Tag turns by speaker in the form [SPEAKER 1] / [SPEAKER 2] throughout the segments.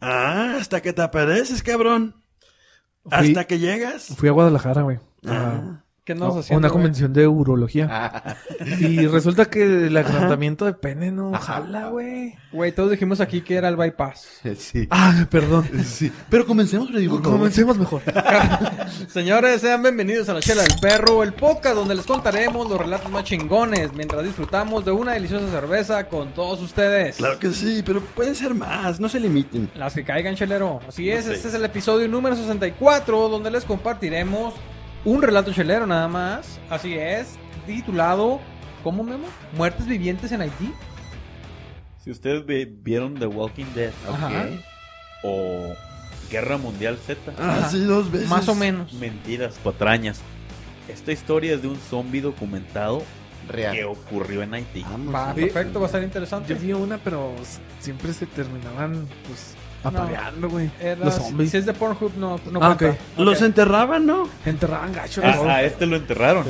[SPEAKER 1] Ah, hasta que te apareces, cabrón.
[SPEAKER 2] Fui-
[SPEAKER 1] Hasta que llegas.
[SPEAKER 2] Fui a Guadalajara, güey. a-
[SPEAKER 1] Ah.
[SPEAKER 3] ¿Qué
[SPEAKER 2] a
[SPEAKER 3] andamos haciendo?
[SPEAKER 2] una
[SPEAKER 3] güey?
[SPEAKER 2] convención de urología.
[SPEAKER 3] Ah,
[SPEAKER 2] Y resulta que el agratamiento de pene no jala, güey.
[SPEAKER 3] Güey, todos dijimos aquí que era el bypass.
[SPEAKER 4] Sí.
[SPEAKER 2] Ah, perdón.
[SPEAKER 4] Sí. Pero comencemos, Freddy, por favor.
[SPEAKER 2] Comencemos mejor.
[SPEAKER 3] Señores, sean bienvenidos a La Chela del Perro, el podcast donde les contaremos los relatos más chingones mientras disfrutamos de una deliciosa cerveza con todos ustedes.
[SPEAKER 1] Claro que sí, pero pueden ser más, no se limiten.
[SPEAKER 3] Las que caigan, chelero. Así es,
[SPEAKER 1] Sí.
[SPEAKER 3] este es el episodio número 64, donde les compartiremos un relato chelero nada más. Así es, titulado, ¿cómo, Memo? ¿Muertes vivientes en Haití?
[SPEAKER 5] Si ustedes vi- vieron The Walking Dead
[SPEAKER 3] Ajá.
[SPEAKER 5] o Guerra Mundial Z,
[SPEAKER 3] Ajá.
[SPEAKER 1] Así dos
[SPEAKER 2] Pues
[SPEAKER 1] veces.
[SPEAKER 3] Más o menos.
[SPEAKER 5] mentiras, patrañas. Esta historia es de un zombie documentado que
[SPEAKER 4] Real.
[SPEAKER 5] ocurrió en Haití.
[SPEAKER 1] Vamos.
[SPEAKER 3] Va,
[SPEAKER 2] Sí.
[SPEAKER 3] perfecto, va a ser
[SPEAKER 2] Yo
[SPEAKER 3] interesante.
[SPEAKER 2] vi una, pero s- siempre se terminaban, pues, apareando, güey.
[SPEAKER 3] Era-
[SPEAKER 2] Los zombies.
[SPEAKER 3] Si es de Pornhub, no, no
[SPEAKER 2] Ah,
[SPEAKER 3] cuenta.
[SPEAKER 2] ok.
[SPEAKER 1] Los enterraban, ¿no?
[SPEAKER 2] Enterraban gacho.
[SPEAKER 5] Ah,
[SPEAKER 3] pues,
[SPEAKER 2] todo.
[SPEAKER 5] a este lo enterraron.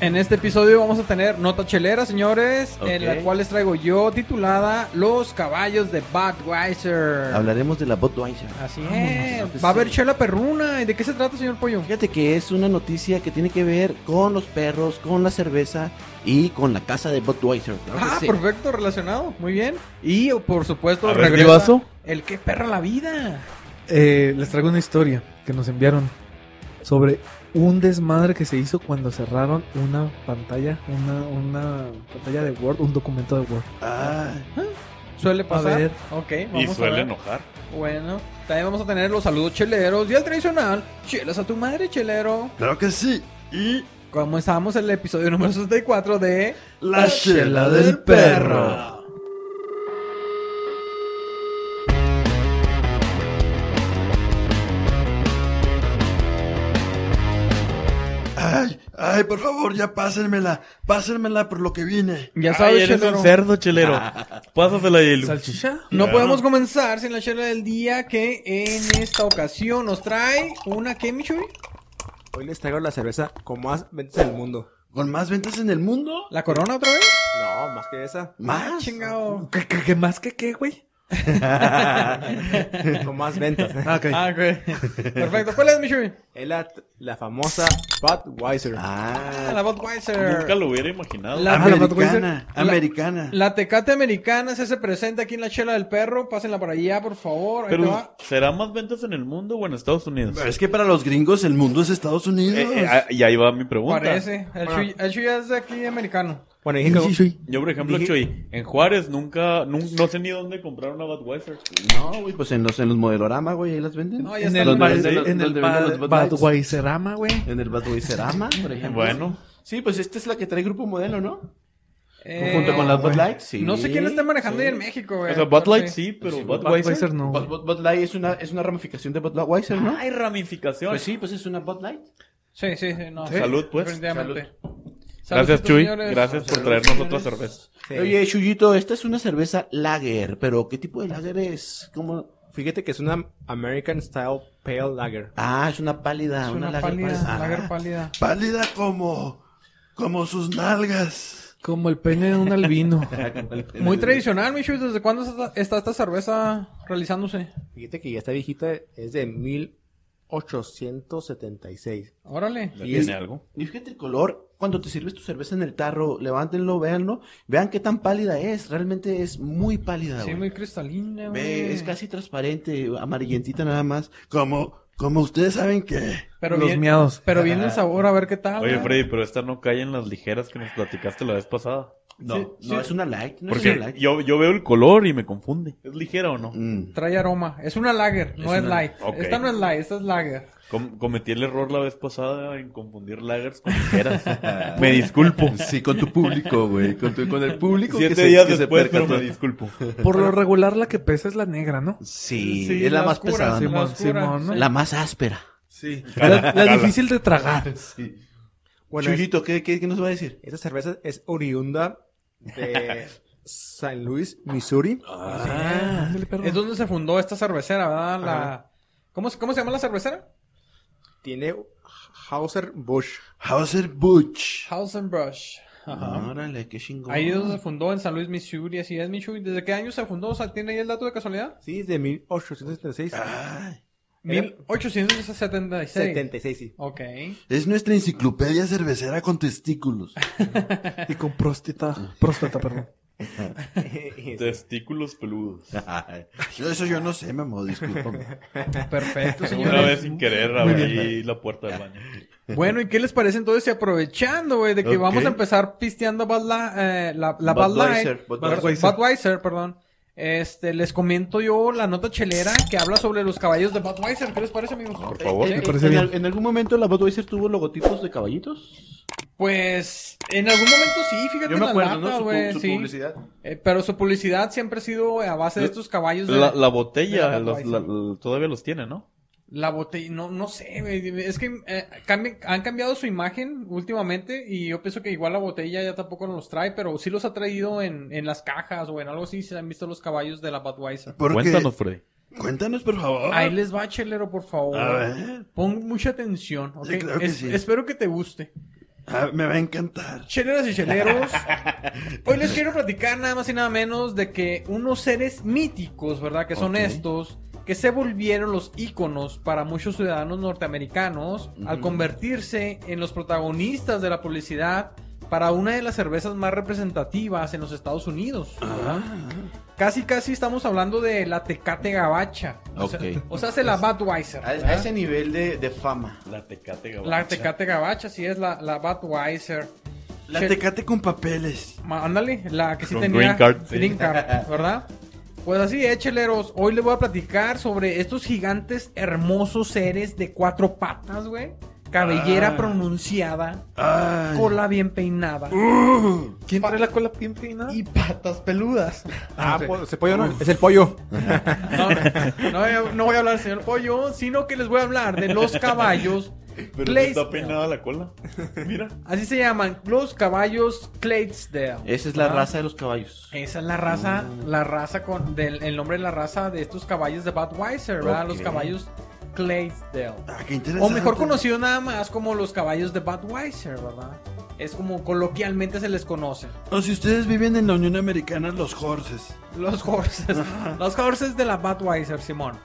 [SPEAKER 3] En este episodio vamos a tener nota chelera, señores, en la
[SPEAKER 5] Ok.
[SPEAKER 3] cual les traigo yo titulada Los caballos de Budweiser.
[SPEAKER 4] Hablaremos de la Budweiser.
[SPEAKER 3] Así
[SPEAKER 4] Vámonos, antes
[SPEAKER 3] es.
[SPEAKER 4] de-
[SPEAKER 3] Va a haber chela perruna. ¿Y de qué se trata, señor Pollo?
[SPEAKER 4] Fíjate que es una noticia que tiene que ver con los perros, con la cerveza y con la casa de Budweiser. Claro que
[SPEAKER 3] Ah,
[SPEAKER 4] sí.
[SPEAKER 3] perfecto, relacionado. Muy bien. Y por supuesto,
[SPEAKER 5] A ver,
[SPEAKER 3] regresa
[SPEAKER 5] ¿Divazo?
[SPEAKER 3] El que perra la vida.
[SPEAKER 2] Eh, les traigo una historia que nos enviaron sobre un desmadre que se hizo cuando cerraron una pantalla, una, una pantalla de Word, un documento de Word.
[SPEAKER 1] Ah,
[SPEAKER 3] Suele pasar.
[SPEAKER 2] ver.
[SPEAKER 3] Ok, vamos
[SPEAKER 5] y suele
[SPEAKER 3] a ver.
[SPEAKER 5] enojar.
[SPEAKER 3] Bueno, también vamos a tener los saludos cheleros y el tradicional. Chelas a tu madre, chelero.
[SPEAKER 1] claro que sí. Y
[SPEAKER 3] Comenzamos el episodio número 64 de.
[SPEAKER 1] la chela del perro. Ay, ay, por favor, ya pásenmela. Pásenmela por lo que vine.
[SPEAKER 3] Ya
[SPEAKER 5] Ay,
[SPEAKER 3] sabes,
[SPEAKER 5] eres
[SPEAKER 3] chelero.
[SPEAKER 5] un cerdo, chelero. Pásasela y
[SPEAKER 2] ¿Salchicha?
[SPEAKER 3] No
[SPEAKER 5] Claro.
[SPEAKER 3] podemos comenzar sin la chela del día que en esta ocasión nos trae una que, mi Chuy?
[SPEAKER 6] Hoy les traigo la cerveza con más ventas del mundo.
[SPEAKER 1] ¿Con más ventas en el mundo?
[SPEAKER 3] ¿La corona otra vez? Ah,
[SPEAKER 6] No, más que esa.
[SPEAKER 1] ¿Más?
[SPEAKER 3] Chingado.
[SPEAKER 2] ¿Qué, qué- qué más que qué, güey?
[SPEAKER 6] Con más ventas.
[SPEAKER 2] Ah, ok.
[SPEAKER 3] Ah, ok. Perfecto. ¿Cuál es, mi Chuy?
[SPEAKER 6] Es la, la famosa Budweiser.
[SPEAKER 3] Ah,
[SPEAKER 1] Ah,
[SPEAKER 3] la Budweiser.
[SPEAKER 5] Nunca lo hubiera imaginado.
[SPEAKER 3] La-
[SPEAKER 1] americana,
[SPEAKER 3] la-
[SPEAKER 1] americana.
[SPEAKER 3] La Tecate Americana se, se presenta aquí en la chela del perro. Pásenla para allá, por favor. Ahí te
[SPEAKER 5] Pero,
[SPEAKER 3] va. Pues,
[SPEAKER 5] ¿será más ventas en el mundo o en Estados Unidos?
[SPEAKER 1] Pero es que para los gringos el mundo es Estados Unidos.
[SPEAKER 5] Eh, eh, ah, y ahí va mi pregunta.
[SPEAKER 3] Parece. El
[SPEAKER 6] Bueno.
[SPEAKER 3] Chuy el Chuy es de aquí americano.
[SPEAKER 6] Bueno, dije
[SPEAKER 2] Sí,
[SPEAKER 6] que
[SPEAKER 2] sí.
[SPEAKER 5] Yo, por ejemplo,
[SPEAKER 6] Dije-
[SPEAKER 5] Chuy, en Juárez nunca, nun- no sé ni dónde comprar una Budweiser.
[SPEAKER 4] No, güey, pues en los, en los modelorama, güey, ahí las venden.
[SPEAKER 3] No,
[SPEAKER 2] En
[SPEAKER 3] ya está.
[SPEAKER 2] el,
[SPEAKER 4] ¿Dónde
[SPEAKER 2] bar-
[SPEAKER 4] venden los-
[SPEAKER 2] en el
[SPEAKER 4] dónde venden
[SPEAKER 2] bar-
[SPEAKER 4] los Bud Lights?
[SPEAKER 2] Budweiserama, güey.
[SPEAKER 4] En el Budweiserama, por ejemplo.
[SPEAKER 5] Bueno.
[SPEAKER 4] Sí, pues esta es la que trae Grupo Modelo, ¿no?
[SPEAKER 3] Eh,
[SPEAKER 4] Junto con la Bud Light, sí.
[SPEAKER 3] No sé quién la está manejando ahí en México, güey.
[SPEAKER 5] O sea, Bud Light
[SPEAKER 3] Entonces,
[SPEAKER 5] sí, pero
[SPEAKER 4] Sí,
[SPEAKER 5] Budweiser...
[SPEAKER 2] Budweiser no.
[SPEAKER 4] Bud,
[SPEAKER 2] güey.
[SPEAKER 4] Bud- Bud Light es una, es una ramificación de Budweiser, Ah, ¿no?
[SPEAKER 5] Hay ramificación.
[SPEAKER 4] Pues sí, pues es una Bud Light.
[SPEAKER 3] Sí, sí, sí. No,
[SPEAKER 5] Salud, pues.
[SPEAKER 3] Definitivamente.
[SPEAKER 5] Gracias,
[SPEAKER 3] Saludcito,
[SPEAKER 5] Chuy.
[SPEAKER 3] señores.
[SPEAKER 5] Gracias por
[SPEAKER 4] Salud,
[SPEAKER 5] traernos
[SPEAKER 4] señores.
[SPEAKER 5] otra cerveza.
[SPEAKER 6] Sí.
[SPEAKER 4] Oye, Chuyito, esta es una cerveza lager, pero ¿qué tipo de lager es? ¿Cómo?
[SPEAKER 6] Fíjate que es una American Style Pale Lager.
[SPEAKER 4] Ah, es una pálida,
[SPEAKER 3] Es una
[SPEAKER 4] una, lager
[SPEAKER 3] pálida,
[SPEAKER 4] pálida. Ah.
[SPEAKER 3] lager pálida.
[SPEAKER 1] Pálida como, como sus nalgas.
[SPEAKER 2] Como el pene de un albino.
[SPEAKER 3] Muy tradicional, mi Chuy. ¿Desde cuándo está- está esta cerveza realizándose?
[SPEAKER 6] Fíjate que ya está viejita, es de 1876.
[SPEAKER 3] Órale.
[SPEAKER 5] ¿Le
[SPEAKER 6] Y
[SPEAKER 5] ¿Tiene
[SPEAKER 6] es-
[SPEAKER 5] algo?
[SPEAKER 4] Y fíjate el color, cuando te sirves tu cerveza en el tarro, levántenlo, véanlo, vean qué tan pálida es, realmente es muy pálida,
[SPEAKER 3] Sí,
[SPEAKER 4] Ah, güey.
[SPEAKER 3] muy cristalina, güey.
[SPEAKER 4] Ve, es casi transparente, amarillentita nada más.
[SPEAKER 1] Como, como ustedes saben que.
[SPEAKER 3] Pero
[SPEAKER 2] Los
[SPEAKER 3] Pues, bien,
[SPEAKER 2] miados.
[SPEAKER 3] pero bien el sabor, a ver qué tal.
[SPEAKER 5] Oye,
[SPEAKER 3] güey.
[SPEAKER 5] Freddy, pero esta no cae en las ligeras que nos platicaste la vez pasada.
[SPEAKER 4] No,
[SPEAKER 3] Sí, sí.
[SPEAKER 4] no, es una light, no es
[SPEAKER 5] Porque
[SPEAKER 4] una light.
[SPEAKER 5] yo, yo veo el color y me confunde. ¿Es ligera o no?
[SPEAKER 4] Mm.
[SPEAKER 3] Trae aroma. Es una lager, no es,
[SPEAKER 4] Es una-
[SPEAKER 3] light.
[SPEAKER 5] ok.
[SPEAKER 3] Esta no es light, esta es lager.
[SPEAKER 5] Com- cometí el error la vez pasada en confundir lagers con ligeras. me disculpo.
[SPEAKER 4] Sí, con tu público, güey, con, tu- con el público
[SPEAKER 5] Siete
[SPEAKER 4] que se-
[SPEAKER 5] días
[SPEAKER 4] que se
[SPEAKER 5] después, pero
[SPEAKER 4] percató.
[SPEAKER 5] me disculpo.
[SPEAKER 2] Por lo regular, la que pesa es la negra, ¿no?
[SPEAKER 4] Sí,
[SPEAKER 3] Sí,
[SPEAKER 4] es la,
[SPEAKER 3] la
[SPEAKER 4] más
[SPEAKER 3] oscura,
[SPEAKER 4] pesada,
[SPEAKER 3] sí,
[SPEAKER 4] Ah, ¿no?
[SPEAKER 3] la
[SPEAKER 2] Simón,
[SPEAKER 3] oscura,
[SPEAKER 2] Simón, ¿no?
[SPEAKER 3] sí.
[SPEAKER 4] la más áspera.
[SPEAKER 2] Sí.
[SPEAKER 5] Cala,
[SPEAKER 2] La, la
[SPEAKER 5] cala.
[SPEAKER 2] difícil de tragar.
[SPEAKER 6] Bueno, es-
[SPEAKER 4] Chuyito, ¿qué, qué, qué nos va a decir?
[SPEAKER 6] esta cerveza es oriunda de San Luis, Missouri.
[SPEAKER 2] Ah, ándale, perro.
[SPEAKER 3] Es donde se fundó esta cervecera, ¿verdad? La...
[SPEAKER 6] Ajá.
[SPEAKER 3] ¿Cómo, se- ¿Cómo se llama la cervecera?
[SPEAKER 6] Tiene Hauser Busch.
[SPEAKER 1] Hauser Butch.
[SPEAKER 3] House and Brush. Ajá.
[SPEAKER 4] Órale, qué chingón.
[SPEAKER 3] Ahí es donde se fundó en San Luis, Missouri, así es, Missouri. ¿Desde qué año se fundó? O sea, ¿tiene ahí el dato de casualidad?
[SPEAKER 6] Sí, de 1876.
[SPEAKER 1] Ay,
[SPEAKER 3] 1876.
[SPEAKER 6] 76, sí.
[SPEAKER 3] Ok.
[SPEAKER 1] es nuestra enciclopedia cervecera con testículos.
[SPEAKER 2] Y con próstata, próstata, perdón.
[SPEAKER 5] Testículos peludos.
[SPEAKER 1] Yo- Eso yo no sé, mamá, discúlpame.
[SPEAKER 3] Perfecto,
[SPEAKER 5] Una
[SPEAKER 3] señores.
[SPEAKER 5] vez sin querer abrí la puerta del baño.
[SPEAKER 3] Bueno, ¿y qué les parece entonces? Y aprovechando, güey, de que
[SPEAKER 1] Ok.
[SPEAKER 3] vamos a empezar pisteando Bud Li- eh, la, la Bud Light.
[SPEAKER 4] Budweiser, Budweiser.
[SPEAKER 3] Budweiser. Budweiser, perdón. Este, les comento yo la nota chelera que habla sobre los caballos de Budweiser. ¿Qué les parece, amigos?
[SPEAKER 5] Por
[SPEAKER 2] Oh,
[SPEAKER 5] favor.
[SPEAKER 4] Eh,
[SPEAKER 2] Me
[SPEAKER 4] eh,
[SPEAKER 2] parece
[SPEAKER 4] en,
[SPEAKER 2] bien.
[SPEAKER 4] al- en algún momento la Budweiser tuvo logotipos de caballitos.
[SPEAKER 3] Pues, en algún momento sí, fíjate
[SPEAKER 4] Yo me
[SPEAKER 3] la
[SPEAKER 4] acuerdo,
[SPEAKER 3] lata,
[SPEAKER 4] ¿no? Su,
[SPEAKER 3] güey,
[SPEAKER 4] su
[SPEAKER 3] sí.
[SPEAKER 4] publicidad.
[SPEAKER 3] Eh, pero su publicidad siempre ha sido a base de estos caballos de
[SPEAKER 5] La,
[SPEAKER 3] la,
[SPEAKER 5] la botella
[SPEAKER 3] de la
[SPEAKER 5] los- la-
[SPEAKER 3] Budweiser.
[SPEAKER 5] la- todavía los tiene, ¿no?
[SPEAKER 3] botella. No, no sé, güey. Es que eh, cambi- han cambiado su imagen últimamente y yo pienso que igual la botella ya tampoco nos los trae, pero sí los ha traído en, en las cajas o en algo así. Se han visto los caballos de la Budweiser.
[SPEAKER 1] Porque-
[SPEAKER 5] Cuéntanos, Freddy.
[SPEAKER 1] Cuéntanos, por favor.
[SPEAKER 3] Ahí les va, chelero, por favor.
[SPEAKER 1] Ah. A ver.
[SPEAKER 3] Pon mucha atención, ¿ok?
[SPEAKER 1] Sí, claro que
[SPEAKER 3] Es-
[SPEAKER 1] sí.
[SPEAKER 3] Espero que te guste.
[SPEAKER 1] Ah, me va a encantar.
[SPEAKER 3] Cheleras y cheleros, hoy les quiero platicar nada más y nada menos de que unos seres míticos, ¿verdad? Que son
[SPEAKER 1] Ok.
[SPEAKER 3] estos, que se volvieron los íconos para muchos ciudadanos norteamericanos al
[SPEAKER 4] Ujú.
[SPEAKER 3] convertirse en los protagonistas de la publicidad para una de las cervezas más representativas en los Estados Unidos.
[SPEAKER 4] Ah.
[SPEAKER 3] ¿verdad? Casi, casi estamos hablando de la Tecate Gabacha. O sea,
[SPEAKER 4] Ok.
[SPEAKER 3] o sea, se la Budweiser.
[SPEAKER 4] A, a
[SPEAKER 3] ¿verdad?
[SPEAKER 4] ese nivel de, de fama.
[SPEAKER 5] La tecate,
[SPEAKER 3] La Tecate Gabacha, sí es la, la Budweiser.
[SPEAKER 1] La
[SPEAKER 3] Che-
[SPEAKER 1] tecate con papeles.
[SPEAKER 3] Ma- Ándale, la que sí
[SPEAKER 5] Con
[SPEAKER 3] tenía
[SPEAKER 5] green card, sí.
[SPEAKER 3] green card, ¿verdad? Pues así, es, cheleros, hoy les voy a platicar sobre estos gigantes hermosos seres de cuatro patas, güey. Cabellera
[SPEAKER 1] Ah.
[SPEAKER 3] pronunciada,
[SPEAKER 1] Ay.
[SPEAKER 3] cola bien peinada
[SPEAKER 1] Uh.
[SPEAKER 2] ¿Quién trae la cola bien peinada?
[SPEAKER 3] y patas peludas.
[SPEAKER 6] Ah, po-
[SPEAKER 5] pues,
[SPEAKER 6] ese pollo no. Es el pollo.
[SPEAKER 3] No, no, no voy a- no voy a hablar del señor Pollo, sino que les voy a hablar de los caballos.
[SPEAKER 5] Pero no
[SPEAKER 3] Clays-
[SPEAKER 5] está peinada la cola. Mira.
[SPEAKER 3] Así se llaman, los caballos Clydesdale.
[SPEAKER 4] Esa es la
[SPEAKER 3] Ah.
[SPEAKER 4] raza de los caballos.
[SPEAKER 3] Esa es la raza, la raza con del, el nombre de la raza de estos caballos de Budweiser, ¿verdad? Los
[SPEAKER 4] Ok.
[SPEAKER 3] caballos Clydesdale.
[SPEAKER 1] Ah, qué interesante.
[SPEAKER 3] O mejor conocido nada más como los caballos de Budweiser, ¿verdad? Es como coloquialmente se les conoce.
[SPEAKER 1] O si ustedes viven en la Unión Americana, los horses.
[SPEAKER 3] Los horses. los horses de la Budweiser, Simón.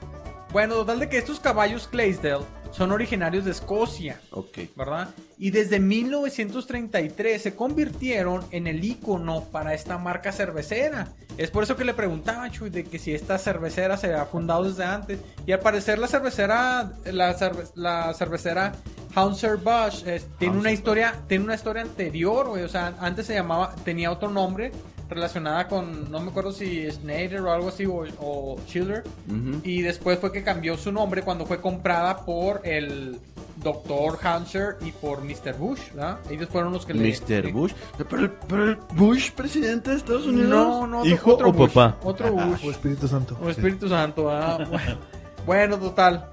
[SPEAKER 3] Bueno, total de que estos caballos Clydesdale son originarios de Escocia.
[SPEAKER 4] Ok.
[SPEAKER 3] ¿verdad? Y desde 1933 se convirtieron en el icono para esta marca cervecera. Es por eso que le preguntaba, Chuy, de que si esta cervecera se había fundado desde antes. Y al parecer la cervecera, la, cerve- la cervecera Hanser-Busch eh, tiene una historia, tiene una historia anterior, güey. O sea, antes se llamaba, tenía otro nombre relacionada con, no me acuerdo si Schneider o algo así, o, o Schiller.
[SPEAKER 4] Ujú.
[SPEAKER 3] Y después fue que cambió su nombre cuando fue comprada por el Dr. Hanser y por Mr. Bush, ¿verdad? Ellos fueron los que le...
[SPEAKER 4] Mr. Bush.
[SPEAKER 1] Pero el, pero el Bush, presidente de Estados Unidos.
[SPEAKER 3] No, no, otro-
[SPEAKER 5] ¿Hijo
[SPEAKER 3] otro
[SPEAKER 5] o
[SPEAKER 3] Bush,
[SPEAKER 5] papá?
[SPEAKER 3] Otro
[SPEAKER 2] O
[SPEAKER 3] Bush.
[SPEAKER 2] Espíritu Santo.
[SPEAKER 3] O Espíritu Santo, ¿verdad? Bueno, Bueno, total.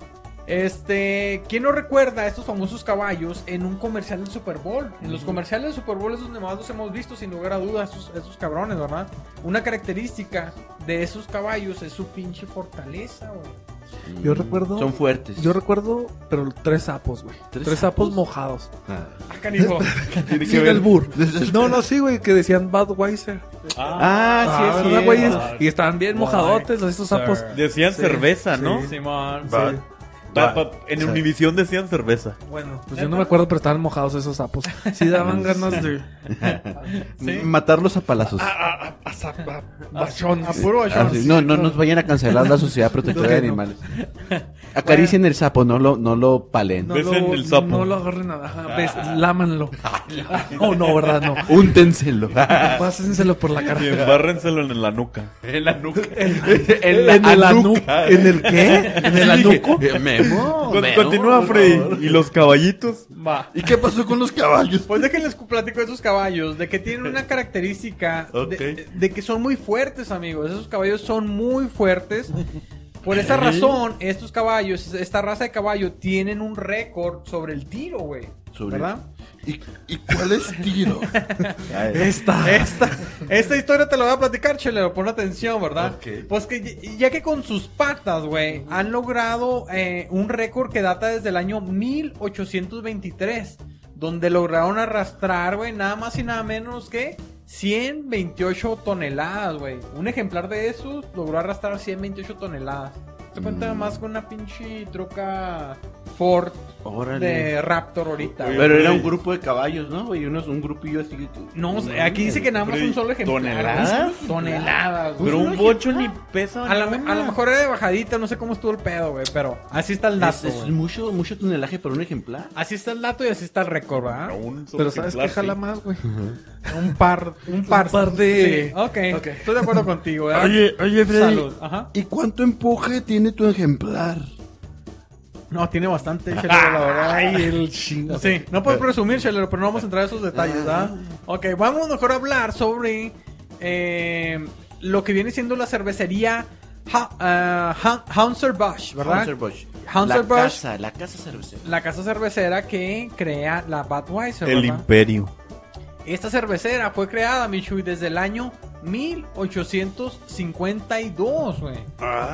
[SPEAKER 3] Este, ¿quién no recuerda a estos famosos caballos en un comercial del Super Bowl? En los comerciales del Super Bowl es donde más los hemos visto, sin lugar a dudas, esos, esos cabrones, ¿verdad? Una característica de esos caballos es su pinche fortaleza, güey.
[SPEAKER 2] Yo recuerdo-
[SPEAKER 4] Son fuertes.
[SPEAKER 2] Yo recuerdo, pero tres sapos, güey.
[SPEAKER 4] ¿Tres
[SPEAKER 2] Tres, sapos? mojados.
[SPEAKER 3] Ah, canijo.
[SPEAKER 5] Tiene
[SPEAKER 2] Sin albur. No, no, sí, güey, que decían Budweiser.
[SPEAKER 4] Ah, sí,
[SPEAKER 2] ¿verdad,
[SPEAKER 4] es
[SPEAKER 2] güeyes?
[SPEAKER 4] cierto.
[SPEAKER 2] Y estaban bien mojadotes los- estos sapos.
[SPEAKER 5] Decían cerveza, ¿no?
[SPEAKER 3] Simón.
[SPEAKER 1] Bad.
[SPEAKER 5] Pa- pa- en
[SPEAKER 1] Sí.
[SPEAKER 5] Univisión decían cerveza.
[SPEAKER 2] Bueno, pues yo no me acuerdo, pero estaban mojados esos sapos. Sí daban ganas de...
[SPEAKER 4] M- Matarlos a palazos.
[SPEAKER 2] Bachón.
[SPEAKER 3] A puro
[SPEAKER 4] Ah, sí. No, no nos vayan a cancelar la sociedad protectora de
[SPEAKER 2] No.
[SPEAKER 4] animales. Acaricien el sapo, no lo, no lo palen.
[SPEAKER 2] No
[SPEAKER 5] Besen
[SPEAKER 2] lo,
[SPEAKER 5] el sapo.
[SPEAKER 2] no lo agarren nada. Ajá, Ves, lámanlo. Oh, no, verdad, no.
[SPEAKER 4] Úntenselo.
[SPEAKER 2] Pásenselo por la cara.
[SPEAKER 5] Y embárrenselo en la nuca. En la nuca.
[SPEAKER 4] en
[SPEAKER 2] ¿En el anuco?
[SPEAKER 5] ¿eh?
[SPEAKER 2] ¿En el qué? ¿En el anuco?
[SPEAKER 4] Memo. Memo,
[SPEAKER 5] continúa,
[SPEAKER 4] por favor. Pues
[SPEAKER 5] Freddy. Y los caballitos.
[SPEAKER 3] Va.
[SPEAKER 1] ¿Y qué pasó con los caballos?
[SPEAKER 3] Pues de que les platico de esos caballos, de que tienen una característica de- de,
[SPEAKER 5] Ok.
[SPEAKER 3] que son muy fuertes, amigos. Esos caballos son muy fuertes. Por esa razón, estos caballos, esta raza de caballo, tienen un récord sobre el tiro, güey.
[SPEAKER 4] Sobre-
[SPEAKER 3] ¿Verdad?
[SPEAKER 1] ¿Y, y cuál es tiro?
[SPEAKER 2] Esta.
[SPEAKER 3] Esta, esta historia te la voy a platicar, chelero, pon atención, ¿verdad?
[SPEAKER 1] Ok.
[SPEAKER 3] Pues que ya- ya que con sus patas, güey, han logrado eh, un récord que data desde el año 1823, donde lograron arrastrar, güey, nada más y nada menos que 128 toneladas, güey. Un ejemplar de esos logró arrastrar 128 toneladas. Se cuenta
[SPEAKER 4] Mm.
[SPEAKER 3] más con una pinche troca Ford
[SPEAKER 4] Órale.
[SPEAKER 3] de Raptor ahorita. güey.
[SPEAKER 4] Pero era un grupo de caballos, ¿no, güey? Unos, un grupillo así. que-
[SPEAKER 3] No, aquí dice que nada más un solo ejemplar.
[SPEAKER 5] ¿Toneladas?
[SPEAKER 3] güey. Toneladas, güey.
[SPEAKER 5] Pero un bocho ni pesa.
[SPEAKER 3] A, la-
[SPEAKER 5] ni
[SPEAKER 3] a
[SPEAKER 5] una.
[SPEAKER 3] lo mejor era de bajadita, no sé cómo estuvo el pedo, güey, pero así está el
[SPEAKER 4] Es,
[SPEAKER 3] dato,
[SPEAKER 4] es
[SPEAKER 3] güey.
[SPEAKER 4] mucho, mucho tonelaje para un ejemplar.
[SPEAKER 3] Así está el dato y así está el récord,
[SPEAKER 5] A
[SPEAKER 3] ¿verdad?
[SPEAKER 5] un solo
[SPEAKER 2] Pero ¿sabes qué
[SPEAKER 5] ejemplar,
[SPEAKER 2] jala
[SPEAKER 5] sí.
[SPEAKER 2] más, güey?
[SPEAKER 3] Un par, un par.
[SPEAKER 2] par de-
[SPEAKER 3] Sí, ok,
[SPEAKER 2] Ok.
[SPEAKER 3] estoy de acuerdo contigo, ¿verdad?
[SPEAKER 1] Oye, oye, Freddy.
[SPEAKER 3] Salud, ajá.
[SPEAKER 1] ¿Y cuánto empuje tiene tu ejemplar?
[SPEAKER 3] No, tiene bastante chelero, la verdad.
[SPEAKER 2] Ay, el chingo.
[SPEAKER 3] Sí, no puedo presumir, chelero, pero no vamos a entrar a esos detalles, ¿verdad? Ok, vamos mejor a hablar sobre eh, lo que viene siendo la cervecería eh, Hanser Busch, ¿verdad?
[SPEAKER 4] Hanselbosch. la
[SPEAKER 3] Hanselbosch.
[SPEAKER 4] casa, la casa cervecera.
[SPEAKER 3] La casa cervecera que crea la Budweiser,
[SPEAKER 5] El
[SPEAKER 3] ¿verdad?
[SPEAKER 5] imperio.
[SPEAKER 3] Esta cervecera fue creada, Michuy, desde el año 1852, güey.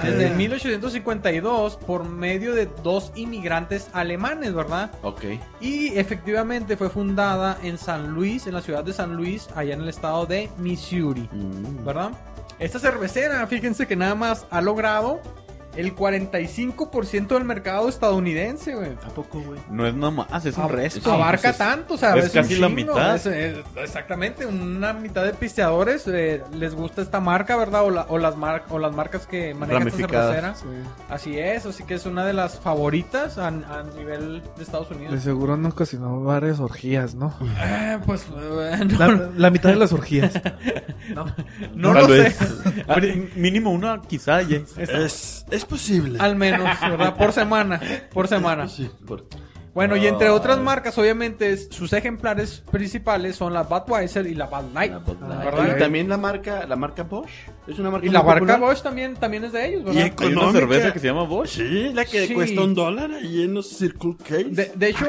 [SPEAKER 3] Desde el 1852 por medio de dos inmigrantes alemanes, ¿verdad?
[SPEAKER 4] Ok.
[SPEAKER 3] Y efectivamente fue fundada en San Luis, en la ciudad de San Luis, allá en el estado de Missouri,
[SPEAKER 4] Mm.
[SPEAKER 3] ¿verdad? Esta cervecera, fíjense que nada más ha logrado el 45% del mercado estadounidense, güey.
[SPEAKER 4] ¿A poco, güey?
[SPEAKER 5] No es nada más, es un
[SPEAKER 3] Ab-
[SPEAKER 5] resto.
[SPEAKER 3] Abarca
[SPEAKER 5] Entonces,
[SPEAKER 3] tanto, o sea,
[SPEAKER 5] es
[SPEAKER 3] un
[SPEAKER 5] casi la mitad.
[SPEAKER 3] es- es- exactamente, una mitad de pisteadores eh, les gusta esta marca, ¿verdad? O, la- o las, mar- o las marcas que maneja esta
[SPEAKER 4] Ramificadas.
[SPEAKER 3] cervecera. Así es, así que es una de las favoritas a, a nivel de Estados
[SPEAKER 2] De
[SPEAKER 3] Unidos.
[SPEAKER 2] seguro no ocasionó varias orgías, ¿no?
[SPEAKER 3] Eh, pues eh, no,
[SPEAKER 2] La, la mitad de las orgías.
[SPEAKER 3] no lo
[SPEAKER 5] tal
[SPEAKER 3] sé.
[SPEAKER 5] vez. Ah, mínimo una, quizá. ya.
[SPEAKER 1] Es, es posible.
[SPEAKER 3] Al menos, ¿verdad? Por semana, por semana.
[SPEAKER 4] Sí, ¿por qué?
[SPEAKER 3] Bueno, y entre
[SPEAKER 5] Ah.
[SPEAKER 3] otras marcas, obviamente, es- sus ejemplares principales son la Budweiser y la Bud Light.
[SPEAKER 4] La Bud Light.
[SPEAKER 3] ¿Verdad?
[SPEAKER 4] Y también la marca, la marca Bosch. Es una marca
[SPEAKER 3] Y
[SPEAKER 4] muy
[SPEAKER 3] la marca
[SPEAKER 4] popular.
[SPEAKER 3] Bosch también, también es de ellos, ¿verdad?
[SPEAKER 1] Y-
[SPEAKER 5] Hay una
[SPEAKER 1] Económica.
[SPEAKER 5] cerveza que se llama Bosch.
[SPEAKER 1] Sí, la que
[SPEAKER 3] Sí.
[SPEAKER 1] cuesta un dólar ahí en los Circle K.
[SPEAKER 3] De, de hecho,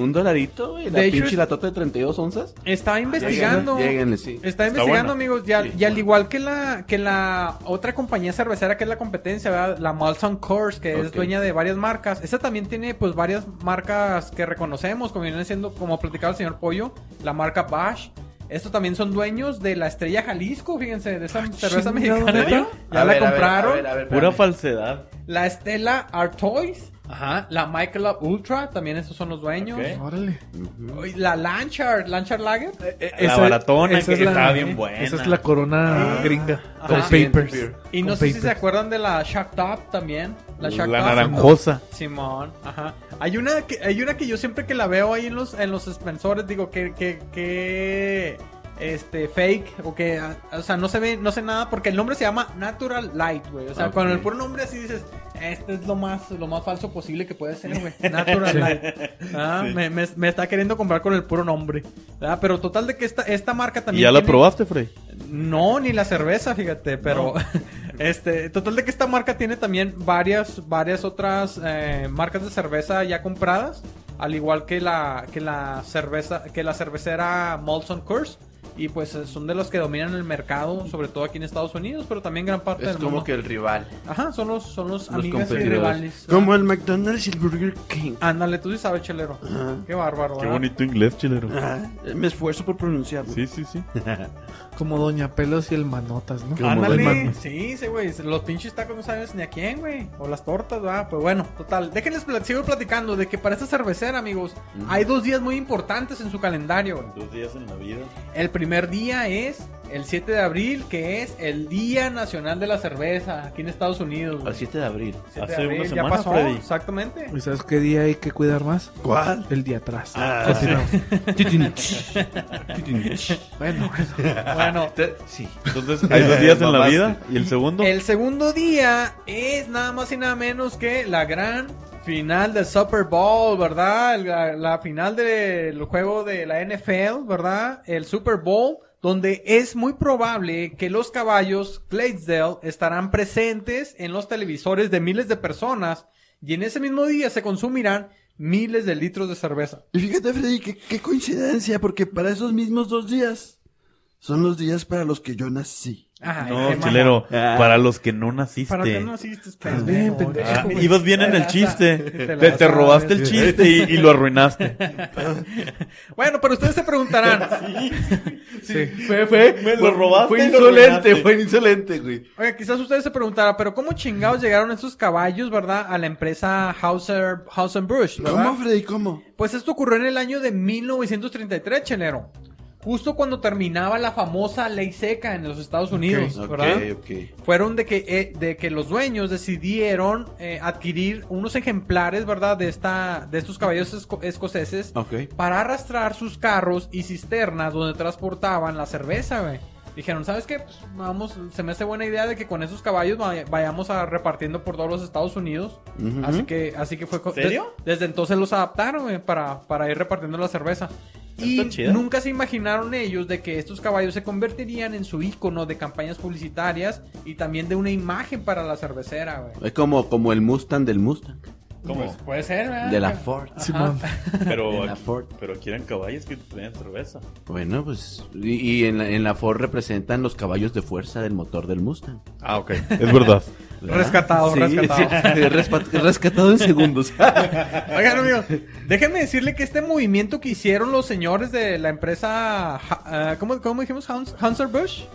[SPEAKER 4] Un dolarito, güey. La
[SPEAKER 3] De hecho,
[SPEAKER 4] pinche
[SPEAKER 3] es-
[SPEAKER 4] latota de 32 onzas.
[SPEAKER 3] está investigando.
[SPEAKER 4] Lléguenle, sí.
[SPEAKER 3] Está investigando,
[SPEAKER 5] bueno.
[SPEAKER 3] amigos, ya,
[SPEAKER 4] Sí,
[SPEAKER 3] y al igual que la, que la otra compañía cervecera que es la competencia, ¿verdad? la Molson Coors, que es
[SPEAKER 4] Ok.
[SPEAKER 3] dueña de varias marcas, esa también tiene pues varias marcas que reconocemos, como vienen siendo, como platicaba el señor Pollo, la marca Bash. Estos también son dueños de la Estrella Jalisco, fíjense, de esa cerveza mexicana.
[SPEAKER 5] ¿neta?
[SPEAKER 3] Ya
[SPEAKER 4] A
[SPEAKER 3] la
[SPEAKER 4] ver, a ver,
[SPEAKER 3] compraron.
[SPEAKER 4] a ver, a ver,
[SPEAKER 5] Pura
[SPEAKER 4] espérame.
[SPEAKER 5] falsedad.
[SPEAKER 3] La Estela Artois. Ajá. La Michelob Ultra, también estos son los dueños.
[SPEAKER 5] Ok. Eh,
[SPEAKER 2] Órale.
[SPEAKER 3] Uy, La Lanchard, Lanchard Lager.
[SPEAKER 5] La baratona, que estaba bien buena.
[SPEAKER 2] Esa es la corona
[SPEAKER 3] Ah.
[SPEAKER 2] gringa.
[SPEAKER 3] Ajá.
[SPEAKER 2] Con
[SPEAKER 4] Presidente
[SPEAKER 2] papers.
[SPEAKER 4] Beer.
[SPEAKER 3] Y
[SPEAKER 2] Con
[SPEAKER 3] no sé si
[SPEAKER 2] papers.
[SPEAKER 3] se acuerdan de la Shack Top también. La Shack
[SPEAKER 5] La
[SPEAKER 3] Top.
[SPEAKER 5] naranjosa.
[SPEAKER 3] Simón, ajá. Hay una que, hay una que yo siempre que la veo ahí en los, en los dispensores, digo que, que, que este fake o que ah, o sea no se ve, no sé nada, porque el nombre se llama Natural Light, güey. O sea,
[SPEAKER 4] Ok.
[SPEAKER 3] con el puro nombre así dices, este es lo más, lo más falso posible que puede ser, güey. Natural
[SPEAKER 2] Sí.
[SPEAKER 3] Light. Ah,
[SPEAKER 5] Sí.
[SPEAKER 3] me, me- me está queriendo comprar con el puro nombre. ¿verdad? Pero total de que esta, esta marca
[SPEAKER 5] ¿Y
[SPEAKER 3] también.
[SPEAKER 5] ya la
[SPEAKER 3] tiene-
[SPEAKER 5] probaste, Este Frey?
[SPEAKER 3] no, ni la cerveza, fíjate, pero este, total de que esta marca tiene también varias, varias otras eh, marcas de cerveza ya compradas, al igual que la, que la cerveza, que la cervecera Molson Coors. Y pues eh, son de los que dominan el mercado, sobre todo aquí en Estados Unidos, pero también gran parte
[SPEAKER 4] Es
[SPEAKER 3] del
[SPEAKER 4] como
[SPEAKER 3] mundo.
[SPEAKER 4] que el rival.
[SPEAKER 3] Ajá, son los, son los,
[SPEAKER 4] Los
[SPEAKER 3] amigas y
[SPEAKER 4] competidores.
[SPEAKER 3] rivales.
[SPEAKER 1] Como el McDonald's y el Burger King.
[SPEAKER 3] Ándale, tú sí sabes, chelero.
[SPEAKER 1] Ajá.
[SPEAKER 3] Qué bárbaro.
[SPEAKER 5] Qué
[SPEAKER 3] ¿verdad?
[SPEAKER 5] bonito inglés, chilero.
[SPEAKER 1] Ah, me esfuerzo por pronunciarlo.
[SPEAKER 5] Sí, sí, sí.
[SPEAKER 2] Como Doña Pelos y el Manotas, ¿no? Ah.
[SPEAKER 4] Como
[SPEAKER 3] Ándale,
[SPEAKER 5] Batman.
[SPEAKER 3] sí, sí, güey. Los pinches tacos no sabes ni a quién, güey. O las tortas, va. Pues bueno, total. Déjenles, pl- sigo platicando de que para esta cervecera, amigos, hay dos días muy importantes en su calendario, güey.
[SPEAKER 5] Dos días en la vida.
[SPEAKER 3] El primer día es el 7 de abril, que es el Día Nacional de la Cerveza aquí en Estados Unidos, güey.
[SPEAKER 4] Al 7 de abril.
[SPEAKER 3] 7 de
[SPEAKER 5] hace
[SPEAKER 3] abril,
[SPEAKER 5] una
[SPEAKER 3] ya
[SPEAKER 5] semana,
[SPEAKER 3] pasó,
[SPEAKER 5] Freddy.
[SPEAKER 3] Exactamente.
[SPEAKER 2] ¿Y sabes qué día hay que cuidar más?
[SPEAKER 1] ¿Cuál?
[SPEAKER 2] El día atrás.
[SPEAKER 1] Ah.
[SPEAKER 2] Continuamos.
[SPEAKER 4] bueno,
[SPEAKER 3] Bueno,
[SPEAKER 4] sí.
[SPEAKER 5] Entonces, hay dos días en la vida. ¿Y el segundo?
[SPEAKER 3] El segundo día es nada más y nada menos que la gran final del Super Bowl, ¿verdad? El- La, la final del juego de la NFL, ¿verdad? El Super Bowl, donde es muy probable que los caballos Clydesdale estarán presentes en los televisores de miles de personas y en ese mismo día se consumirán miles de litros de cerveza.
[SPEAKER 1] Y fíjate, Freddy, que- qué coincidencia, porque para esos mismos dos días son los días para los que yo nací.
[SPEAKER 3] Ajá,
[SPEAKER 5] No,
[SPEAKER 3] qué mamón.
[SPEAKER 5] chilero,
[SPEAKER 4] Ah.
[SPEAKER 5] para los que no naciste.
[SPEAKER 3] ¿Para qué no naciste? pendejo?
[SPEAKER 2] También, pendejo.
[SPEAKER 5] Ah,
[SPEAKER 2] güey.
[SPEAKER 5] ibas bien en
[SPEAKER 3] Te
[SPEAKER 5] el
[SPEAKER 3] la
[SPEAKER 5] chiste.
[SPEAKER 3] sa- te la
[SPEAKER 5] Te, te
[SPEAKER 3] sabes.
[SPEAKER 5] robaste el chiste y, y lo arruinaste.
[SPEAKER 3] Bueno, pero ustedes se preguntarán.
[SPEAKER 4] Fue, fue,
[SPEAKER 5] Me Pues lo robaste
[SPEAKER 4] Fue
[SPEAKER 5] y lo
[SPEAKER 4] insolente,
[SPEAKER 5] arruinaste.
[SPEAKER 4] fue insolente, güey.
[SPEAKER 3] Oye, quizás ustedes se preguntarán, pero ¿cómo chingados llegaron esos caballos, verdad? A la empresa Hauser, Bush, ¿verdad?
[SPEAKER 1] ¿Cómo, Freddy? ¿Cómo?
[SPEAKER 3] Pues esto ocurrió en el año de 1933, chelero. Justo cuando terminaba la famosa ley seca en los Estados Unidos,
[SPEAKER 4] Ok,
[SPEAKER 3] ¿verdad?
[SPEAKER 4] ok.
[SPEAKER 3] Fueron de que, eh, de que los dueños decidieron eh, adquirir unos ejemplares, ¿verdad? De, esta, de estos caballos esco- escoceses
[SPEAKER 4] Ok.
[SPEAKER 3] para arrastrar sus carros y cisternas donde transportaban la cerveza, güey. Dijeron, ¿sabes qué? Pues vamos, se me hace buena idea de que con esos caballos vay- vayamos a repartiendo por todos los Estados Unidos.
[SPEAKER 4] Ujú.
[SPEAKER 3] Así que, así que fue. co-
[SPEAKER 5] ¿Serio?
[SPEAKER 3] de- desde entonces los adaptaron güey, para, para ir repartiendo la cerveza. Y
[SPEAKER 5] Está chido.
[SPEAKER 3] nunca se imaginaron ellos de que estos caballos se convertirían en su ícono de campañas publicitarias y también de una imagen para la cervecera, güey.
[SPEAKER 4] Es como, como el Mustang del Mustang.
[SPEAKER 5] ¿Cómo?
[SPEAKER 3] Pues puede ser, ¿verdad?
[SPEAKER 4] De la Ford.
[SPEAKER 2] Simón.
[SPEAKER 5] Pero,
[SPEAKER 4] En la Ford.
[SPEAKER 5] pero aquí eran caballos que tenían cerveza.
[SPEAKER 4] Bueno, pues. Y, y en, la, en la Ford representan los caballos de fuerza del motor del Mustang.
[SPEAKER 5] Ah, ok. Es verdad.
[SPEAKER 4] ¿verdad?
[SPEAKER 3] Rescatado,
[SPEAKER 4] Sí,
[SPEAKER 3] rescatado.
[SPEAKER 4] sí, respa- rescatado en segundos.
[SPEAKER 3] Oigan, amigos, déjenme decirle que este movimiento que hicieron los señores de la empresa, ja- eh, ¿cómo, cómo dijimos? Hans- Hanser-Busch,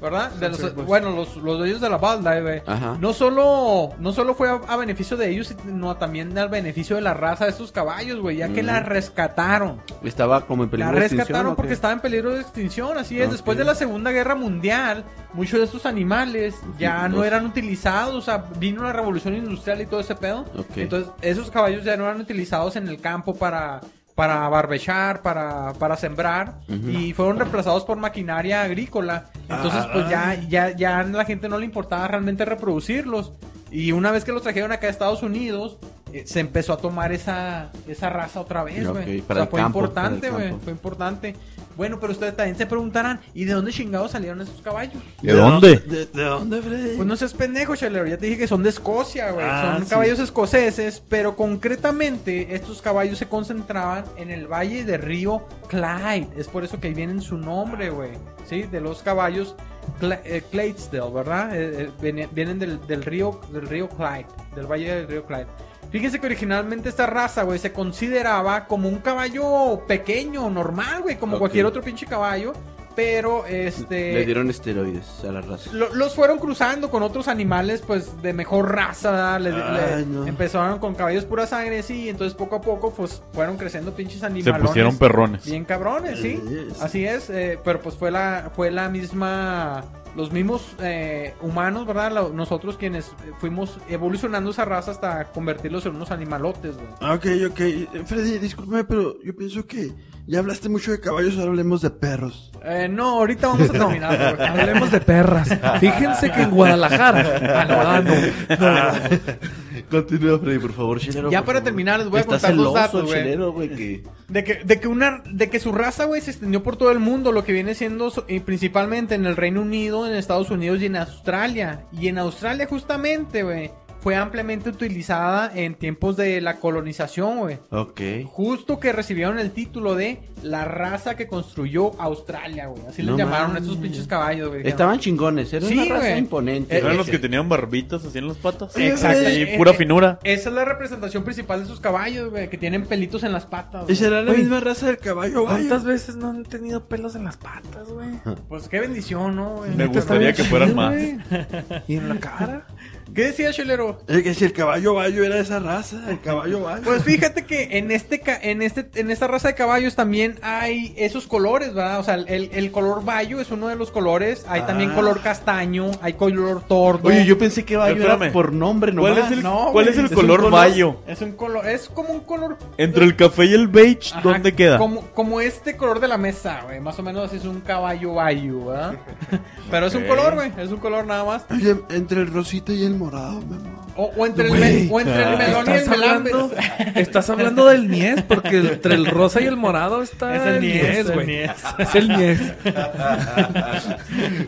[SPEAKER 3] ¿verdad? De los-
[SPEAKER 2] Hanser-Busch.
[SPEAKER 3] bueno, los, los dueños de la balda, güey.
[SPEAKER 4] Ajá.
[SPEAKER 3] No solo, no solo fue a, a beneficio de ellos, sino también al beneficio de la raza de estos caballos, güey, ya que
[SPEAKER 4] Mm.
[SPEAKER 3] la rescataron.
[SPEAKER 4] Estaba como en
[SPEAKER 3] La
[SPEAKER 4] peligro de extinción.
[SPEAKER 3] rescataron
[SPEAKER 4] ¿o
[SPEAKER 3] porque
[SPEAKER 4] qué?
[SPEAKER 3] estaba en peligro de extinción, así es.
[SPEAKER 4] Ok.
[SPEAKER 3] Después de la Segunda Guerra Mundial, muchos de estos animales ya no
[SPEAKER 4] Los-
[SPEAKER 3] eran utilizados, o sea, vino una revolución industrial y todo ese pedo.
[SPEAKER 4] Ok.
[SPEAKER 3] Entonces, esos caballos ya no eran utilizados en el campo para, para barbechar, para, para sembrar,
[SPEAKER 4] Ujú.
[SPEAKER 3] y fueron reemplazados por maquinaria agrícola. Entonces, pues
[SPEAKER 4] Ah.
[SPEAKER 3] ya, ya, ya a la gente no le importaba realmente reproducirlos. Y una vez que los trajeron acá a Estados Unidos, eh, se empezó a tomar esa, esa raza otra vez,
[SPEAKER 4] Ok,
[SPEAKER 3] güey. o sea,
[SPEAKER 4] para el
[SPEAKER 3] fue
[SPEAKER 4] campo,
[SPEAKER 3] importante,
[SPEAKER 4] para el
[SPEAKER 3] güey.
[SPEAKER 4] campo.
[SPEAKER 3] Fue importante. Bueno, pero ustedes también se preguntarán, ¿y de dónde chingados salieron esos caballos?
[SPEAKER 5] ¿De dónde?
[SPEAKER 1] ¿De, de dónde, Freddy?
[SPEAKER 3] Pues no seas pendejo, Chelero. Ya te dije que son de Escocia, güey.
[SPEAKER 5] Ah,
[SPEAKER 3] son
[SPEAKER 5] sí.
[SPEAKER 3] caballos escoceses, pero concretamente estos caballos se concentraban en el valle de río Clyde. Es por eso que ahí vienen su nombre, güey. Sí, de los caballos Cla- eh, Clydesdale, ¿verdad? Eh, eh, viene- vienen del, del río, del río Clyde, del valle del río Clyde. Fíjense que originalmente esta raza, güey, se consideraba como un caballo pequeño, normal, güey, como
[SPEAKER 4] Ok.
[SPEAKER 3] cualquier otro pinche caballo. Pero este.
[SPEAKER 4] Le dieron esteroides a la raza.
[SPEAKER 3] Lo- los fueron cruzando con otros animales, pues, de mejor raza. Les,
[SPEAKER 1] Ay,
[SPEAKER 3] le-
[SPEAKER 1] no.
[SPEAKER 3] Empezaron con caballos pura sangre, sí. y entonces, poco a poco, pues, fueron creciendo pinches
[SPEAKER 5] Se
[SPEAKER 3] animales.
[SPEAKER 5] pusieron perrones.
[SPEAKER 3] Bien cabrones, sí.
[SPEAKER 1] Yes.
[SPEAKER 3] Así es. eh, pero, pues, fue la, fue la misma... Los mismos eh, humanos, ¿verdad? Lo- nosotros quienes fuimos evolucionando esa raza hasta convertirlos en unos animalotes, güey.
[SPEAKER 1] Ok, ok. Eh, Freddy, discúlpame, pero yo pienso que ya hablaste mucho de caballos, ahora hablemos de perros.
[SPEAKER 3] Eh, no, ahorita vamos a terminar, güey.
[SPEAKER 2] Hablemos de perras. Fíjense que en Guadalajara. Ah, no, ah, no.
[SPEAKER 4] Continúa, Freddy, por favor, chilero.
[SPEAKER 3] Ya
[SPEAKER 4] por
[SPEAKER 3] para
[SPEAKER 4] favor.
[SPEAKER 3] terminar, les voy a
[SPEAKER 4] Está
[SPEAKER 3] contar los
[SPEAKER 4] celoso
[SPEAKER 3] datos,
[SPEAKER 4] el
[SPEAKER 3] güey.
[SPEAKER 4] chilero, güey, que-
[SPEAKER 3] De que, de que una, de que su raza, güey, se extendió por todo el mundo, lo que viene siendo so- y principalmente en el Reino Unido, en Estados Unidos y en Australia. Y en Australia, justamente, güey, fue ampliamente utilizada en tiempos de la colonización, güey.
[SPEAKER 4] Ok.
[SPEAKER 3] Justo que recibieron el título de la raza que construyó Australia, güey. Así
[SPEAKER 4] No
[SPEAKER 3] les llamaron
[SPEAKER 4] mames.
[SPEAKER 3] estos pinches caballos, güey.
[SPEAKER 4] Estaban chingones, era
[SPEAKER 3] Sí,
[SPEAKER 4] una raza
[SPEAKER 3] güey. Eh,
[SPEAKER 4] imponente.
[SPEAKER 5] Eran
[SPEAKER 4] güey.
[SPEAKER 5] los que tenían barbitas así en las patas.
[SPEAKER 3] Exacto.
[SPEAKER 5] Y pura finura.
[SPEAKER 3] Esa es la representación principal de esos caballos, güey, que tienen pelitos en las patas.
[SPEAKER 1] ¿Y
[SPEAKER 3] güey.
[SPEAKER 1] será la
[SPEAKER 2] Güey.
[SPEAKER 1] misma raza del caballo? guayo?
[SPEAKER 2] ¿Cuántas veces no han tenido pelos en las patas, güey?
[SPEAKER 3] Pues qué bendición, ¿no? güey?
[SPEAKER 5] Me gustaría que fueran más.
[SPEAKER 2] ¿Y en la cara?
[SPEAKER 3] ¿Qué decía Chelero?
[SPEAKER 1] Es que si el caballo bayo era esa raza, el caballo bayo.
[SPEAKER 3] Pues fíjate que en este ca- en este en esta raza de caballos también hay esos colores, ¿verdad? O sea, el, el color bayo es uno de los colores, hay también color castaño, hay color tordo.
[SPEAKER 4] Oye, yo pensé que Bayo
[SPEAKER 5] Espérame.
[SPEAKER 4] era por nombre nomás.
[SPEAKER 5] ¿Cuál es el,
[SPEAKER 3] no,
[SPEAKER 5] ¿cuál
[SPEAKER 3] güey,
[SPEAKER 5] es el
[SPEAKER 3] es un
[SPEAKER 5] color
[SPEAKER 3] color-
[SPEAKER 5] bayo?
[SPEAKER 3] es un color, es como un color
[SPEAKER 5] Entre el café y el beige,
[SPEAKER 3] Ajá,
[SPEAKER 5] ¿dónde queda?
[SPEAKER 3] Como, como este color de la mesa, güey, más o menos así es un caballo bayo, ¿verdad? Pero es un
[SPEAKER 5] Ok.
[SPEAKER 3] color, güey, es un color nada más.
[SPEAKER 1] Oye, entre el rosita y el morado, mi amor.
[SPEAKER 3] O, o entre el me-
[SPEAKER 1] Güey.
[SPEAKER 3] o entre el melón y el
[SPEAKER 2] ¿Estás
[SPEAKER 3] melambe.
[SPEAKER 2] hablando, estás hablando del niés, porque entre el rosa y el morado está
[SPEAKER 3] Es el niés, el
[SPEAKER 2] güey.
[SPEAKER 3] niés.
[SPEAKER 2] Es el niés.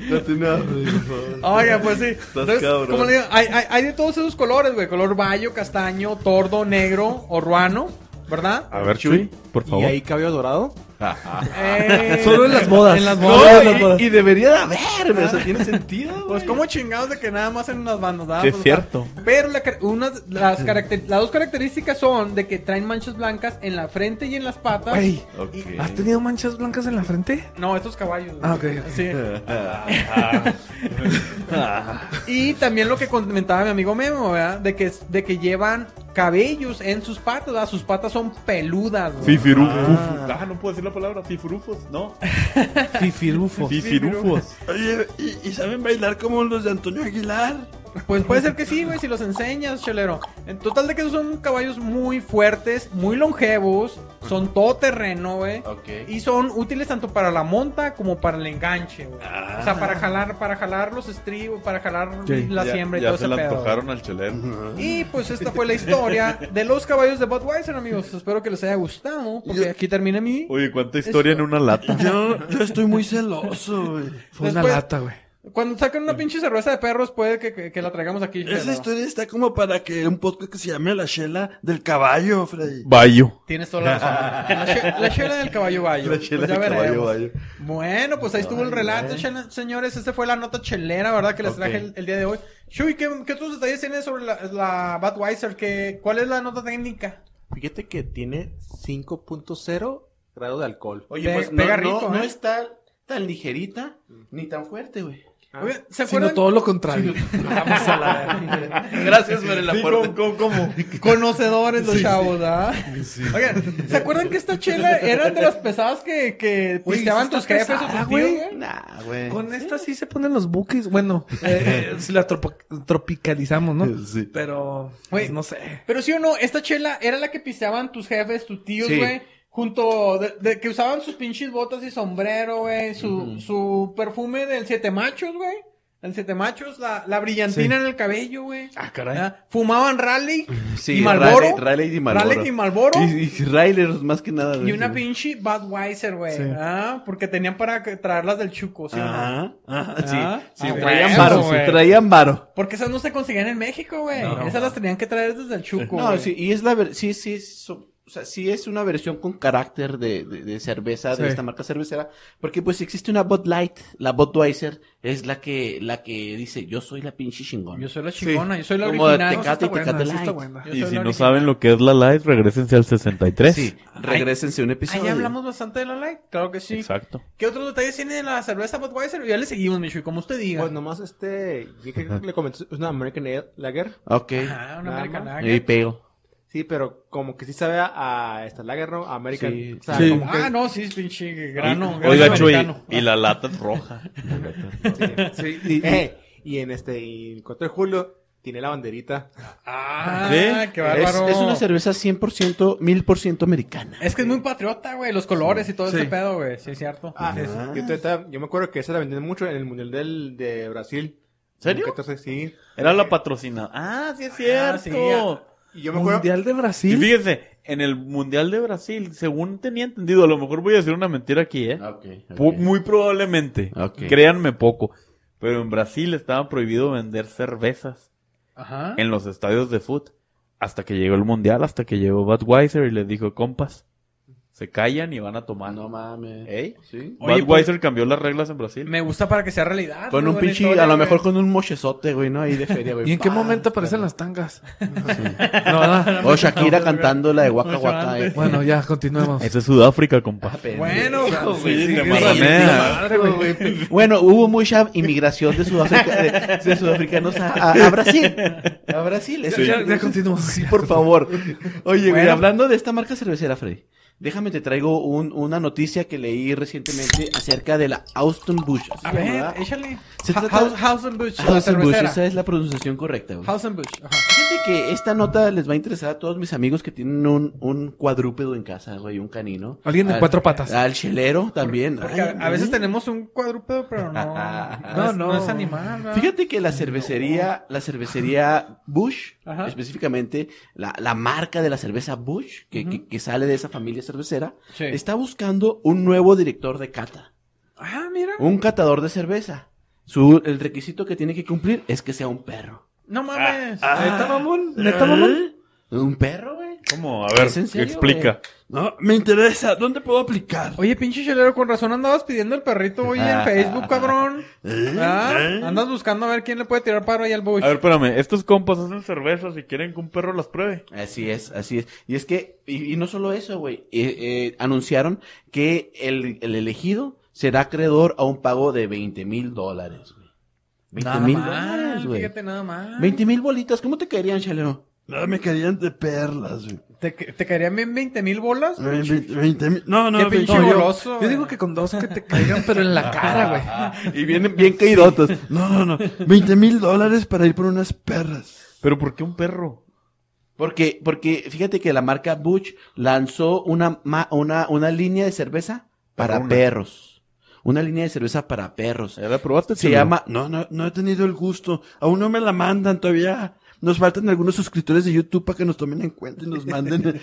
[SPEAKER 4] Continúa, Freddy, por favor.
[SPEAKER 3] Oiga, pues sí. Entonces,
[SPEAKER 4] cabrón.
[SPEAKER 3] como le digo, hay, hay- hay de todos esos colores, güey. Color bayo, castaño, tordo, negro, orruano, ¿verdad? Ah.
[SPEAKER 5] A ver, Chuy, por
[SPEAKER 6] ¿Y
[SPEAKER 5] favor.
[SPEAKER 6] ahí cabello dorado?
[SPEAKER 3] Eh,
[SPEAKER 2] Solo en las modas.
[SPEAKER 3] En las
[SPEAKER 2] No,
[SPEAKER 3] modas.
[SPEAKER 2] y-
[SPEAKER 5] y, debería de haber, güey, o sea, tiene sentido.
[SPEAKER 3] Ah, Pues como chingados de que nada más en unas bandas. ¿verdad?
[SPEAKER 5] Sí, es
[SPEAKER 3] Pues,
[SPEAKER 5] cierto.
[SPEAKER 3] Pero la car- unas- las, caracter- las dos características son de que traen manchas blancas en la frente y en las patas.
[SPEAKER 2] Güey,
[SPEAKER 5] Ok.
[SPEAKER 2] ¿has tenido manchas blancas en la frente?
[SPEAKER 3] No, estos caballos.
[SPEAKER 2] Ah,
[SPEAKER 3] güey.
[SPEAKER 2] ok, ok.
[SPEAKER 3] Sí.
[SPEAKER 5] Ah,
[SPEAKER 3] Y también lo que comentaba mi amigo Memo, ¿verdad? De que, de que llevan cabellos en sus patas, ¿verdad? Sus patas son peludas, güey.
[SPEAKER 5] Fifirufos. Ah, no puedo decir la palabra. Fifirufos, no.
[SPEAKER 2] Fifirufos.
[SPEAKER 5] Fifirufos.
[SPEAKER 1] Oye, ¿y, y saben bailar como los de Antonio Aguilar?
[SPEAKER 3] Pues puede ser que sí, güey, si los enseñas, chelero. En total de que esos son caballos muy fuertes, muy longevos, son todo terreno, güey. Y son útiles tanto para la monta como para el enganche, güey. O sea, para jalar, para jalar los estribos, para jalar
[SPEAKER 2] Sí.
[SPEAKER 3] la
[SPEAKER 5] Ah. Ya-
[SPEAKER 3] siembra y
[SPEAKER 5] ya
[SPEAKER 3] todo
[SPEAKER 5] se
[SPEAKER 3] ese
[SPEAKER 5] la
[SPEAKER 3] pedo.
[SPEAKER 5] antojaron al chelero.
[SPEAKER 3] Y pues esta fue la historia de los caballos de Budweiser, amigos. Espero que les haya gustado, porque aquí termina mi...
[SPEAKER 5] Oye, ¿cuánta historia en una lata?
[SPEAKER 1] Yo, yo estoy muy celoso, güey.
[SPEAKER 2] Fue una
[SPEAKER 3] Después-
[SPEAKER 2] lata, güey.
[SPEAKER 3] Cuando sacan una pinche cerveza de perros, puede que, que- que la traigamos aquí.
[SPEAKER 1] Esa
[SPEAKER 3] pero-
[SPEAKER 1] historia está como para que un podcast que se llame La Shela del Caballo, Freddy.
[SPEAKER 5] Bayo.
[SPEAKER 3] Tienes toda la razón. La, she- la chela del caballo bayo.
[SPEAKER 5] La
[SPEAKER 3] Pues
[SPEAKER 5] chela
[SPEAKER 3] ya
[SPEAKER 5] del caballo
[SPEAKER 3] veremos.
[SPEAKER 5] bayo.
[SPEAKER 3] Bueno, pues ahí estuvo el relato, chela- señores. Esta fue la nota chelera, ¿verdad? Que les
[SPEAKER 5] Ok.
[SPEAKER 3] traje el, el día de hoy. Shui, ¿qué, qué otros detalles tienes sobre la, la Budweiser? ¿Qué, ¿Cuál es la nota técnica?
[SPEAKER 6] Fíjate que tiene 5.0 grado de alcohol.
[SPEAKER 4] Oye,
[SPEAKER 3] Pe-
[SPEAKER 4] pues no-
[SPEAKER 3] pega
[SPEAKER 4] no,
[SPEAKER 3] rico,
[SPEAKER 4] no
[SPEAKER 3] ¿eh?
[SPEAKER 4] está tan ligerita ni tan fuerte, güey.
[SPEAKER 3] Oigan, ¿se
[SPEAKER 2] Sino
[SPEAKER 3] acuerdan?
[SPEAKER 2] todo lo contrario.
[SPEAKER 6] Vamos a la
[SPEAKER 4] Gracias por el aporte.
[SPEAKER 3] Conocedores los chavos, ¿verdad? Oigan, ¿se acuerdan que esta chela era de las pesadas que, que
[SPEAKER 2] Güey,
[SPEAKER 3] pisteaban
[SPEAKER 2] está
[SPEAKER 3] tus jefes o tus
[SPEAKER 2] pesada,
[SPEAKER 3] tíos,
[SPEAKER 2] güey.
[SPEAKER 3] güey?
[SPEAKER 4] Nah, güey.
[SPEAKER 2] Con esta sí se ponen los buques. Bueno, eh, eh, si la tropo- tropicalizamos, ¿no?
[SPEAKER 5] Sí.
[SPEAKER 2] Pero,
[SPEAKER 3] Güey.
[SPEAKER 2] pues, no sé.
[SPEAKER 3] Pero sí o no, esta chela era la que pisteaban tus jefes, tus tíos,
[SPEAKER 4] Sí.
[SPEAKER 3] güey. Junto de, de que usaban sus pinches botas y sombrero, güey. Su, su perfume del siete machos, güey. El siete machos, la, la brillantina en el cabello, güey.
[SPEAKER 4] Ah, caray.
[SPEAKER 3] Ah, Fumaban rally,
[SPEAKER 4] Sí,
[SPEAKER 3] ¿Y Marlboro?
[SPEAKER 4] Raleigh- Raleigh y Marlboro.
[SPEAKER 3] rally y Marlboro.
[SPEAKER 4] Y, y Railers, más que nada.
[SPEAKER 3] Y
[SPEAKER 4] güey.
[SPEAKER 3] una pinche Budweiser, güey.
[SPEAKER 2] Sí. Ah,
[SPEAKER 3] Ah, porque tenían para que- traerlas del chuco, ¿sí o no?
[SPEAKER 4] Ajá, ajá, sí.
[SPEAKER 3] Ah,
[SPEAKER 4] sí,
[SPEAKER 3] ah,
[SPEAKER 4] traían
[SPEAKER 3] huevo,
[SPEAKER 4] varo, sí,
[SPEAKER 3] güey.
[SPEAKER 4] traían varo.
[SPEAKER 3] Porque esas no se conseguían en México, güey. esas las tenían que traer desde el chuco.
[SPEAKER 4] No,
[SPEAKER 3] güey.
[SPEAKER 4] sí, y es la ver sí, sí, es so- o sea, sí es una versión con carácter de, de- de cerveza, de
[SPEAKER 2] Sí.
[SPEAKER 4] esta marca cervecera, porque pues existe una Bud Light, la Budweiser es la que, la que dice, yo soy la pinche chingona.
[SPEAKER 3] Yo soy la chingona, yo soy la
[SPEAKER 4] Como
[SPEAKER 3] original.
[SPEAKER 4] de Tecate.
[SPEAKER 2] Está buena,
[SPEAKER 4] Tecate
[SPEAKER 2] sí está
[SPEAKER 4] Light.
[SPEAKER 2] buena.
[SPEAKER 3] Yo soy
[SPEAKER 5] Y si
[SPEAKER 3] la
[SPEAKER 5] no
[SPEAKER 3] original.
[SPEAKER 5] saben lo que es la live, regresense al 63.
[SPEAKER 4] Sí, regresense un episodio.
[SPEAKER 3] Ahí hablamos bastante de la light, claro que sí.
[SPEAKER 5] Exacto.
[SPEAKER 3] ¿Qué otros detalles tiene de la cerveza Budweiser? Ya le seguimos, Michu, y como usted diga.
[SPEAKER 6] Pues nomás este, yo creo que le comenté, es una American Ale Lager.
[SPEAKER 4] Ok,
[SPEAKER 3] Ajá, una
[SPEAKER 6] Nada
[SPEAKER 3] American
[SPEAKER 6] más.
[SPEAKER 4] y
[SPEAKER 3] Lager.
[SPEAKER 4] pego.
[SPEAKER 6] Sí, pero como que sí sabe a, a esta Lager, ¿no? American.
[SPEAKER 4] Sí.
[SPEAKER 6] O sea,
[SPEAKER 2] Sí.
[SPEAKER 6] como que...
[SPEAKER 3] Ah, no, sí, es pinche grano. grano
[SPEAKER 5] Oiga, Chuy,
[SPEAKER 3] americano.
[SPEAKER 5] y la lata es roja.
[SPEAKER 6] Sí, y, eh, y en este, y el 4 de julio tiene la banderita.
[SPEAKER 3] Ah,
[SPEAKER 5] ¿Sí?
[SPEAKER 3] qué
[SPEAKER 4] Es,
[SPEAKER 3] bárbaro.
[SPEAKER 4] es una cerveza 100%, 1000% americana.
[SPEAKER 3] Es que es muy patriota, güey, los colores y todo ese pedo, güey. Sí, es cierto.
[SPEAKER 6] Ah,
[SPEAKER 3] Sí, sí.
[SPEAKER 6] yo, ahorita- yo me acuerdo que esa la vendían mucho en el Mundial del, de Brasil.
[SPEAKER 5] ¿Serio?
[SPEAKER 6] Entonces, sí.
[SPEAKER 5] Era la patrocinada. Ah, sí es
[SPEAKER 3] Ah,
[SPEAKER 5] cierto.
[SPEAKER 3] sí, ya.
[SPEAKER 6] Y yo me acuerdo...
[SPEAKER 2] Mundial de
[SPEAKER 5] Y
[SPEAKER 2] Brasil.
[SPEAKER 5] fíjense, en el Mundial de Brasil, según tenía entendido, a lo mejor voy a decir una mentira aquí, ¿eh?
[SPEAKER 4] Ok, ok.
[SPEAKER 5] Pu- Muy probablemente.
[SPEAKER 4] Ok.
[SPEAKER 5] Créanme poco. Pero en Brasil estaba prohibido vender cervezas
[SPEAKER 3] Ajá.
[SPEAKER 5] en los estadios de fútbol. Hasta que llegó el Mundial, hasta que llegó Budweiser y les dijo, compas, se callan y van a tomar.
[SPEAKER 4] No mames.
[SPEAKER 5] ¿Eh?
[SPEAKER 4] Sí.
[SPEAKER 3] Oye,
[SPEAKER 5] Budweiser cambió las reglas en Brasil.
[SPEAKER 3] Me gusta para que sea realidad. Ah, muy
[SPEAKER 4] Con un
[SPEAKER 3] buena
[SPEAKER 4] pinche,
[SPEAKER 3] historia,
[SPEAKER 4] a lo
[SPEAKER 3] güey.
[SPEAKER 4] mejor con un mochezote, güey, ¿no? Ahí de feria, güey. Ah,
[SPEAKER 2] ¿Y en qué
[SPEAKER 4] Pa,
[SPEAKER 2] momento aparecen las tangas? No, ¿verdad?
[SPEAKER 4] O Oh, Shakira cantando la de Waka
[SPEAKER 3] Mucho
[SPEAKER 4] Waka.
[SPEAKER 3] antes.
[SPEAKER 4] eh.
[SPEAKER 2] Bueno, ya, continuemos.
[SPEAKER 5] Eso es Sudáfrica, compa.
[SPEAKER 3] Bueno, güey.
[SPEAKER 5] Sí, te
[SPEAKER 2] sí,
[SPEAKER 5] marranea.
[SPEAKER 2] Madre, güey.
[SPEAKER 4] Bueno, hubo mucha inmigración de, Sudáfrica, de, de sudafricanos a, a- a Brasil. A Brasil. Eso
[SPEAKER 2] Ya, ya continuemos.
[SPEAKER 4] Sí, por favor. Oye, güey,
[SPEAKER 3] Bueno.
[SPEAKER 4] hablando de esta marca cervecera, Freddy, déjame te traigo un- una noticia que leí recientemente acerca de la Austin Bush.
[SPEAKER 3] A ver, échale.
[SPEAKER 4] Se
[SPEAKER 3] Ha-
[SPEAKER 4] trata-
[SPEAKER 3] House, House and Bush, la
[SPEAKER 4] Austin Bush,
[SPEAKER 3] cervecera.
[SPEAKER 4] esa es la pronunciación correcta, güey.
[SPEAKER 3] House and Bush, ajá.
[SPEAKER 4] Fíjate que esta nota les va a interesar a todos mis amigos que tienen un, un cuadrúpedo en casa, güey, un canino. Ah,
[SPEAKER 2] Alguien de
[SPEAKER 4] Al-
[SPEAKER 2] cuatro patas.
[SPEAKER 4] Al chelero también.
[SPEAKER 3] Porque
[SPEAKER 4] Ay,
[SPEAKER 3] a, a veces
[SPEAKER 4] mm.
[SPEAKER 3] tenemos un cuadrúpedo, pero no. No,
[SPEAKER 4] No,
[SPEAKER 3] es- no, es animal. ¿verdad?
[SPEAKER 4] Fíjate que la cervecería, la cervecería Bush,
[SPEAKER 3] Ajá.
[SPEAKER 4] específicamente la, la marca de la cerveza Bush, que, que- que sale de esa familia cervecera,
[SPEAKER 3] Sí.
[SPEAKER 4] está buscando un nuevo director de cata,
[SPEAKER 3] Ah, mira.
[SPEAKER 4] un catador de cerveza. Su, el requisito que tiene que cumplir es que sea un perro.
[SPEAKER 3] No mames.
[SPEAKER 1] ¿Eh?
[SPEAKER 2] ¿Neta, mamón? ¿Neta, mamón?
[SPEAKER 4] ¿Un perro, güey?
[SPEAKER 5] ¿Cómo? A ver,
[SPEAKER 4] ¿Es en serio,
[SPEAKER 5] explica.
[SPEAKER 1] No, me interesa. ¿Dónde puedo aplicar?
[SPEAKER 3] Oye, pinche chelero, con razón andabas pidiendo el perrito hoy en Facebook, cabrón.
[SPEAKER 1] ¿Eh?
[SPEAKER 3] ¿Ah?
[SPEAKER 1] ¿Eh?
[SPEAKER 3] Andas buscando a ver quién le puede tirar paro ahí al Bush.
[SPEAKER 5] A ver, espérame. Estos compas hacen cervezas y quieren que un perro las pruebe.
[SPEAKER 4] Así es, así es. Y es que, y, y no solo eso, güey, eh, eh, anunciaron que el, el elegido será acreedor a un pago de 20 mil dólares, güey. 20
[SPEAKER 3] nada
[SPEAKER 4] mil
[SPEAKER 3] mal,
[SPEAKER 4] dólares, güey.
[SPEAKER 3] fíjate nada más.
[SPEAKER 4] 20 mil bolitas, ¿cómo te caerían, Chalero?
[SPEAKER 1] No, me querían de perlas, güey.
[SPEAKER 3] ¿Te, te caerían bien 20 mil bolas?
[SPEAKER 1] Ve- ve- veinte mil- No, no,
[SPEAKER 3] Qué
[SPEAKER 1] veinte-
[SPEAKER 3] pinche
[SPEAKER 1] no, yo-
[SPEAKER 3] goloso,
[SPEAKER 2] Yo
[SPEAKER 3] güey.
[SPEAKER 2] digo que con dos que te caigan, pero en la cara, güey.
[SPEAKER 4] Y vienen bien caídotos.
[SPEAKER 1] No, no, no. 20 mil dólares para ir por unas perras.
[SPEAKER 5] ¿Pero por qué un perro?
[SPEAKER 4] Porque, porque fíjate que la marca Butch lanzó una, ma- una, una línea de cerveza para
[SPEAKER 5] Una.
[SPEAKER 4] perros. Una línea de cerveza para perros.
[SPEAKER 5] ¿Ya la probaste?
[SPEAKER 4] Se
[SPEAKER 5] chulo?
[SPEAKER 4] llama...
[SPEAKER 1] No, no, no he tenido el gusto. Aún no me la mandan todavía. Nos faltan algunos suscriptores de YouTube para que nos tomen en cuenta y nos manden.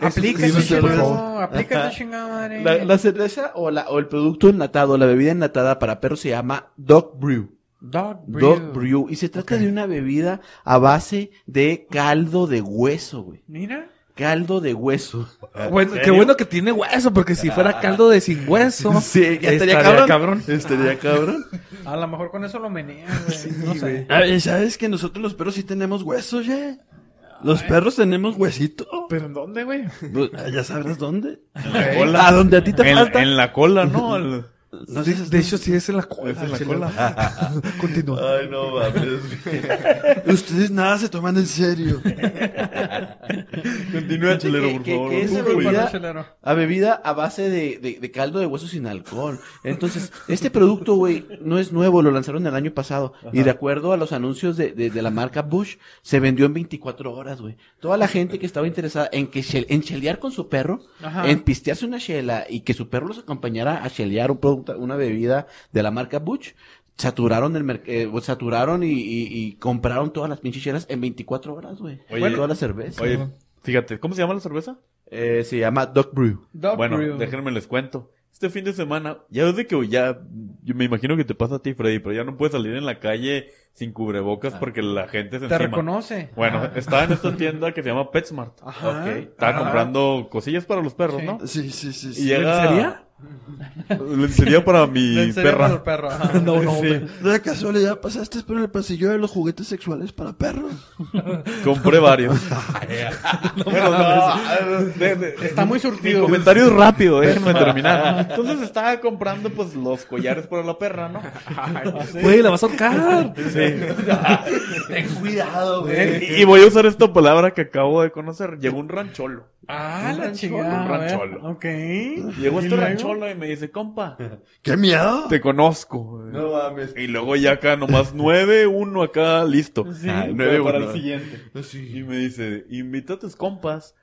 [SPEAKER 3] Aplícate,
[SPEAKER 1] Suscríbete,
[SPEAKER 3] chelero.
[SPEAKER 1] por favor.
[SPEAKER 3] Aplícate, chingada madre.
[SPEAKER 4] La, la cerveza o, la, o el producto enlatado, la bebida enlatada para perros se llama Dog Brew.
[SPEAKER 3] Dog Brew.
[SPEAKER 4] Dog Brew. Y se trata de una bebida a base de caldo de hueso, güey.
[SPEAKER 3] Mira.
[SPEAKER 4] Caldo de hueso.
[SPEAKER 2] Bueno, qué
[SPEAKER 5] serio?
[SPEAKER 2] bueno que tiene hueso, porque si fuera caldo de sin hueso,
[SPEAKER 4] Sí, ya estaría cabrón.
[SPEAKER 1] este,
[SPEAKER 4] Estaría cabrón.
[SPEAKER 3] A lo mejor con eso lo meneas, güey. no sé.
[SPEAKER 1] Ay, ¿sabes que nosotros los perros sí tenemos huesos, ya? Los perros tenemos huesito.
[SPEAKER 2] ¿Pero en dónde, güey?
[SPEAKER 1] Pues, ah, Ya sabrás dónde.
[SPEAKER 5] En la cola.
[SPEAKER 1] A donde a ti te
[SPEAKER 5] en,
[SPEAKER 1] falta.
[SPEAKER 5] en la cola, ¿no? Al-
[SPEAKER 1] No
[SPEAKER 2] De,
[SPEAKER 1] dices
[SPEAKER 2] de
[SPEAKER 1] tú.
[SPEAKER 2] hecho, sí es en la cola.
[SPEAKER 5] Es en la
[SPEAKER 2] chelo.
[SPEAKER 5] cola.
[SPEAKER 2] Continúa.
[SPEAKER 5] Ay, no mames.
[SPEAKER 1] ustedes nada se toman en serio.
[SPEAKER 5] Continúa, chelero,
[SPEAKER 4] que-
[SPEAKER 5] por
[SPEAKER 4] que-
[SPEAKER 5] favor.
[SPEAKER 4] que esa
[SPEAKER 5] Uy.
[SPEAKER 4] bebida-
[SPEAKER 3] Perdón, chelero.
[SPEAKER 4] A bebida a base de, de- de caldo de hueso sin alcohol. Entonces, este producto, güey, no es nuevo, lo lanzaron el año pasado. Y de acuerdo a los anuncios de, de- de la marca Bush, se vendió en 24 horas, güey. Toda la gente que estaba interesada en que chel- en chelear con su perro,
[SPEAKER 3] Ajá.
[SPEAKER 4] en pistearse una chela y que su perro los acompañara a chelear un producto, una bebida de la marca Bush, saturaron el mer- eh, o saturaron y, y- y compraron todas las pinches chelas en 24 horas, güey.
[SPEAKER 5] Oye,
[SPEAKER 4] Bueno, todas las cervezas.
[SPEAKER 5] Oye, fíjate, ¿cómo se llama la cerveza?
[SPEAKER 4] Eh, se llama Dog Brew.
[SPEAKER 3] Dog
[SPEAKER 5] bueno,
[SPEAKER 3] Brew.
[SPEAKER 5] déjenme les cuento. Este fin de semana, ya desde que ya, yo me imagino que te pasa a ti, Freddy, pero ya no puedes salir en la calle sin cubrebocas porque la gente se
[SPEAKER 3] Ah. Te
[SPEAKER 5] encima.
[SPEAKER 3] reconoce.
[SPEAKER 5] Bueno, estaba en esta tienda que se llama PetSmart.
[SPEAKER 3] Ajá.
[SPEAKER 5] Ok. Estaba
[SPEAKER 3] Ajá.
[SPEAKER 5] comprando cosillas para los perros,
[SPEAKER 3] Sí.
[SPEAKER 5] ¿no?
[SPEAKER 1] Sí, sí, sí.
[SPEAKER 5] Y
[SPEAKER 1] sí.
[SPEAKER 5] llega...
[SPEAKER 2] ¿Lencería?
[SPEAKER 5] Lencería para mi
[SPEAKER 3] Lencería para el
[SPEAKER 5] perra.
[SPEAKER 3] perro. ajá.
[SPEAKER 2] No, no,
[SPEAKER 5] Sí.
[SPEAKER 2] güey.
[SPEAKER 1] De casualidad pasaste por el pasillo de los juguetes sexuales para perros.
[SPEAKER 5] Compré varios.
[SPEAKER 3] Ah,
[SPEAKER 5] Bueno, no, de- de-
[SPEAKER 3] Está muy
[SPEAKER 5] Mi
[SPEAKER 3] surtido.
[SPEAKER 5] comentario es rápido, déjenme terminar. Entonces estaba comprando pues los collares para la perra, ¿no?
[SPEAKER 3] Ah,
[SPEAKER 2] Güey, la vas a ahorcar.
[SPEAKER 4] Ten cuidado,
[SPEAKER 5] Y y voy a usar esta palabra que acabo de conocer. Llegó un rancholo.
[SPEAKER 3] Ah, la
[SPEAKER 5] un
[SPEAKER 3] chingada. a ver.
[SPEAKER 5] rancholo.
[SPEAKER 3] Ok.
[SPEAKER 5] Llegó
[SPEAKER 3] ¿Y
[SPEAKER 5] este
[SPEAKER 3] luego?
[SPEAKER 5] rancholo y me dice, compa,
[SPEAKER 1] ¡Qué miedo!
[SPEAKER 5] te conozco. No mames. Y luego ya acá nomás 9-1 acá, listo.
[SPEAKER 3] Sí.
[SPEAKER 5] Ah,
[SPEAKER 4] Nueve,
[SPEAKER 5] pero para
[SPEAKER 4] uno.
[SPEAKER 5] el siguiente. Y me dice, invita a tus compas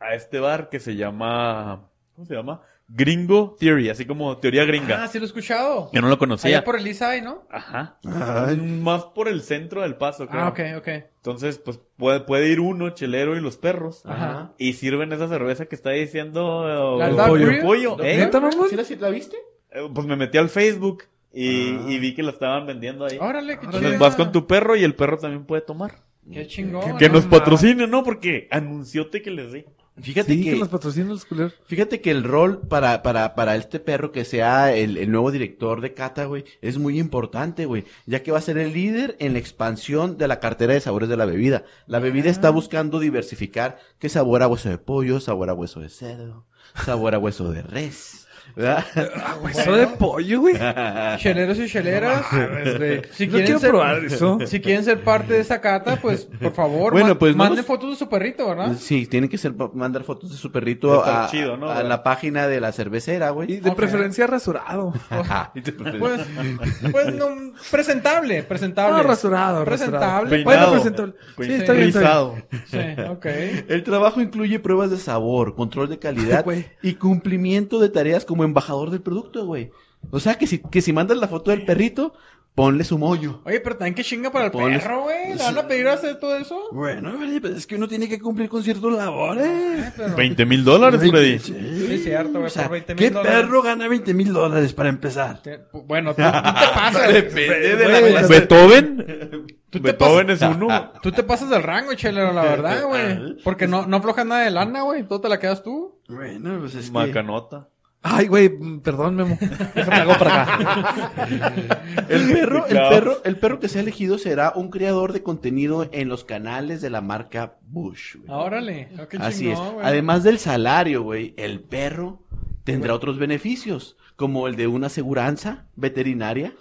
[SPEAKER 5] a este bar que se llama, ¿cómo se llama? Gringo Theory, así como teoría
[SPEAKER 3] Ah,
[SPEAKER 5] gringa.
[SPEAKER 3] sí lo he escuchado.
[SPEAKER 5] Yo no lo
[SPEAKER 3] Allá
[SPEAKER 5] conocía.
[SPEAKER 3] por el Isai, ¿no?
[SPEAKER 5] Ajá.
[SPEAKER 1] Ay,
[SPEAKER 5] Más por el centro del paso, creo.
[SPEAKER 3] Ah, ok, ok.
[SPEAKER 5] Entonces, pues puede, puede ir uno, chelero y los perros.
[SPEAKER 3] Ajá.
[SPEAKER 5] Y sirven esa cerveza que está diciendo
[SPEAKER 3] ¿La
[SPEAKER 5] eh,
[SPEAKER 3] Dark
[SPEAKER 5] pollo,
[SPEAKER 3] Brew?
[SPEAKER 5] pollo, ¿eh?
[SPEAKER 2] ¿Neta, mamón?
[SPEAKER 4] ¿Sí la, sí la viste?
[SPEAKER 5] Eh, Pues me metí al Facebook y,
[SPEAKER 1] Ah.
[SPEAKER 5] y vi que la estaban vendiendo ahí.
[SPEAKER 3] Órale, qué
[SPEAKER 5] Entonces
[SPEAKER 3] chido.
[SPEAKER 5] vas con tu perro y el perro también puede tomar.
[SPEAKER 3] Qué chingón.
[SPEAKER 5] que
[SPEAKER 3] no
[SPEAKER 5] nos
[SPEAKER 3] mames.
[SPEAKER 5] patrocine, ¿no? Porque anuncióte que les di.
[SPEAKER 4] Fíjate
[SPEAKER 2] Sí,
[SPEAKER 4] que,
[SPEAKER 2] que los patrocina los culeros.
[SPEAKER 4] fíjate que el rol para, para, para este perro que sea el, el nuevo director de Cata, güey, es muy importante, güey, ya que va a ser el líder en la expansión de la cartera de sabores de la bebida. La bebida
[SPEAKER 3] Ah.
[SPEAKER 4] está buscando diversificar que sabor a hueso de pollo, sabor a hueso de cerdo, sabor a hueso de res, ¿verdad?
[SPEAKER 2] Ah, güey, eso de pollo, güey. Ah,
[SPEAKER 3] Cheleros y cheleras. este, Si
[SPEAKER 2] Yo
[SPEAKER 3] quieren
[SPEAKER 2] quiero
[SPEAKER 3] ser-
[SPEAKER 2] probar eso.
[SPEAKER 3] Si quieren ser parte de esta cata, pues por favor,
[SPEAKER 4] Bueno,
[SPEAKER 3] man-
[SPEAKER 4] pues,
[SPEAKER 3] manden
[SPEAKER 4] vamos-
[SPEAKER 3] fotos de su perrito, ¿verdad?
[SPEAKER 4] Sí, tienen que ser, mandar fotos de su
[SPEAKER 5] Va a
[SPEAKER 4] perrito
[SPEAKER 5] estar
[SPEAKER 4] a,
[SPEAKER 5] chido, ¿no?
[SPEAKER 4] a la página de la cervecera,
[SPEAKER 2] Y
[SPEAKER 4] güey.
[SPEAKER 2] de
[SPEAKER 3] Ok.
[SPEAKER 2] preferencia rasurado. Ah,
[SPEAKER 4] Ajá. Y te prefiero.
[SPEAKER 3] Pues, pues no, presentable, presentable.
[SPEAKER 2] No, rasurado,
[SPEAKER 3] Presentable.
[SPEAKER 2] rasurado.
[SPEAKER 5] Peinado.
[SPEAKER 2] Bueno,
[SPEAKER 3] pues,
[SPEAKER 2] presentable. Sí,
[SPEAKER 5] Peinado.
[SPEAKER 2] está bien, está bien.
[SPEAKER 5] Rizado.
[SPEAKER 3] Sí, ok.
[SPEAKER 4] El trabajo incluye pruebas de sabor, control de calidad
[SPEAKER 2] Güey.
[SPEAKER 4] y cumplimiento de tareas como embajador del producto, güey. O sea, que si, que si mandas la foto del perrito, ponle su mollo.
[SPEAKER 3] Oye, pero también que chinga para el
[SPEAKER 4] Ponles-
[SPEAKER 3] perro, güey. ¿Le van a pedir hacer todo eso?
[SPEAKER 1] Bueno, Freddy, pues es que uno tiene que cumplir con ciertos labores.
[SPEAKER 3] Ay, Eh, pero-
[SPEAKER 5] 20 mil dólares, Freddy.
[SPEAKER 1] Sí.
[SPEAKER 3] Sí, es cierto, güey,
[SPEAKER 1] O sea,
[SPEAKER 3] por 20 mil
[SPEAKER 1] ¿Qué
[SPEAKER 3] dólares.
[SPEAKER 1] perro gana 20 mil dólares para empezar?
[SPEAKER 3] Te- Bueno, tú, tú te pasas.
[SPEAKER 4] Depende de
[SPEAKER 2] Güey,
[SPEAKER 4] la...
[SPEAKER 5] ¿Beethoven?
[SPEAKER 3] Tú te
[SPEAKER 5] Beethoven es uno.
[SPEAKER 3] Tú te pasas del rango, chelero, la verdad, güey. Porque no, no aflojas nada de lana, güey. Todo te la quedas tú.
[SPEAKER 1] Bueno, pues es que...
[SPEAKER 5] Macanota.
[SPEAKER 2] Ay, güey, mm, perdón, Memo. Déjame hago para acá.
[SPEAKER 4] El perro, el
[SPEAKER 5] No.
[SPEAKER 4] perro, el perro que sea elegido será un creador de contenido en los canales de la marca Bush. güey.
[SPEAKER 3] Ah, Órale. Ah, qué
[SPEAKER 4] Así
[SPEAKER 3] chingón,
[SPEAKER 4] es.
[SPEAKER 3] güey.
[SPEAKER 4] Además del salario, güey, el perro tendrá otros beneficios, como el de una aseguranza veterinaria,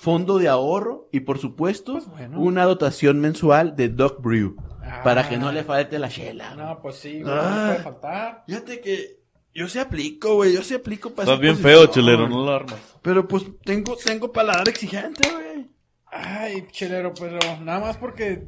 [SPEAKER 4] fondo de ahorro y, por supuesto,
[SPEAKER 3] Pues bueno.
[SPEAKER 4] una dotación mensual de Dog Brew,
[SPEAKER 3] Ah.
[SPEAKER 4] para que no le falte la chela. güey.
[SPEAKER 3] No, pues sí, güey.
[SPEAKER 1] Ah.
[SPEAKER 3] No puede faltar.
[SPEAKER 1] Fíjate que yo se aplico, güey. Yo se aplico para
[SPEAKER 5] Estás
[SPEAKER 1] esa
[SPEAKER 5] bien
[SPEAKER 1] posición.
[SPEAKER 5] feo, chilero, no lo armas.
[SPEAKER 1] Pero pues tengo, tengo paladar exigente, güey.
[SPEAKER 3] Ay, chelero, pero nada más porque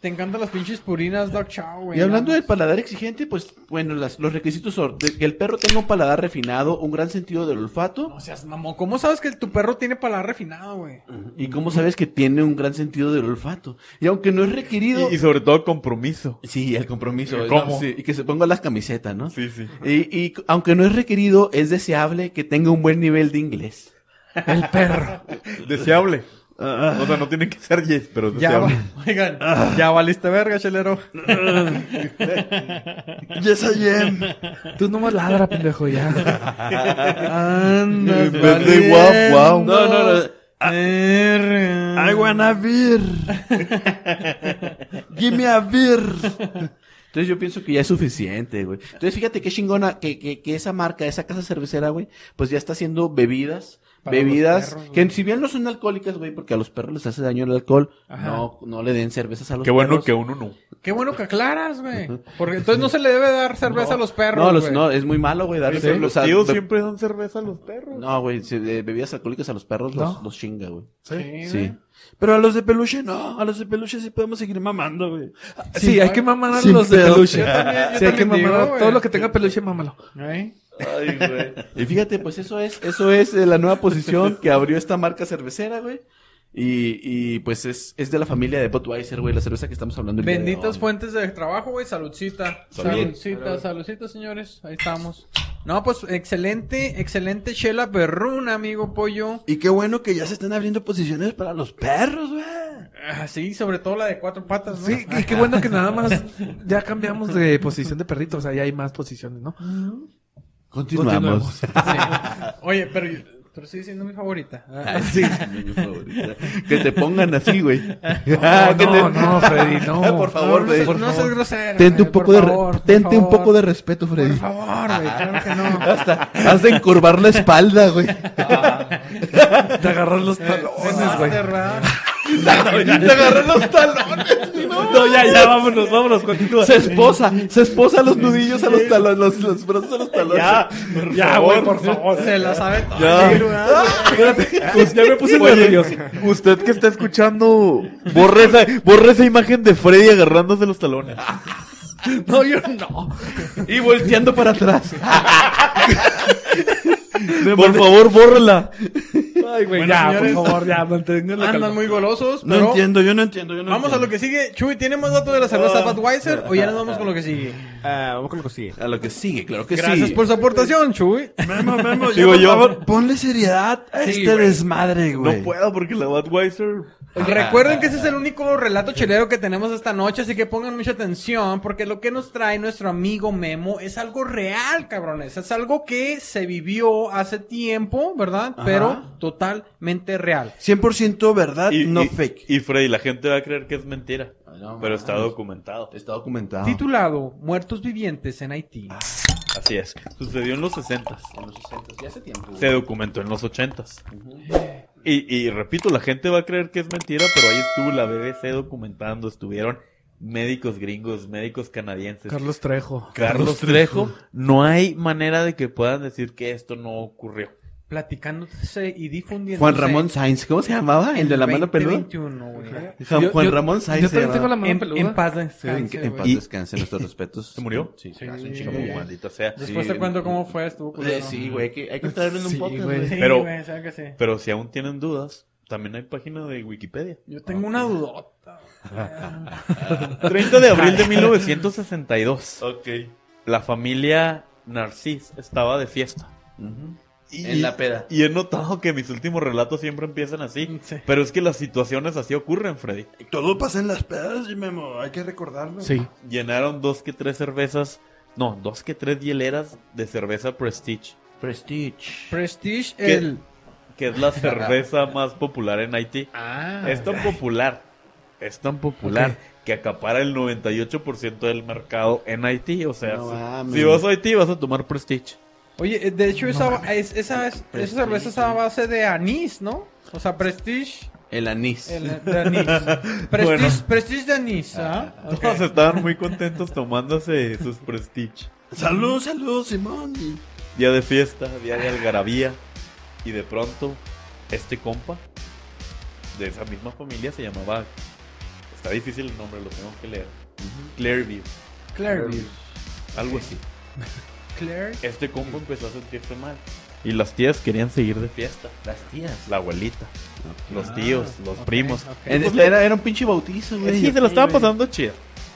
[SPEAKER 3] te encantan las pinches purinas, Doc Chow, güey.
[SPEAKER 4] Y hablando
[SPEAKER 3] nada
[SPEAKER 4] del
[SPEAKER 3] más.
[SPEAKER 4] paladar exigente, pues bueno, las- los requisitos son de que el perro tenga un paladar refinado, un gran sentido del olfato.
[SPEAKER 3] No seas mamón. ¿Cómo sabes que tu perro tiene paladar refinado, güey?
[SPEAKER 4] ¿Y cómo sabes que tiene un gran sentido del olfato? Y aunque no es requerido...
[SPEAKER 5] Y, y sobre todo compromiso.
[SPEAKER 4] Sí, el compromiso.
[SPEAKER 5] ¿Cómo?
[SPEAKER 4] ¿no? Sí, y que se ponga las camisetas, ¿no?
[SPEAKER 5] Sí, sí.
[SPEAKER 4] Y, y aunque no es requerido, es deseable que tenga un buen nivel de inglés.
[SPEAKER 2] El perro.
[SPEAKER 5] Deseable.
[SPEAKER 1] Ah,
[SPEAKER 5] O sea, no tiene que ser yes, pero es
[SPEAKER 3] Ya, va-
[SPEAKER 5] deseable.
[SPEAKER 3] oigan, ya valiste verga, chelero.
[SPEAKER 1] yes, I am.
[SPEAKER 2] Tú nomás ladra, pendejo, ya.
[SPEAKER 1] Mm,
[SPEAKER 2] Andas
[SPEAKER 4] Verde, guau, guau.
[SPEAKER 2] valiendo.
[SPEAKER 4] No, no, no.
[SPEAKER 3] Verga.
[SPEAKER 1] I wanna beer. Give me a beer.
[SPEAKER 4] Entonces yo pienso que ya es suficiente, güey. Entonces fíjate qué chingona que, que, que esa marca, esa casa cervecera, güey, pues ya está haciendo bebidas.
[SPEAKER 3] Para
[SPEAKER 4] bebidas
[SPEAKER 3] los perros,
[SPEAKER 4] que
[SPEAKER 3] güey.
[SPEAKER 4] si bien no son alcohólicas, güey, porque a los perros les hace daño el alcohol,
[SPEAKER 3] Ajá.
[SPEAKER 4] no no le den cervezas a los
[SPEAKER 5] Qué bueno
[SPEAKER 4] perros.
[SPEAKER 5] que uno no.
[SPEAKER 3] Qué bueno que aclaras, güey. Porque entonces no se le debe dar cerveza a los perros.
[SPEAKER 4] No, los-
[SPEAKER 3] güey.
[SPEAKER 4] no, es muy malo, güey, darles
[SPEAKER 5] Pero
[SPEAKER 4] o
[SPEAKER 5] Los
[SPEAKER 4] sea,
[SPEAKER 5] tíos
[SPEAKER 4] be-
[SPEAKER 5] siempre dan cerveza a los perros.
[SPEAKER 4] No, güey, si, eh, bebidas alcohólicas a los perros los,
[SPEAKER 2] No.
[SPEAKER 4] los chinga, güey.
[SPEAKER 3] Sí.
[SPEAKER 4] Sí.
[SPEAKER 3] sí.
[SPEAKER 1] Pero a los de peluche no, a los de peluche sí podemos seguir mamando, güey.
[SPEAKER 2] Sí, hay que mamar a
[SPEAKER 1] Sin
[SPEAKER 2] los de
[SPEAKER 1] pedo.
[SPEAKER 2] peluche.
[SPEAKER 1] Yo
[SPEAKER 3] también- yo
[SPEAKER 2] sí, hay que
[SPEAKER 3] también digo,
[SPEAKER 2] mamar a
[SPEAKER 3] güey.
[SPEAKER 2] todo lo que tenga peluche, mámalo.
[SPEAKER 3] Ay.
[SPEAKER 5] Ay, güey.
[SPEAKER 4] Y fíjate, pues eso es, eso es eh, la nueva posición que abrió esta marca cervecera, güey. Y, y pues es, es de la familia de Budweiser, güey, la cerveza que estamos hablando. el día de
[SPEAKER 3] Benditas
[SPEAKER 4] hoy.
[SPEAKER 3] fuentes de trabajo, güey. Saludcita.
[SPEAKER 5] Salud.
[SPEAKER 3] Saludcita, saludcita, señores. Ahí estamos. No, pues excelente, excelente chela perruna, amigo pollo.
[SPEAKER 1] Y qué bueno que ya se están abriendo posiciones para los perros, güey.
[SPEAKER 3] Ah, sí, sobre todo la de cuatro patas, ¿no?
[SPEAKER 2] Sí, y qué bueno que nada más ya cambiamos de posición de perrito. O sea, ya hay más posiciones, ¿no?
[SPEAKER 4] Continuamos.
[SPEAKER 3] Sí. Oye, pero, yo- pero sigue siendo mi favorita. Ah,
[SPEAKER 4] Sí, mi favorita. que te pongan así, güey. Ah,
[SPEAKER 2] No, no, no, Freddy, no.
[SPEAKER 4] Por favor,
[SPEAKER 3] no, no,
[SPEAKER 4] güey.
[SPEAKER 3] seas- no seas grosero.
[SPEAKER 4] Tente un
[SPEAKER 3] güey, por
[SPEAKER 4] poco de, re-
[SPEAKER 3] favor, por
[SPEAKER 4] tente un
[SPEAKER 3] favor.
[SPEAKER 4] poco de respeto, Freddy.
[SPEAKER 3] Por favor, güey, claro que no.
[SPEAKER 4] Hasta, has de encorvar la espalda, güey.
[SPEAKER 2] Te agarrar los
[SPEAKER 3] Eh,
[SPEAKER 2] talones, güey.
[SPEAKER 3] Master, ¿verdad?
[SPEAKER 4] Te agarré los talones. No. ya, ya, vámonos, vámonos, continúa. Se esposa, se esposa los nudillos a los talones, los, los brazos a los talones. Ya,
[SPEAKER 2] Ya, güey, por favor.
[SPEAKER 3] Se la sabe todo.
[SPEAKER 5] Ya.
[SPEAKER 3] el lugar.
[SPEAKER 2] Pues ya me puse
[SPEAKER 5] Oye,
[SPEAKER 2] nervioso.
[SPEAKER 5] Usted que está escuchando, borre esa, borre esa imagen de Freddy agarrándose los talones.
[SPEAKER 2] No, yo no.
[SPEAKER 4] Y volteando para atrás.
[SPEAKER 5] Por favor, bórrela.
[SPEAKER 2] Ay, güey, ya, por favor, ya, mantengan la calma.
[SPEAKER 3] Andan muy golosos,
[SPEAKER 1] No
[SPEAKER 3] pero...
[SPEAKER 1] entiendo, yo no entiendo, Ah. yo no
[SPEAKER 3] Vamos a lo que sigue. Chuy, ¿tiene más datos de la cerveza Budweiser o ya nos vamos con lo que sigue?
[SPEAKER 6] Ah, vamos con lo que sigue.
[SPEAKER 4] A lo que sigue, claro que
[SPEAKER 3] Gracias por su aportación, Chuy.
[SPEAKER 1] Memo, Memo, ya,
[SPEAKER 5] Digo,
[SPEAKER 1] por
[SPEAKER 5] yo-
[SPEAKER 1] favor, ponle seriedad a
[SPEAKER 2] Sí,
[SPEAKER 1] este
[SPEAKER 2] güey.
[SPEAKER 1] desmadre, güey.
[SPEAKER 5] No puedo porque la Budweiser.
[SPEAKER 3] Recuerden que ese es el único relato chelero que tenemos esta noche, así que pongan mucha atención porque lo que nos trae nuestro amigo Memo es algo real, cabrones. Es algo que se vivió hace tiempo, ¿verdad?
[SPEAKER 1] Ajá.
[SPEAKER 3] Pero totalmente real.
[SPEAKER 1] 100% verdad, Ah, no fake.
[SPEAKER 5] Y Freddy, la gente va a creer que es mentira.
[SPEAKER 4] Ay, Ah, no,
[SPEAKER 5] pero
[SPEAKER 4] man.
[SPEAKER 5] está documentado.
[SPEAKER 4] Está
[SPEAKER 1] Ah.
[SPEAKER 4] documentado.
[SPEAKER 3] Titulado Muertos Vivientes en Haití.
[SPEAKER 5] Así es. Sucedió en los 60
[SPEAKER 4] En los 60, ya hace tiempo. güey.
[SPEAKER 5] Se documentó en los 80 y, y repito, la gente va a creer que es mentira, pero ahí estuvo la BBC documentando. Estuvieron médicos gringos, médicos canadienses.
[SPEAKER 2] Carlos Trejo.
[SPEAKER 5] Carlos Trejo, no hay manera de que puedan decir que esto no ocurrió.
[SPEAKER 3] Platicándose y difundiendo.
[SPEAKER 4] Juan Ramón Sainz, ¿cómo se llamaba? El de la mano peluda. Ja-
[SPEAKER 2] Yo-
[SPEAKER 4] Juan
[SPEAKER 2] yo-
[SPEAKER 4] Ramón Sainz.
[SPEAKER 2] Yo
[SPEAKER 4] se
[SPEAKER 2] también tengo la
[SPEAKER 4] llamaba.
[SPEAKER 2] mano
[SPEAKER 3] En,
[SPEAKER 2] peluda.
[SPEAKER 3] en paz
[SPEAKER 4] En,
[SPEAKER 3] descanse,
[SPEAKER 4] en paz
[SPEAKER 3] güey.
[SPEAKER 5] Y-
[SPEAKER 4] descanse, nuestros respetos.
[SPEAKER 5] ¿Se murió?
[SPEAKER 4] Sí,
[SPEAKER 3] Sí.
[SPEAKER 4] hace un chingo.
[SPEAKER 5] Como maldita sea.
[SPEAKER 3] Después
[SPEAKER 4] Sí.
[SPEAKER 3] te cuento cómo fue, estuvo culero.
[SPEAKER 4] Eh, sí, güey, hay que, hay que traerlo en un
[SPEAKER 2] Sí,
[SPEAKER 4] podcast,
[SPEAKER 2] güey.
[SPEAKER 4] güey.
[SPEAKER 3] Sí,
[SPEAKER 5] Pero-
[SPEAKER 3] güey, sabe que sí.
[SPEAKER 5] Pero si aún tienen dudas, también hay página de Wikipedia.
[SPEAKER 3] Yo tengo una dudota.
[SPEAKER 5] 30 de abril de 1962.
[SPEAKER 4] Ok.
[SPEAKER 5] La familia Narcís estaba de fiesta. Y,
[SPEAKER 4] En la peda.
[SPEAKER 5] Y he notado que mis últimos relatos siempre empiezan así.
[SPEAKER 3] Sí.
[SPEAKER 5] Pero es que las situaciones así ocurren, Freddy.
[SPEAKER 1] Todo pasa en las pedas, y Memo, hay que recordarlo.
[SPEAKER 2] Sí.
[SPEAKER 5] Llenaron dos que tres cervezas. No, dos que tres hieleras de cerveza Prestige.
[SPEAKER 4] Prestige.
[SPEAKER 3] Prestige,
[SPEAKER 5] ¿Qué?
[SPEAKER 3] el.
[SPEAKER 5] Que es la cerveza más popular en Haití.
[SPEAKER 3] Ah.
[SPEAKER 5] Es tan popular. Es tan popular. Que acapara el 98% del mercado en Haití. O sea,
[SPEAKER 4] No
[SPEAKER 5] si-
[SPEAKER 4] mames.
[SPEAKER 5] si, vas a Haití vas a tomar Prestige.
[SPEAKER 3] Oye, eh, de hecho,
[SPEAKER 2] No
[SPEAKER 3] esa,
[SPEAKER 2] mames.
[SPEAKER 3] es- esa, es-
[SPEAKER 4] Prestige,
[SPEAKER 3] esa cerveza es a base de anís, ¿no? O sea, Prestige.
[SPEAKER 4] El anís.
[SPEAKER 3] el- de anís. Prestige,
[SPEAKER 5] Bueno.
[SPEAKER 3] Prestige de anís. ¿ah? Ok.
[SPEAKER 5] Todos estaban muy contentos tomándose sus Prestige.
[SPEAKER 1] Salud, salud, Simón.
[SPEAKER 5] Día de fiesta, día de algarabía. Y de pronto, este compa de esa misma familia se llamaba. Está difícil el nombre, lo tengo que leer. Clairview,
[SPEAKER 3] Clairview.
[SPEAKER 5] algo así.
[SPEAKER 3] Claire.
[SPEAKER 5] Este compa empezó a sentirse mal. Y las tías querían seguir de fiesta.
[SPEAKER 4] Las tías.
[SPEAKER 5] La abuelita, los
[SPEAKER 3] Ah,
[SPEAKER 5] tíos, los
[SPEAKER 3] ok,
[SPEAKER 5] primos.
[SPEAKER 3] ok.
[SPEAKER 4] En- era, era un pinche bautizo, güey.
[SPEAKER 5] Sí, se
[SPEAKER 4] Sí,
[SPEAKER 5] la estaban
[SPEAKER 4] güey.
[SPEAKER 5] pasando chida.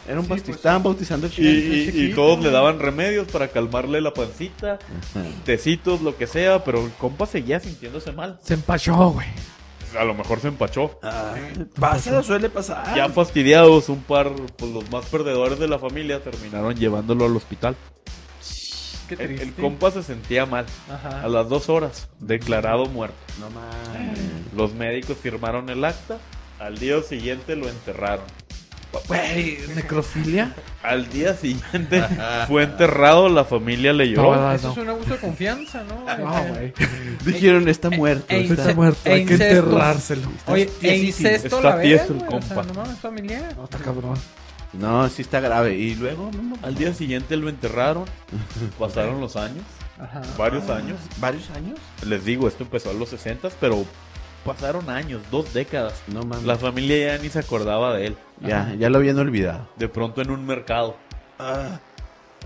[SPEAKER 4] Era un
[SPEAKER 3] Sí,
[SPEAKER 4] bautiz-
[SPEAKER 3] pues.
[SPEAKER 4] Estaban bautizando
[SPEAKER 5] Y, y- y
[SPEAKER 4] chiquito.
[SPEAKER 5] todos le daban remedios para calmarle la pancita,
[SPEAKER 4] Ajá.
[SPEAKER 5] tecitos, lo que sea, pero el compa seguía sintiéndose mal.
[SPEAKER 2] Se empachó, güey.
[SPEAKER 5] A lo mejor se empachó.
[SPEAKER 1] ah, Pasa, suele pasar.
[SPEAKER 5] Ya fastidiados, un par, pues los más perdedores de la familia terminaron llevándolo al hospital.
[SPEAKER 3] Qué
[SPEAKER 5] El,
[SPEAKER 3] triste.
[SPEAKER 5] el compa se sentía mal.
[SPEAKER 3] Ajá.
[SPEAKER 5] A las dos horas, declarado muerto.
[SPEAKER 4] No mames.
[SPEAKER 5] Los médicos firmaron el acta. Al día siguiente lo enterraron.
[SPEAKER 2] Güey, Eh, necrofilia.
[SPEAKER 5] Al día siguiente fue enterrado. La familia le lloró.
[SPEAKER 2] No,
[SPEAKER 3] Eso
[SPEAKER 2] no.
[SPEAKER 3] es un abuso de confianza, Ah, ¿no?
[SPEAKER 2] No, güey.
[SPEAKER 4] Dijeron, está muerto.
[SPEAKER 3] e-
[SPEAKER 4] eh, está-
[SPEAKER 2] Está muerto,
[SPEAKER 3] e
[SPEAKER 2] hay que
[SPEAKER 3] incestos.
[SPEAKER 2] enterrárselo.
[SPEAKER 3] Oye,
[SPEAKER 4] Está
[SPEAKER 3] e
[SPEAKER 4] tiesísimo.
[SPEAKER 3] incesto a
[SPEAKER 5] Está
[SPEAKER 3] la vez,
[SPEAKER 5] tieso el
[SPEAKER 3] güey, o sea,
[SPEAKER 5] compa.
[SPEAKER 3] no mames, familiar.
[SPEAKER 2] No, está cabrón.
[SPEAKER 4] No, sí está grave. Y luego, no, no,
[SPEAKER 5] Al día siguiente lo enterraron. Pasaron los años,
[SPEAKER 3] Ajá.
[SPEAKER 5] varios años.
[SPEAKER 4] ¿Varios años?
[SPEAKER 5] Les digo, esto empezó a los 60, pero pasaron años, dos décadas.
[SPEAKER 4] No mames.
[SPEAKER 5] La familia ya ni se acordaba de él.
[SPEAKER 4] Ya, ya lo habían olvidado.
[SPEAKER 5] De pronto en un mercado.
[SPEAKER 1] Ah,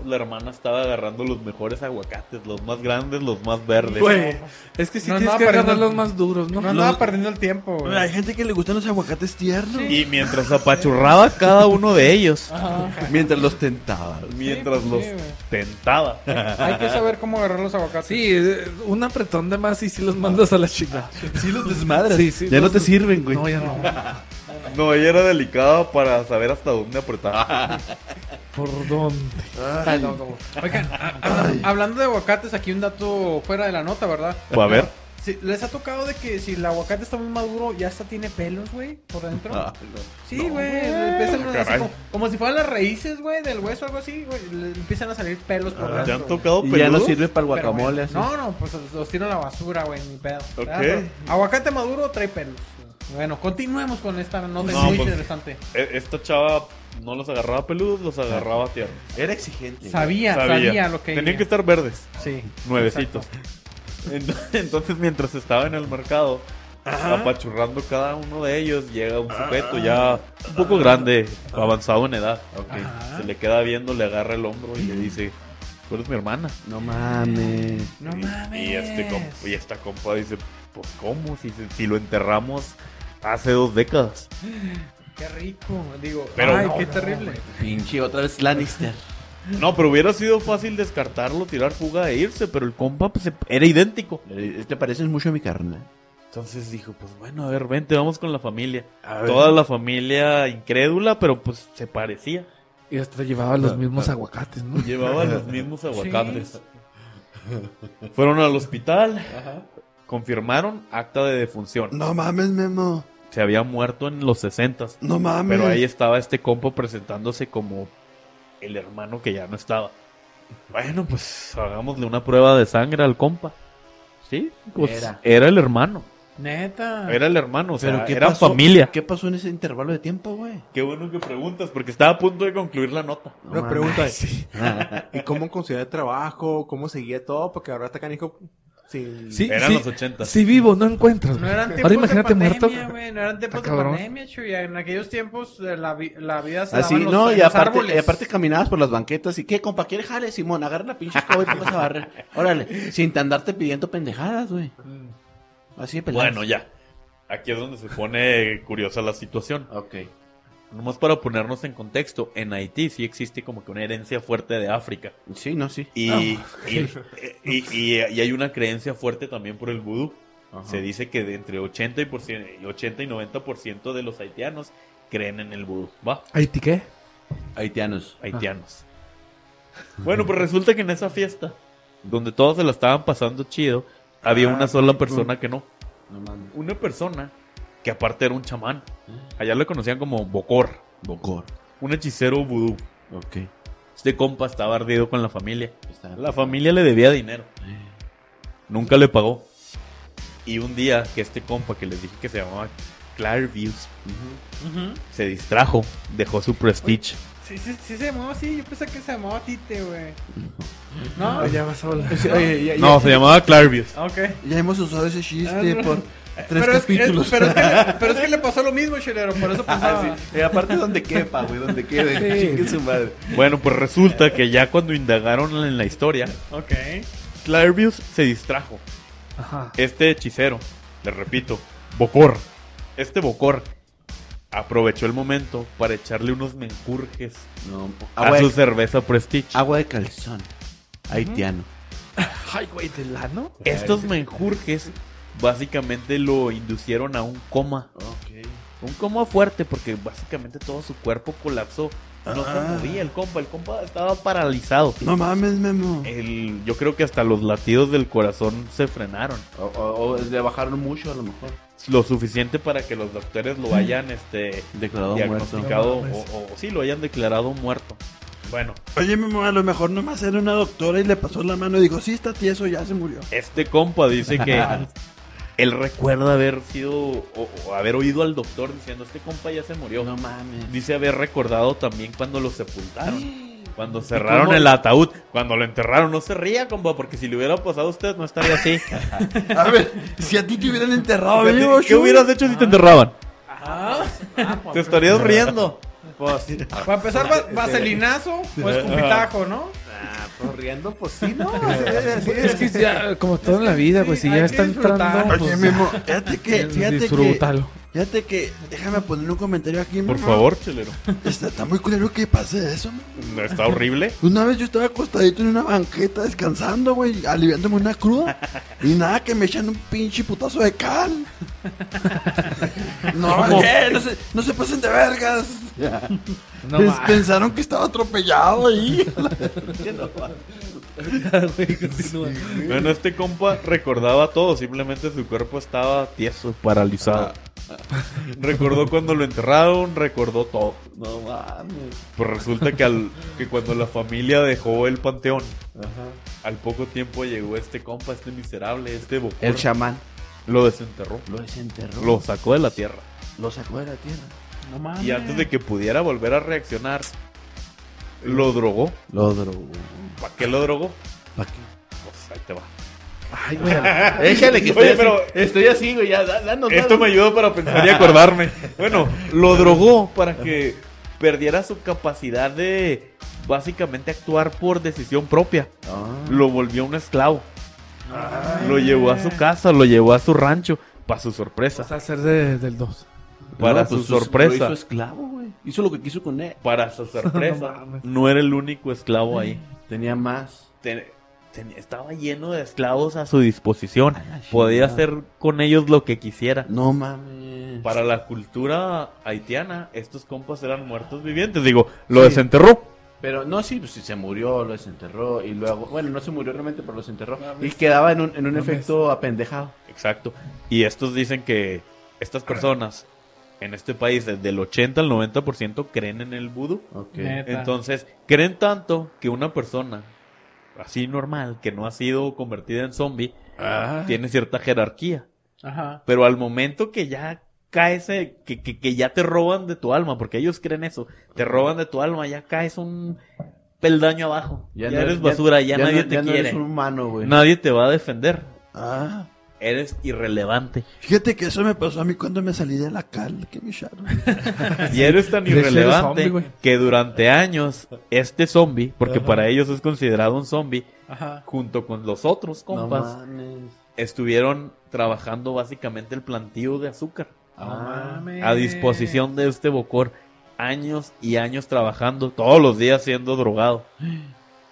[SPEAKER 5] La hermana estaba agarrando los mejores aguacates, los más grandes, los más verdes.
[SPEAKER 1] Güey,
[SPEAKER 2] Es que si
[SPEAKER 3] No
[SPEAKER 2] tienes
[SPEAKER 3] andaba
[SPEAKER 2] que agarrar
[SPEAKER 3] perdiendo-
[SPEAKER 2] los más duros, ¿no?
[SPEAKER 3] No andaba perdiendo el tiempo, güey.
[SPEAKER 1] hay gente que le gustan los aguacates tiernos.
[SPEAKER 5] Y mientras apachurraba a cada uno de ellos,
[SPEAKER 3] Ajá.
[SPEAKER 4] Mientras los tentaba.
[SPEAKER 5] mientras
[SPEAKER 3] Sí,
[SPEAKER 5] los
[SPEAKER 3] pues, sí, güey.
[SPEAKER 5] tentaba,
[SPEAKER 3] Hay que saber cómo agarrar los aguacates.
[SPEAKER 2] Sí, eh, un apretón de más y si los mandas a la chingada.
[SPEAKER 1] Sí, los desmadras.
[SPEAKER 2] Sí, sí,
[SPEAKER 4] Ya no
[SPEAKER 2] los-
[SPEAKER 4] te sirven, güey.
[SPEAKER 2] No, ya no.
[SPEAKER 5] no, ella era delicada para saber hasta dónde apretar.
[SPEAKER 2] ¿Por dónde?
[SPEAKER 3] Oigan, a- hablando, hablando de aguacates, aquí un dato fuera de la nota, ¿verdad?
[SPEAKER 5] Va a ver.
[SPEAKER 3] Sí, ¿Les ha tocado de que si el aguacate está muy maduro, ya hasta tiene pelos, güey, por dentro?
[SPEAKER 4] Ah,
[SPEAKER 3] Sí, güey. empiezan
[SPEAKER 5] Ah,
[SPEAKER 3] así
[SPEAKER 5] caray.
[SPEAKER 3] como, como si fueran las raíces, güey, del hueso o algo así, güey. le Empiezan a salir pelos por
[SPEAKER 5] ¿Te
[SPEAKER 3] dentro.
[SPEAKER 5] Ah, han
[SPEAKER 3] güey.
[SPEAKER 5] tocado
[SPEAKER 4] Y ya no
[SPEAKER 5] peludos?
[SPEAKER 4] sirve para el
[SPEAKER 3] Pero,
[SPEAKER 4] guacamole.
[SPEAKER 3] güey,
[SPEAKER 4] así.
[SPEAKER 3] No, no, pues los tiro a la basura, güey, mi pedo.
[SPEAKER 5] Ok.
[SPEAKER 3] Pero Aguacate maduro trae pelos. Bueno, continuemos con esta nota
[SPEAKER 5] No,
[SPEAKER 3] muy
[SPEAKER 5] pues-
[SPEAKER 3] interesante.
[SPEAKER 5] E- Esta chava no los agarraba peludos, los agarraba tiernos.
[SPEAKER 4] Era exigente. güey.
[SPEAKER 3] Sabía, sabía, lo que
[SPEAKER 5] Tenían
[SPEAKER 3] quería.
[SPEAKER 5] que estar verdes,
[SPEAKER 3] Sí.
[SPEAKER 5] nuevecitos. Ent- Entonces, mientras estaba en el mercado, apachurrando cada uno de ellos, llega un
[SPEAKER 3] Ah.
[SPEAKER 5] sujeto ya un poco grande, avanzado en edad.
[SPEAKER 3] Ajá.
[SPEAKER 5] Se le queda viendo, le agarra el hombro y le dice, tú eres mi hermana.
[SPEAKER 4] No mames.
[SPEAKER 3] No
[SPEAKER 5] y,
[SPEAKER 3] mames.
[SPEAKER 5] y este comp- y esta compa dice, pues ¿cómo? Si, se- si lo enterramos hace dos décadas.
[SPEAKER 3] Qué rico. Digo,
[SPEAKER 5] Pero
[SPEAKER 3] ay,
[SPEAKER 5] no,
[SPEAKER 3] qué
[SPEAKER 5] no,
[SPEAKER 3] terrible.
[SPEAKER 4] Pinche, otra vez Lannister.
[SPEAKER 5] No, pero hubiera sido fácil descartarlo, tirar fuga e irse, pero el compa pues, se- era idéntico.
[SPEAKER 4] Eh, Te pareces mucho a mi carnal.
[SPEAKER 5] Entonces dijo, pues bueno, a ver, vente, vamos con la familia.
[SPEAKER 1] A ver.
[SPEAKER 5] Toda la familia incrédula, pero pues se parecía.
[SPEAKER 2] Y hasta llevaba los mismos aguacates, ¿no?
[SPEAKER 5] Llevaban Ah, los mismos aguacates. Fueron al hospital, confirmaron acta de defunción.
[SPEAKER 1] No mames, Memo.
[SPEAKER 5] Se había muerto en los 60
[SPEAKER 1] No mames.
[SPEAKER 5] pero ahí estaba este compo presentándose como el hermano que ya no estaba. Bueno, pues hagámosle una prueba de sangre al compa. Sí, pues
[SPEAKER 4] Era.
[SPEAKER 5] era, el hermano.
[SPEAKER 3] Neta.
[SPEAKER 5] Era el hermano, o sea,
[SPEAKER 4] Pero ¿qué
[SPEAKER 5] era
[SPEAKER 4] pasó?
[SPEAKER 5] familia.
[SPEAKER 4] ¿Qué pasó en ese intervalo de tiempo, güey?
[SPEAKER 5] Qué bueno que preguntas, porque estaba a punto de concluir la nota.
[SPEAKER 4] No
[SPEAKER 6] Una
[SPEAKER 4] mames.
[SPEAKER 6] pregunta. ¿Y cómo conseguía trabajo? ¿Cómo seguía todo? Porque ahora está canijo sin...
[SPEAKER 2] Sí,
[SPEAKER 5] Eran
[SPEAKER 2] sí,
[SPEAKER 5] los 80.
[SPEAKER 2] sí vivo, no encuentras.
[SPEAKER 3] No
[SPEAKER 2] güey.
[SPEAKER 3] eran tiempos
[SPEAKER 2] Ahora imagínate
[SPEAKER 3] de pandemia,
[SPEAKER 2] muerto. Ah,
[SPEAKER 3] güey, No eran tiempos de
[SPEAKER 2] cabrón.
[SPEAKER 3] pandemia, chuy. En aquellos tiempos eh, la, vi- la vida se
[SPEAKER 4] Así,
[SPEAKER 3] daba en los,
[SPEAKER 4] Ah, no,
[SPEAKER 3] en
[SPEAKER 4] y
[SPEAKER 3] los
[SPEAKER 4] aparte,
[SPEAKER 3] árboles.
[SPEAKER 4] y aparte caminabas por las banquetas y qué, compa, ¿quieres jale, Simón? Agarra la pinche escoba y te vas a barrer. Órale, sin te andarte pidiendo pendejadas, güey. Así de peladas.
[SPEAKER 5] Bueno, ya. Aquí es donde se pone curiosa la situación.
[SPEAKER 4] Ok.
[SPEAKER 5] Nomás para ponernos en contexto, en Haití sí existe como que una herencia fuerte de África.
[SPEAKER 4] Sí, no, sí.
[SPEAKER 5] Y,
[SPEAKER 2] Ah,
[SPEAKER 5] y, y- y- y hay una creencia fuerte también por el vudú. Se dice que de entre 80 y, por cien- y 80 y 90% de los haitianos creen en el vudú. ¿Va?
[SPEAKER 2] ¿Haití qué?
[SPEAKER 4] Haitianos.
[SPEAKER 5] Haitianos. Bueno, pues resulta que en esa fiesta, donde todos se la estaban pasando chido, había
[SPEAKER 1] Ah,
[SPEAKER 5] una sola
[SPEAKER 1] rico.
[SPEAKER 5] persona que no.
[SPEAKER 4] No mames.
[SPEAKER 5] Una persona que aparte era un chamán.
[SPEAKER 1] Mm.
[SPEAKER 5] Allá lo conocían como Bocor,
[SPEAKER 4] Bocor.
[SPEAKER 5] un hechicero vudú.
[SPEAKER 4] Ok.
[SPEAKER 5] Este compa estaba ardido con la familia.
[SPEAKER 1] Ah.
[SPEAKER 4] Está-
[SPEAKER 5] La familia le debía dinero.
[SPEAKER 1] Eh.
[SPEAKER 5] Nunca le pagó. Y un día que este compa que les dije que se llamaba Clarviews
[SPEAKER 4] Ujú.
[SPEAKER 3] Ujú.
[SPEAKER 5] se distrajo, dejó su prestige.
[SPEAKER 3] Sí, sí, sí se llamaba así. Yo pensé que se llamaba Tite, güey. No,
[SPEAKER 2] ya vas a hablar.
[SPEAKER 1] Oye, ya,
[SPEAKER 5] No,
[SPEAKER 1] ya-
[SPEAKER 5] se llamaba Clarviews.
[SPEAKER 3] ok.
[SPEAKER 1] ya hemos usado ese chiste
[SPEAKER 3] Ah, no.
[SPEAKER 1] por tres
[SPEAKER 3] pero, es, que-
[SPEAKER 1] capítulos.
[SPEAKER 3] pero, es que le, pero es que le pasó lo mismo, chelero. Por eso pasaba.
[SPEAKER 4] Ah, sí. Eh, aparte donde quepa, güey, donde quede.
[SPEAKER 2] Sí.
[SPEAKER 4] Chingue su madre.
[SPEAKER 5] Bueno, pues resulta que ya cuando indagaron en la historia,
[SPEAKER 3] Ok.
[SPEAKER 5] Clarviews se distrajo.
[SPEAKER 2] Ajá.
[SPEAKER 5] Este hechicero, les repito, Bocor. Este Bocor aprovechó el momento para echarle unos menjurjes
[SPEAKER 4] No, po-
[SPEAKER 5] a
[SPEAKER 1] Ah,
[SPEAKER 4] agua,
[SPEAKER 5] su
[SPEAKER 4] de,
[SPEAKER 5] cerveza prestige.
[SPEAKER 4] agua de calzón. Haitiano.
[SPEAKER 2] Ay, güey, de lano.
[SPEAKER 5] Estos menjurjes básicamente lo inducieron a un coma.
[SPEAKER 4] Ok.
[SPEAKER 5] Un coma fuerte porque básicamente todo su cuerpo colapsó. No se
[SPEAKER 1] Ah.
[SPEAKER 5] movía el compa, el compa estaba paralizado.
[SPEAKER 1] No mames, Memo.
[SPEAKER 5] El- yo creo que hasta los latidos del corazón se frenaron.
[SPEAKER 4] O, o- o le bajaron mucho a lo mejor.
[SPEAKER 5] Lo suficiente para que los doctores lo hayan este,
[SPEAKER 4] Declarado muerto.
[SPEAKER 5] diagnosticado
[SPEAKER 2] No mames.
[SPEAKER 5] o, o sí, lo hayan declarado muerto. Bueno,
[SPEAKER 1] Oye, Memo, a lo mejor nomás era una doctora y le pasó la mano y dijo, sí, está tieso, ya se murió.
[SPEAKER 5] este compa dice que él recuerda haber sido o, o haber oído al doctor diciendo este compa ya se murió.
[SPEAKER 4] No mames.
[SPEAKER 5] Dice haber recordado también cuando lo Ah. sepultaron. Cuando
[SPEAKER 4] cómo?
[SPEAKER 5] cerraron el ataúd, cuando lo enterraron, no se ría, compa, porque si le hubiera pasado a usted no estaría así.
[SPEAKER 1] A ver, si a ti te hubieran enterrado
[SPEAKER 5] ¿Qué,
[SPEAKER 1] vivo,
[SPEAKER 5] qué
[SPEAKER 1] Shui.
[SPEAKER 5] hubieras hecho si te enterraban?
[SPEAKER 3] Ah,
[SPEAKER 5] Te estarías riendo.
[SPEAKER 6] Pues,
[SPEAKER 5] Ah,
[SPEAKER 3] para empezar, va-
[SPEAKER 4] eh,
[SPEAKER 3] vaselinazo o escupitajo, ¿no?
[SPEAKER 6] ah, pues riendo, pues sí, ¿no? O sea, sí,
[SPEAKER 2] Es que ya, como todo en la vida, güey, si
[SPEAKER 3] hay
[SPEAKER 2] ya
[SPEAKER 3] que
[SPEAKER 2] está
[SPEAKER 3] disfrutar.
[SPEAKER 2] entrando,
[SPEAKER 1] Oye,
[SPEAKER 2] pues,
[SPEAKER 1] Memo, fíjate que, fíjate que,
[SPEAKER 2] disfrútalo.
[SPEAKER 1] fíjate que, déjame poner un comentario aquí,
[SPEAKER 5] Por
[SPEAKER 1] Memo.
[SPEAKER 5] favor, chelero.
[SPEAKER 1] Está, está muy culero que pase eso, Memo. Pues
[SPEAKER 5] No, Está horrible.
[SPEAKER 1] Una vez yo estaba acostadito en una banqueta descansando, güey, aliviándome una cruda. Y nada, que me echan un pinche putazo de cal. No, eh, no, se, no se pasen de vergas.
[SPEAKER 2] No
[SPEAKER 1] Pens-
[SPEAKER 2] mames,
[SPEAKER 1] pensaron que estaba atropellado ahí.
[SPEAKER 2] güey, continúa.
[SPEAKER 5] Bueno, este compa recordaba todo, simplemente su cuerpo estaba tieso, paralizado.
[SPEAKER 4] Ah,
[SPEAKER 5] Recordó cuando lo enterraron, recordó todo.
[SPEAKER 4] No mames.
[SPEAKER 5] Pues resulta que, al, que cuando la familia dejó el panteón,
[SPEAKER 4] Ajá.
[SPEAKER 5] al poco tiempo llegó este compa, este miserable, este bocor,
[SPEAKER 4] El chamán
[SPEAKER 5] lo desenterró,
[SPEAKER 4] lo desenterró.
[SPEAKER 5] lo sacó de la tierra.
[SPEAKER 4] lo sacó de la tierra.
[SPEAKER 3] No mames.
[SPEAKER 5] Y antes de que pudiera volver a reaccionar, lo drogó.
[SPEAKER 4] Lo drogó.
[SPEAKER 5] ¿Para qué lo drogó?
[SPEAKER 4] ¿Para qué?
[SPEAKER 5] Pues ahí te va.
[SPEAKER 2] Ay, güey, a-
[SPEAKER 4] Échale que estoy
[SPEAKER 5] Ah, Oye,
[SPEAKER 4] así.
[SPEAKER 5] pero-
[SPEAKER 4] Estoy así, güey. Ya, da- danos.
[SPEAKER 5] Esto me ayudó para pensar y acordarme. Bueno, lo drogó para que perdiera su capacidad de básicamente actuar por decisión propia.
[SPEAKER 4] Ah.
[SPEAKER 5] Lo volvió un esclavo. Lo llevó a su casa, lo llevó a su rancho. Para su sorpresa.
[SPEAKER 2] vas a hacer de- del 2.
[SPEAKER 5] para su sorpresa.
[SPEAKER 4] pues, Lo hizo esclavo, güey. Hizo lo que quiso con él.
[SPEAKER 5] Para su sorpresa,
[SPEAKER 2] No
[SPEAKER 5] no,
[SPEAKER 2] mames.
[SPEAKER 5] era el único esclavo ahí.
[SPEAKER 4] Tenía más.
[SPEAKER 5] Ten- ten- estaba lleno de esclavos a su disposición.
[SPEAKER 4] A Ah, la
[SPEAKER 5] Podía
[SPEAKER 4] chingada.
[SPEAKER 5] hacer con ellos lo que quisiera.
[SPEAKER 4] No mames.
[SPEAKER 5] Para la cultura haitiana, estos compas eran muertos vivientes. Digo, lo desenterró.
[SPEAKER 4] Pero no, sí, pues sí, se murió, lo desenterró. Y luego, bueno, no se murió realmente, pero lo desenterró. Y quedaba en un, en un efecto apendejado.
[SPEAKER 5] Exacto. Y estos dicen que estas personas en este país, desde el 80 al 90%, creen en el vudú.
[SPEAKER 4] Ok.
[SPEAKER 3] Neta.
[SPEAKER 5] Entonces, creen tanto que una persona así normal, que no ha sido convertida en zombie, tiene cierta jerarquía.
[SPEAKER 3] Ajá.
[SPEAKER 5] Pero al momento que ya caes, eh, que, que, que ya te roban de tu alma, porque ellos creen eso, te roban de tu alma, ya caes un peldaño abajo. Ya, eres basura, ya, nadie
[SPEAKER 4] no-
[SPEAKER 5] te
[SPEAKER 4] ya No
[SPEAKER 5] quiere.
[SPEAKER 4] eres un humano, güey.
[SPEAKER 5] Nadie te va a defender.
[SPEAKER 1] Ah,
[SPEAKER 5] Eres irrelevante.
[SPEAKER 1] fíjate que eso me pasó a mí cuando me salí de la cal, que me echaron.
[SPEAKER 5] Y eres tan
[SPEAKER 2] De ser
[SPEAKER 5] irrelevante
[SPEAKER 2] zombie, güey.
[SPEAKER 5] que durante años este zombie, porque para ellos es considerado un zombie,
[SPEAKER 3] Ajá.
[SPEAKER 5] junto con los otros
[SPEAKER 4] No
[SPEAKER 5] compas,
[SPEAKER 4] mames.
[SPEAKER 5] estuvieron trabajando básicamente el plantío de azúcar
[SPEAKER 3] Ah, No mames.
[SPEAKER 5] a disposición de este bocor. años y años trabajando, todos los días siendo drogado.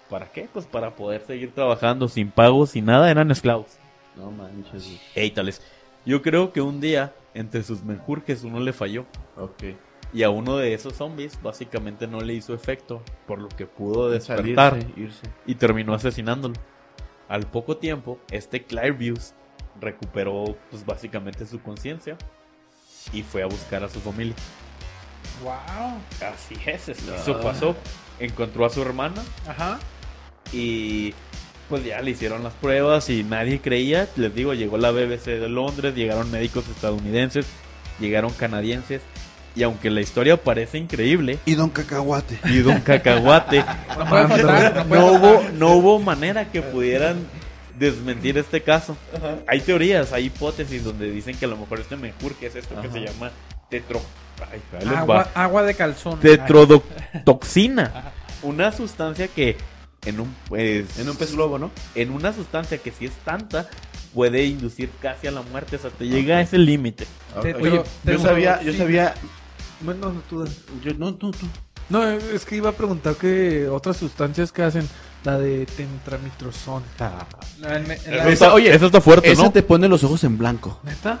[SPEAKER 5] ¿Para qué? Pues para poder seguir trabajando sin pago, sin nada, eran esclavos.
[SPEAKER 4] No manches. güey.
[SPEAKER 5] Ey, tales. Yo creo que un día, entre sus menjurjes, uno le falló.
[SPEAKER 4] Ok.
[SPEAKER 5] Y a uno de esos zombies, básicamente no le hizo efecto, por lo que pudo despertar
[SPEAKER 4] Salirse, irse.
[SPEAKER 5] y terminó asesinándolo. Al poco tiempo, este Clairviews recuperó, pues básicamente, su conciencia y fue a buscar a su familia.
[SPEAKER 3] Wow.
[SPEAKER 5] Así es, es- eso pasó. Encontró a su hermana
[SPEAKER 3] Ajá.
[SPEAKER 5] y pues ya le hicieron las pruebas y nadie creía. Les digo, llegó la BBC de Londres, llegaron médicos estadounidenses, llegaron canadienses. Y aunque la historia parece increíble,
[SPEAKER 1] Y Don Cacahuate.
[SPEAKER 5] y Don Cacahuate,
[SPEAKER 3] No puede faltar. No, puede
[SPEAKER 5] no
[SPEAKER 3] faltar.
[SPEAKER 5] hubo, no hubo manera que pudieran desmentir este caso. Hay teorías, hay hipótesis donde dicen que a lo mejor este menjur, que es esto que
[SPEAKER 4] Ajá.
[SPEAKER 5] se llama tetro... Ay, ahí les va.
[SPEAKER 3] Agua, agua de calzón.
[SPEAKER 5] Tetrodotoxina. Una sustancia que en un, pues,
[SPEAKER 4] En un pez globo, ¿no?
[SPEAKER 5] en una sustancia que si es tanta puede inducir casi a la muerte. O sea, te llega a ese límite.
[SPEAKER 3] Te-
[SPEAKER 4] Oye,
[SPEAKER 3] pero-
[SPEAKER 4] yo
[SPEAKER 3] te-
[SPEAKER 4] sabía, yo
[SPEAKER 3] sí.
[SPEAKER 4] sabía.
[SPEAKER 2] Bueno, tú dale.
[SPEAKER 4] Yo, no, tú, tú.
[SPEAKER 2] No, es que iba a preguntar que otras sustancias que hacen, la de tentramitrozón.
[SPEAKER 3] La- la- la-
[SPEAKER 5] Eso está-
[SPEAKER 4] oye,
[SPEAKER 5] eso está fuerte,
[SPEAKER 4] Esa
[SPEAKER 5] ¿no?
[SPEAKER 4] te pone los ojos en blanco.
[SPEAKER 2] ¿Neta?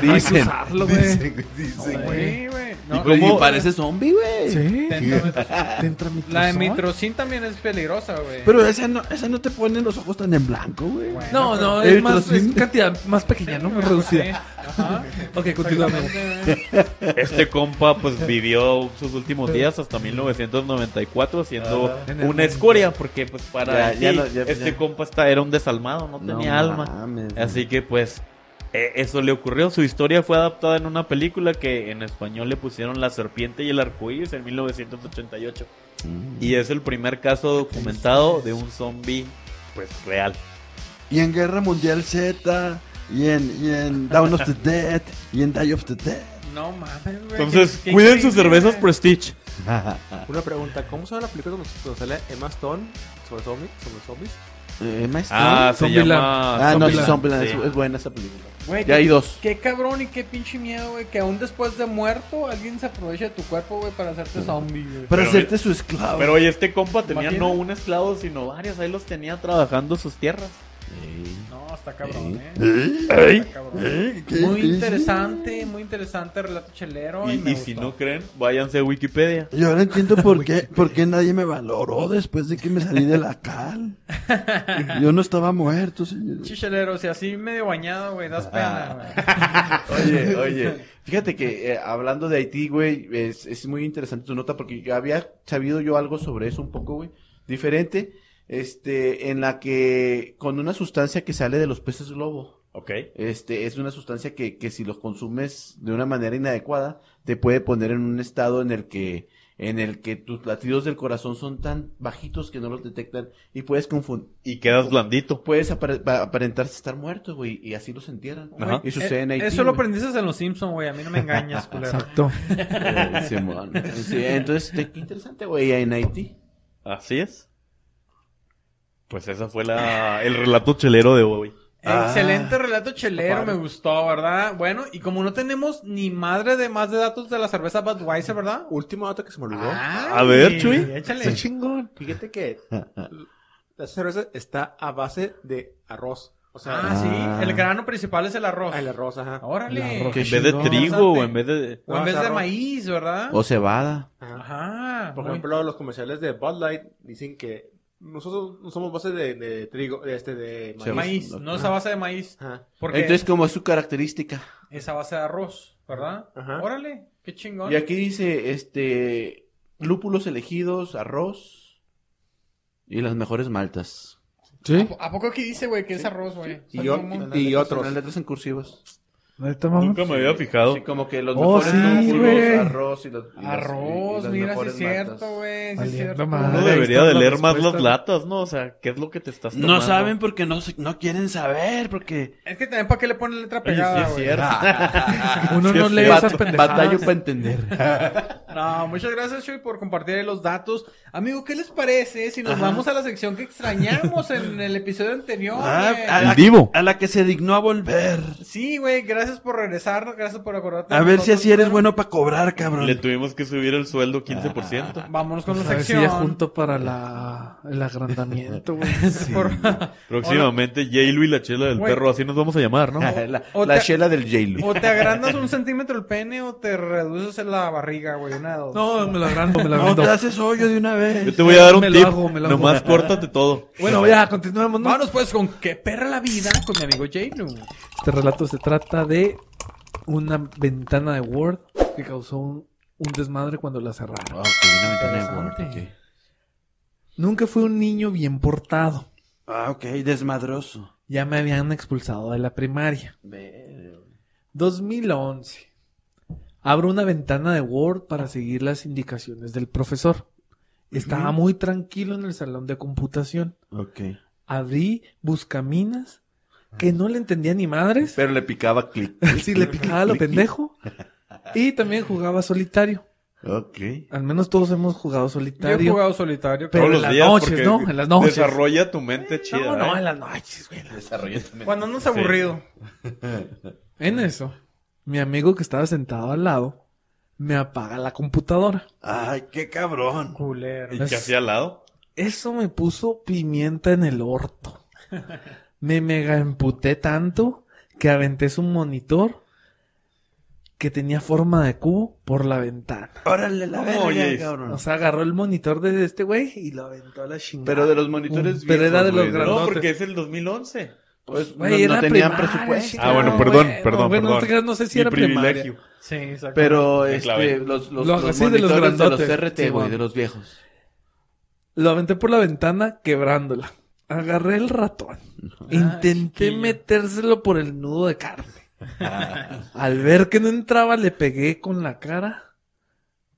[SPEAKER 4] Dicen.
[SPEAKER 2] usarlo, güey.
[SPEAKER 1] Eh,
[SPEAKER 4] dicen,
[SPEAKER 3] Sí,
[SPEAKER 4] güey.
[SPEAKER 3] güey.
[SPEAKER 5] ¿Y
[SPEAKER 3] No,
[SPEAKER 5] cómo-
[SPEAKER 4] Y parece zombie, güey.
[SPEAKER 2] Sí.
[SPEAKER 3] tentametrozón.
[SPEAKER 2] Tentramitrozón.
[SPEAKER 3] La de mitrocin también es peligrosa, güey.
[SPEAKER 1] Pero esa no, esa no te pone los ojos tan en blanco, güey.
[SPEAKER 3] Bueno,
[SPEAKER 2] No, no,
[SPEAKER 1] El
[SPEAKER 2] es más, es
[SPEAKER 1] trocin-
[SPEAKER 2] cantidad más pequeña, ¿no? Más reducida.
[SPEAKER 3] Sí, Ajá.
[SPEAKER 2] Ok, continúa.
[SPEAKER 3] Exactamente,
[SPEAKER 5] Este compa pues vivió sus últimos días hasta 1994 siendo
[SPEAKER 2] Ah.
[SPEAKER 5] una escoria porque pues para
[SPEAKER 4] Ya, ya
[SPEAKER 5] ti,
[SPEAKER 4] lo- ya-
[SPEAKER 5] este
[SPEAKER 4] ya.
[SPEAKER 5] compa está, era un desalmado, no tenía alma. Así que pues eh, eso le ocurrió. Su historia fue adaptada en una película que en español le pusieron La Serpiente y el Arcoíris en 1988.
[SPEAKER 4] Mm.
[SPEAKER 5] Y es el primer caso documentado de un zombie pues real.
[SPEAKER 1] Y en Guerra Mundial Z, y en, y en Down of the Dead, y en Die of the Dead.
[SPEAKER 3] No mames, güey.
[SPEAKER 5] Entonces,
[SPEAKER 3] Qué- qué
[SPEAKER 5] cuiden sus
[SPEAKER 3] increíble,
[SPEAKER 5] cervezas
[SPEAKER 3] güey.
[SPEAKER 5] Prestige.
[SPEAKER 6] Una pregunta, ¿cómo se llama la película donde donde sale Emma Stone sobre zombies? Sobre zombies?
[SPEAKER 5] Ah, se
[SPEAKER 2] Zombieland.
[SPEAKER 5] llama...
[SPEAKER 4] Eh, Ah, no, sí,
[SPEAKER 2] Zombieland.
[SPEAKER 4] Zombieland,
[SPEAKER 5] Sí.
[SPEAKER 4] es, es buena esa película.
[SPEAKER 3] Güey,
[SPEAKER 4] Ya
[SPEAKER 3] qué-
[SPEAKER 4] hay dos.
[SPEAKER 3] Qué cabrón y qué pinche miedo, güey. Que aún después de muerto, alguien se aprovecha de tu cuerpo, güey, para hacerte zombie, güey.
[SPEAKER 1] Para
[SPEAKER 5] Pero-
[SPEAKER 1] hacerte su esclavo.
[SPEAKER 5] Pero oye, este compa tenía
[SPEAKER 3] Imagínate.
[SPEAKER 5] no un esclavo, sino varios. Ahí los tenía trabajando sus tierras.
[SPEAKER 3] No, está cabrón, eh.
[SPEAKER 1] ¿Eh?
[SPEAKER 3] Está cabrón.
[SPEAKER 1] ¿Eh? ¿Qué
[SPEAKER 3] Muy
[SPEAKER 1] dices?
[SPEAKER 3] interesante, muy interesante el relato chelero. Y,
[SPEAKER 5] Y,
[SPEAKER 3] me
[SPEAKER 5] y si
[SPEAKER 3] gustó.
[SPEAKER 5] no creen, váyanse a Wikipedia.
[SPEAKER 1] Yo ahora entiendo por qué, por qué nadie me valoró después de que me salí de la cal. Yo no estaba muerto, señor.
[SPEAKER 3] Chichelero, si así medio bañado, güey, das pena, güey.
[SPEAKER 4] Oye, oye. Fíjate que eh, hablando de Haití, güey, es, es muy interesante tu nota porque yo había sabido yo algo sobre eso un poco, güey, diferente. Este, en la que con una sustancia que sale de los peces globo.
[SPEAKER 5] Ok.
[SPEAKER 4] Este, es una sustancia que, que si los consumes de una manera inadecuada, te puede poner en un estado en el que, en el que tus latidos del corazón son tan bajitos que no los detectan y puedes confundir,
[SPEAKER 5] Y quedas blandito.
[SPEAKER 4] puedes apare- pa- aparentarse estar muerto, güey, y así los entierran.
[SPEAKER 5] Ajá.
[SPEAKER 4] Y
[SPEAKER 3] eh,
[SPEAKER 4] sucede en Haití,
[SPEAKER 3] Eso lo
[SPEAKER 4] güey.
[SPEAKER 3] aprendiste en los Simpsons, güey. A mí no me engañas, culero.
[SPEAKER 2] Exacto.
[SPEAKER 4] Eh, Simón. Sí, entonces, te- qué interesante, güey, en Haití.
[SPEAKER 5] Así es. Pues esa fue la, el relato chelero de hoy.
[SPEAKER 3] Eh, Excelente relato chelero,
[SPEAKER 1] padre.
[SPEAKER 3] me gustó, ¿verdad? Bueno, y como no tenemos ni madre de más de datos de la cerveza Budweiser, ¿verdad?
[SPEAKER 6] Último dato que se me olvidó.
[SPEAKER 3] Ah.
[SPEAKER 5] A ver, Chuy.
[SPEAKER 3] Échale.
[SPEAKER 6] Está chingón. Fíjate que la cerveza está a base de arroz. O sea,
[SPEAKER 3] Ah, sí. Oh, El grano principal es el arroz.
[SPEAKER 6] el arroz, ajá.
[SPEAKER 3] Órale.
[SPEAKER 5] Que en vez de trigo o en vez de...
[SPEAKER 3] O en
[SPEAKER 6] Ah,
[SPEAKER 3] vez de
[SPEAKER 6] arroz.
[SPEAKER 3] maíz, ¿verdad?
[SPEAKER 4] O cebada.
[SPEAKER 6] Ajá.
[SPEAKER 3] Ajá.
[SPEAKER 6] Por
[SPEAKER 3] muy-
[SPEAKER 6] ejemplo, los comerciales de Bud Light dicen que nosotros no somos base de, de trigo, de este, de maíz.
[SPEAKER 3] maíz. No es a base de maíz.
[SPEAKER 6] Ajá.
[SPEAKER 3] Porque
[SPEAKER 4] Entonces, como es su característica.
[SPEAKER 3] es a base de arroz, ¿verdad?
[SPEAKER 6] Ajá.
[SPEAKER 3] Órale. Qué chingón.
[SPEAKER 4] Y aquí dice, este, lúpulos elegidos, arroz y las mejores maltas.
[SPEAKER 2] ¿Sí?
[SPEAKER 3] ¿A poco aquí dice, güey, que es arroz, güey?
[SPEAKER 6] Y,
[SPEAKER 3] Ay,
[SPEAKER 6] yo-
[SPEAKER 3] mamón.
[SPEAKER 6] y otros.
[SPEAKER 4] Las letras en cursivas.
[SPEAKER 2] ¿Neta, mamá?
[SPEAKER 5] Nunca me había fijado.
[SPEAKER 4] Sí, como que los
[SPEAKER 2] Oh,
[SPEAKER 4] mejores
[SPEAKER 2] sí,
[SPEAKER 4] lúpulos,
[SPEAKER 2] güey.
[SPEAKER 4] arroz y los... y las- y- y
[SPEAKER 3] Arroz,
[SPEAKER 4] las
[SPEAKER 3] mira, sí
[SPEAKER 4] mejores
[SPEAKER 3] es cierto,
[SPEAKER 4] maltas.
[SPEAKER 3] güey. Sí es
[SPEAKER 2] Valiendo
[SPEAKER 3] cierto.
[SPEAKER 2] madre.
[SPEAKER 5] Uno
[SPEAKER 2] Ahí
[SPEAKER 5] debería
[SPEAKER 2] está
[SPEAKER 5] de
[SPEAKER 2] la
[SPEAKER 5] leer más las
[SPEAKER 2] respuesta.
[SPEAKER 5] latas, ¿no? O sea, ¿qué es lo que te estás tomando?
[SPEAKER 1] No saben porque no, se- no quieren saber, porque...
[SPEAKER 3] Es que también, ¿para qué le ponen letra
[SPEAKER 5] Oye, sí
[SPEAKER 3] pegada,
[SPEAKER 5] es
[SPEAKER 3] güey?
[SPEAKER 5] cierto.
[SPEAKER 2] Ah, Uno no lee esas
[SPEAKER 4] Bat-
[SPEAKER 2] Ah.
[SPEAKER 4] Batallo
[SPEAKER 2] pendejadas.
[SPEAKER 4] pues. para entender.
[SPEAKER 3] No, muchas gracias, Chuy, por compartir los datos. Amigo, ¿qué les parece si nos
[SPEAKER 4] Ajá.
[SPEAKER 3] vamos a la sección que extrañamos en el episodio anterior?
[SPEAKER 4] Ah,
[SPEAKER 3] güey?
[SPEAKER 4] a
[SPEAKER 5] El
[SPEAKER 4] la-
[SPEAKER 5] Divo.
[SPEAKER 4] A la que se dignó a volver.
[SPEAKER 3] Sí, güey, gracias por regresar, gracias por acordarte.
[SPEAKER 4] A
[SPEAKER 3] de
[SPEAKER 4] ver si
[SPEAKER 3] nosotros,
[SPEAKER 4] así eres
[SPEAKER 3] güey.
[SPEAKER 4] bueno para cobrar,
[SPEAKER 5] Le
[SPEAKER 4] cabrón.
[SPEAKER 5] tuvimos que subir el sueldo 15%.
[SPEAKER 3] Vámonos con la
[SPEAKER 2] A ver si
[SPEAKER 3] sección.
[SPEAKER 2] ya junto para la, el agrandamiento, güey.
[SPEAKER 3] Por-
[SPEAKER 5] Próximamente, J-Lo y la chela del
[SPEAKER 3] Güey.
[SPEAKER 5] perro, así nos vamos a llamar, ¿no?
[SPEAKER 4] la
[SPEAKER 3] O
[SPEAKER 4] la
[SPEAKER 3] te- Oh,
[SPEAKER 4] chela del J-Lo.
[SPEAKER 3] O te agrandas un centímetro el pene o te reduces en la barriga, güey. Una de dos.
[SPEAKER 2] No, me lo agrando, me lo
[SPEAKER 1] No
[SPEAKER 2] agrando.
[SPEAKER 1] te haces hoyo de una vez.
[SPEAKER 5] Yo te voy a dar un
[SPEAKER 2] Me lo
[SPEAKER 5] tip.
[SPEAKER 2] hago, me lo hago.
[SPEAKER 5] Nomás córtate todo.
[SPEAKER 2] Bueno, ya, continuemos, ¿no?
[SPEAKER 3] Vámonos pues con qué perra la vida con mi amigo Jaylu.
[SPEAKER 2] Este relato se trata de una ventana de Word que causó un, un desmadre cuando la cerraron.
[SPEAKER 4] Wow, que vi una ventana de Word,
[SPEAKER 3] Interesante.
[SPEAKER 4] ok.
[SPEAKER 2] Nunca fui un niño bien portado.
[SPEAKER 4] Ah, ok, desmadroso.
[SPEAKER 2] Ya me habían expulsado de la primaria. 2011. Abro una ventana de Word para seguir las indicaciones del profesor. Estaba muy tranquilo en el salón de computación.
[SPEAKER 4] Ok. Ah.
[SPEAKER 2] Abrí buscaminas que no le entendía ni madres.
[SPEAKER 4] Pero le picaba clic.
[SPEAKER 2] Si le picaba a lo pendejo. Y también jugaba solitario.
[SPEAKER 4] Ok.
[SPEAKER 2] Al menos todos hemos jugado
[SPEAKER 3] Yo he
[SPEAKER 2] solitario.
[SPEAKER 3] jugado solitario.
[SPEAKER 2] Pero
[SPEAKER 5] Todos
[SPEAKER 2] en
[SPEAKER 5] los
[SPEAKER 2] las
[SPEAKER 5] días.
[SPEAKER 2] noches,
[SPEAKER 5] porque
[SPEAKER 2] ¿no? En las noches.
[SPEAKER 5] Desarrolla tu mente chida.
[SPEAKER 2] no, no,
[SPEAKER 5] ¿eh?
[SPEAKER 2] en las noches, güey. en las-
[SPEAKER 4] Desarrolla tu mente.
[SPEAKER 3] Cuando andas aburrido.
[SPEAKER 2] En eso, mi amigo que estaba sentado al lado me apaga la computadora.
[SPEAKER 4] Ay, qué cabrón.
[SPEAKER 3] Culero.
[SPEAKER 5] ¿Y qué
[SPEAKER 2] Es-
[SPEAKER 5] hacía al lado?
[SPEAKER 2] Eso me puso pimienta en el orto. Me mega emputé tanto que aventé su monitor que tenía forma de cubo por la ventana.
[SPEAKER 4] Órale, la verga,
[SPEAKER 5] Oye,
[SPEAKER 4] cabrón.
[SPEAKER 2] O sea, agarró el monitor de este güey y lo aventó a la chingada.
[SPEAKER 4] pero de los monitores
[SPEAKER 2] Pero era de los
[SPEAKER 4] güey,
[SPEAKER 2] grandes.
[SPEAKER 5] No,
[SPEAKER 2] Grandote.
[SPEAKER 5] porque es el 2011.
[SPEAKER 4] Pues
[SPEAKER 2] Güey,
[SPEAKER 4] no- no,
[SPEAKER 2] era
[SPEAKER 4] tenían
[SPEAKER 2] primaria,
[SPEAKER 4] presupuesto.
[SPEAKER 2] chingada,
[SPEAKER 5] Ah, bueno, perdón,
[SPEAKER 2] güey.
[SPEAKER 5] perdón,
[SPEAKER 2] Güey, no
[SPEAKER 5] perdón.
[SPEAKER 2] te creas, no sé si
[SPEAKER 5] Mi
[SPEAKER 2] era primaria.
[SPEAKER 5] privilegio.
[SPEAKER 3] Sí, exacto.
[SPEAKER 4] Pero
[SPEAKER 5] Me clavé.
[SPEAKER 4] este, los, los,
[SPEAKER 2] Lo-
[SPEAKER 4] los
[SPEAKER 2] sí, de los
[SPEAKER 4] monitores de los,
[SPEAKER 2] grandotes.
[SPEAKER 4] RT,
[SPEAKER 2] Sí,
[SPEAKER 4] güey,
[SPEAKER 2] bueno.
[SPEAKER 4] de los viejos.
[SPEAKER 2] Lo aventé por la ventana quebrándola. Agarré el ratón. Intenté
[SPEAKER 3] chiquillo.
[SPEAKER 2] metérselo por el nudo de carne. Al ver que no entraba, le pegué con la cara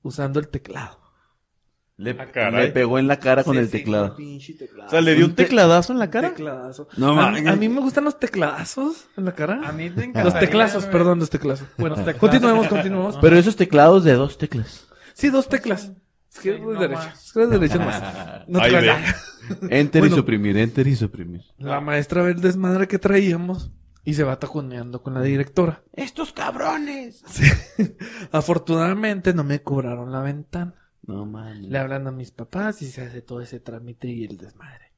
[SPEAKER 2] usando el teclado.
[SPEAKER 4] Le,
[SPEAKER 5] Ah, caray.
[SPEAKER 4] le pegó en la cara con
[SPEAKER 2] Sí,
[SPEAKER 4] el
[SPEAKER 2] sí,
[SPEAKER 4] teclado.
[SPEAKER 2] pinche teclado.
[SPEAKER 5] O sea, le dio un
[SPEAKER 4] te-
[SPEAKER 5] tecladazo en la cara.
[SPEAKER 2] Tecladazo.
[SPEAKER 4] No,
[SPEAKER 2] a, mí,
[SPEAKER 4] mames.
[SPEAKER 2] a mí me gustan los tecladazos en la
[SPEAKER 3] A
[SPEAKER 2] cara.
[SPEAKER 3] mí te encantaría,
[SPEAKER 2] Los teclazos,
[SPEAKER 3] güey.
[SPEAKER 2] perdón, Ah. los teclazos. Bueno,
[SPEAKER 3] Los teclazos.
[SPEAKER 2] continuemos, continuemos.
[SPEAKER 4] Pero esos teclados de dos teclas.
[SPEAKER 2] Sí, dos teclas. Izquierda
[SPEAKER 3] Ah. Sí,
[SPEAKER 2] y
[SPEAKER 3] no
[SPEAKER 2] derecha.
[SPEAKER 3] más.
[SPEAKER 2] Izquierda y derecha más. No te
[SPEAKER 5] Ahí
[SPEAKER 2] creas.
[SPEAKER 5] ve.
[SPEAKER 4] Enter
[SPEAKER 2] Bueno.
[SPEAKER 4] y suprimir, enter y suprimir.
[SPEAKER 2] La maestra ve el desmadre que traíamos y se va taconeando con la directora.
[SPEAKER 4] ¡Estos cabrones!
[SPEAKER 2] Afortunadamente no me cobraron la ventana.
[SPEAKER 4] No mames.
[SPEAKER 2] Le hablan a mis papás y se hace todo ese trámite y el desmadre.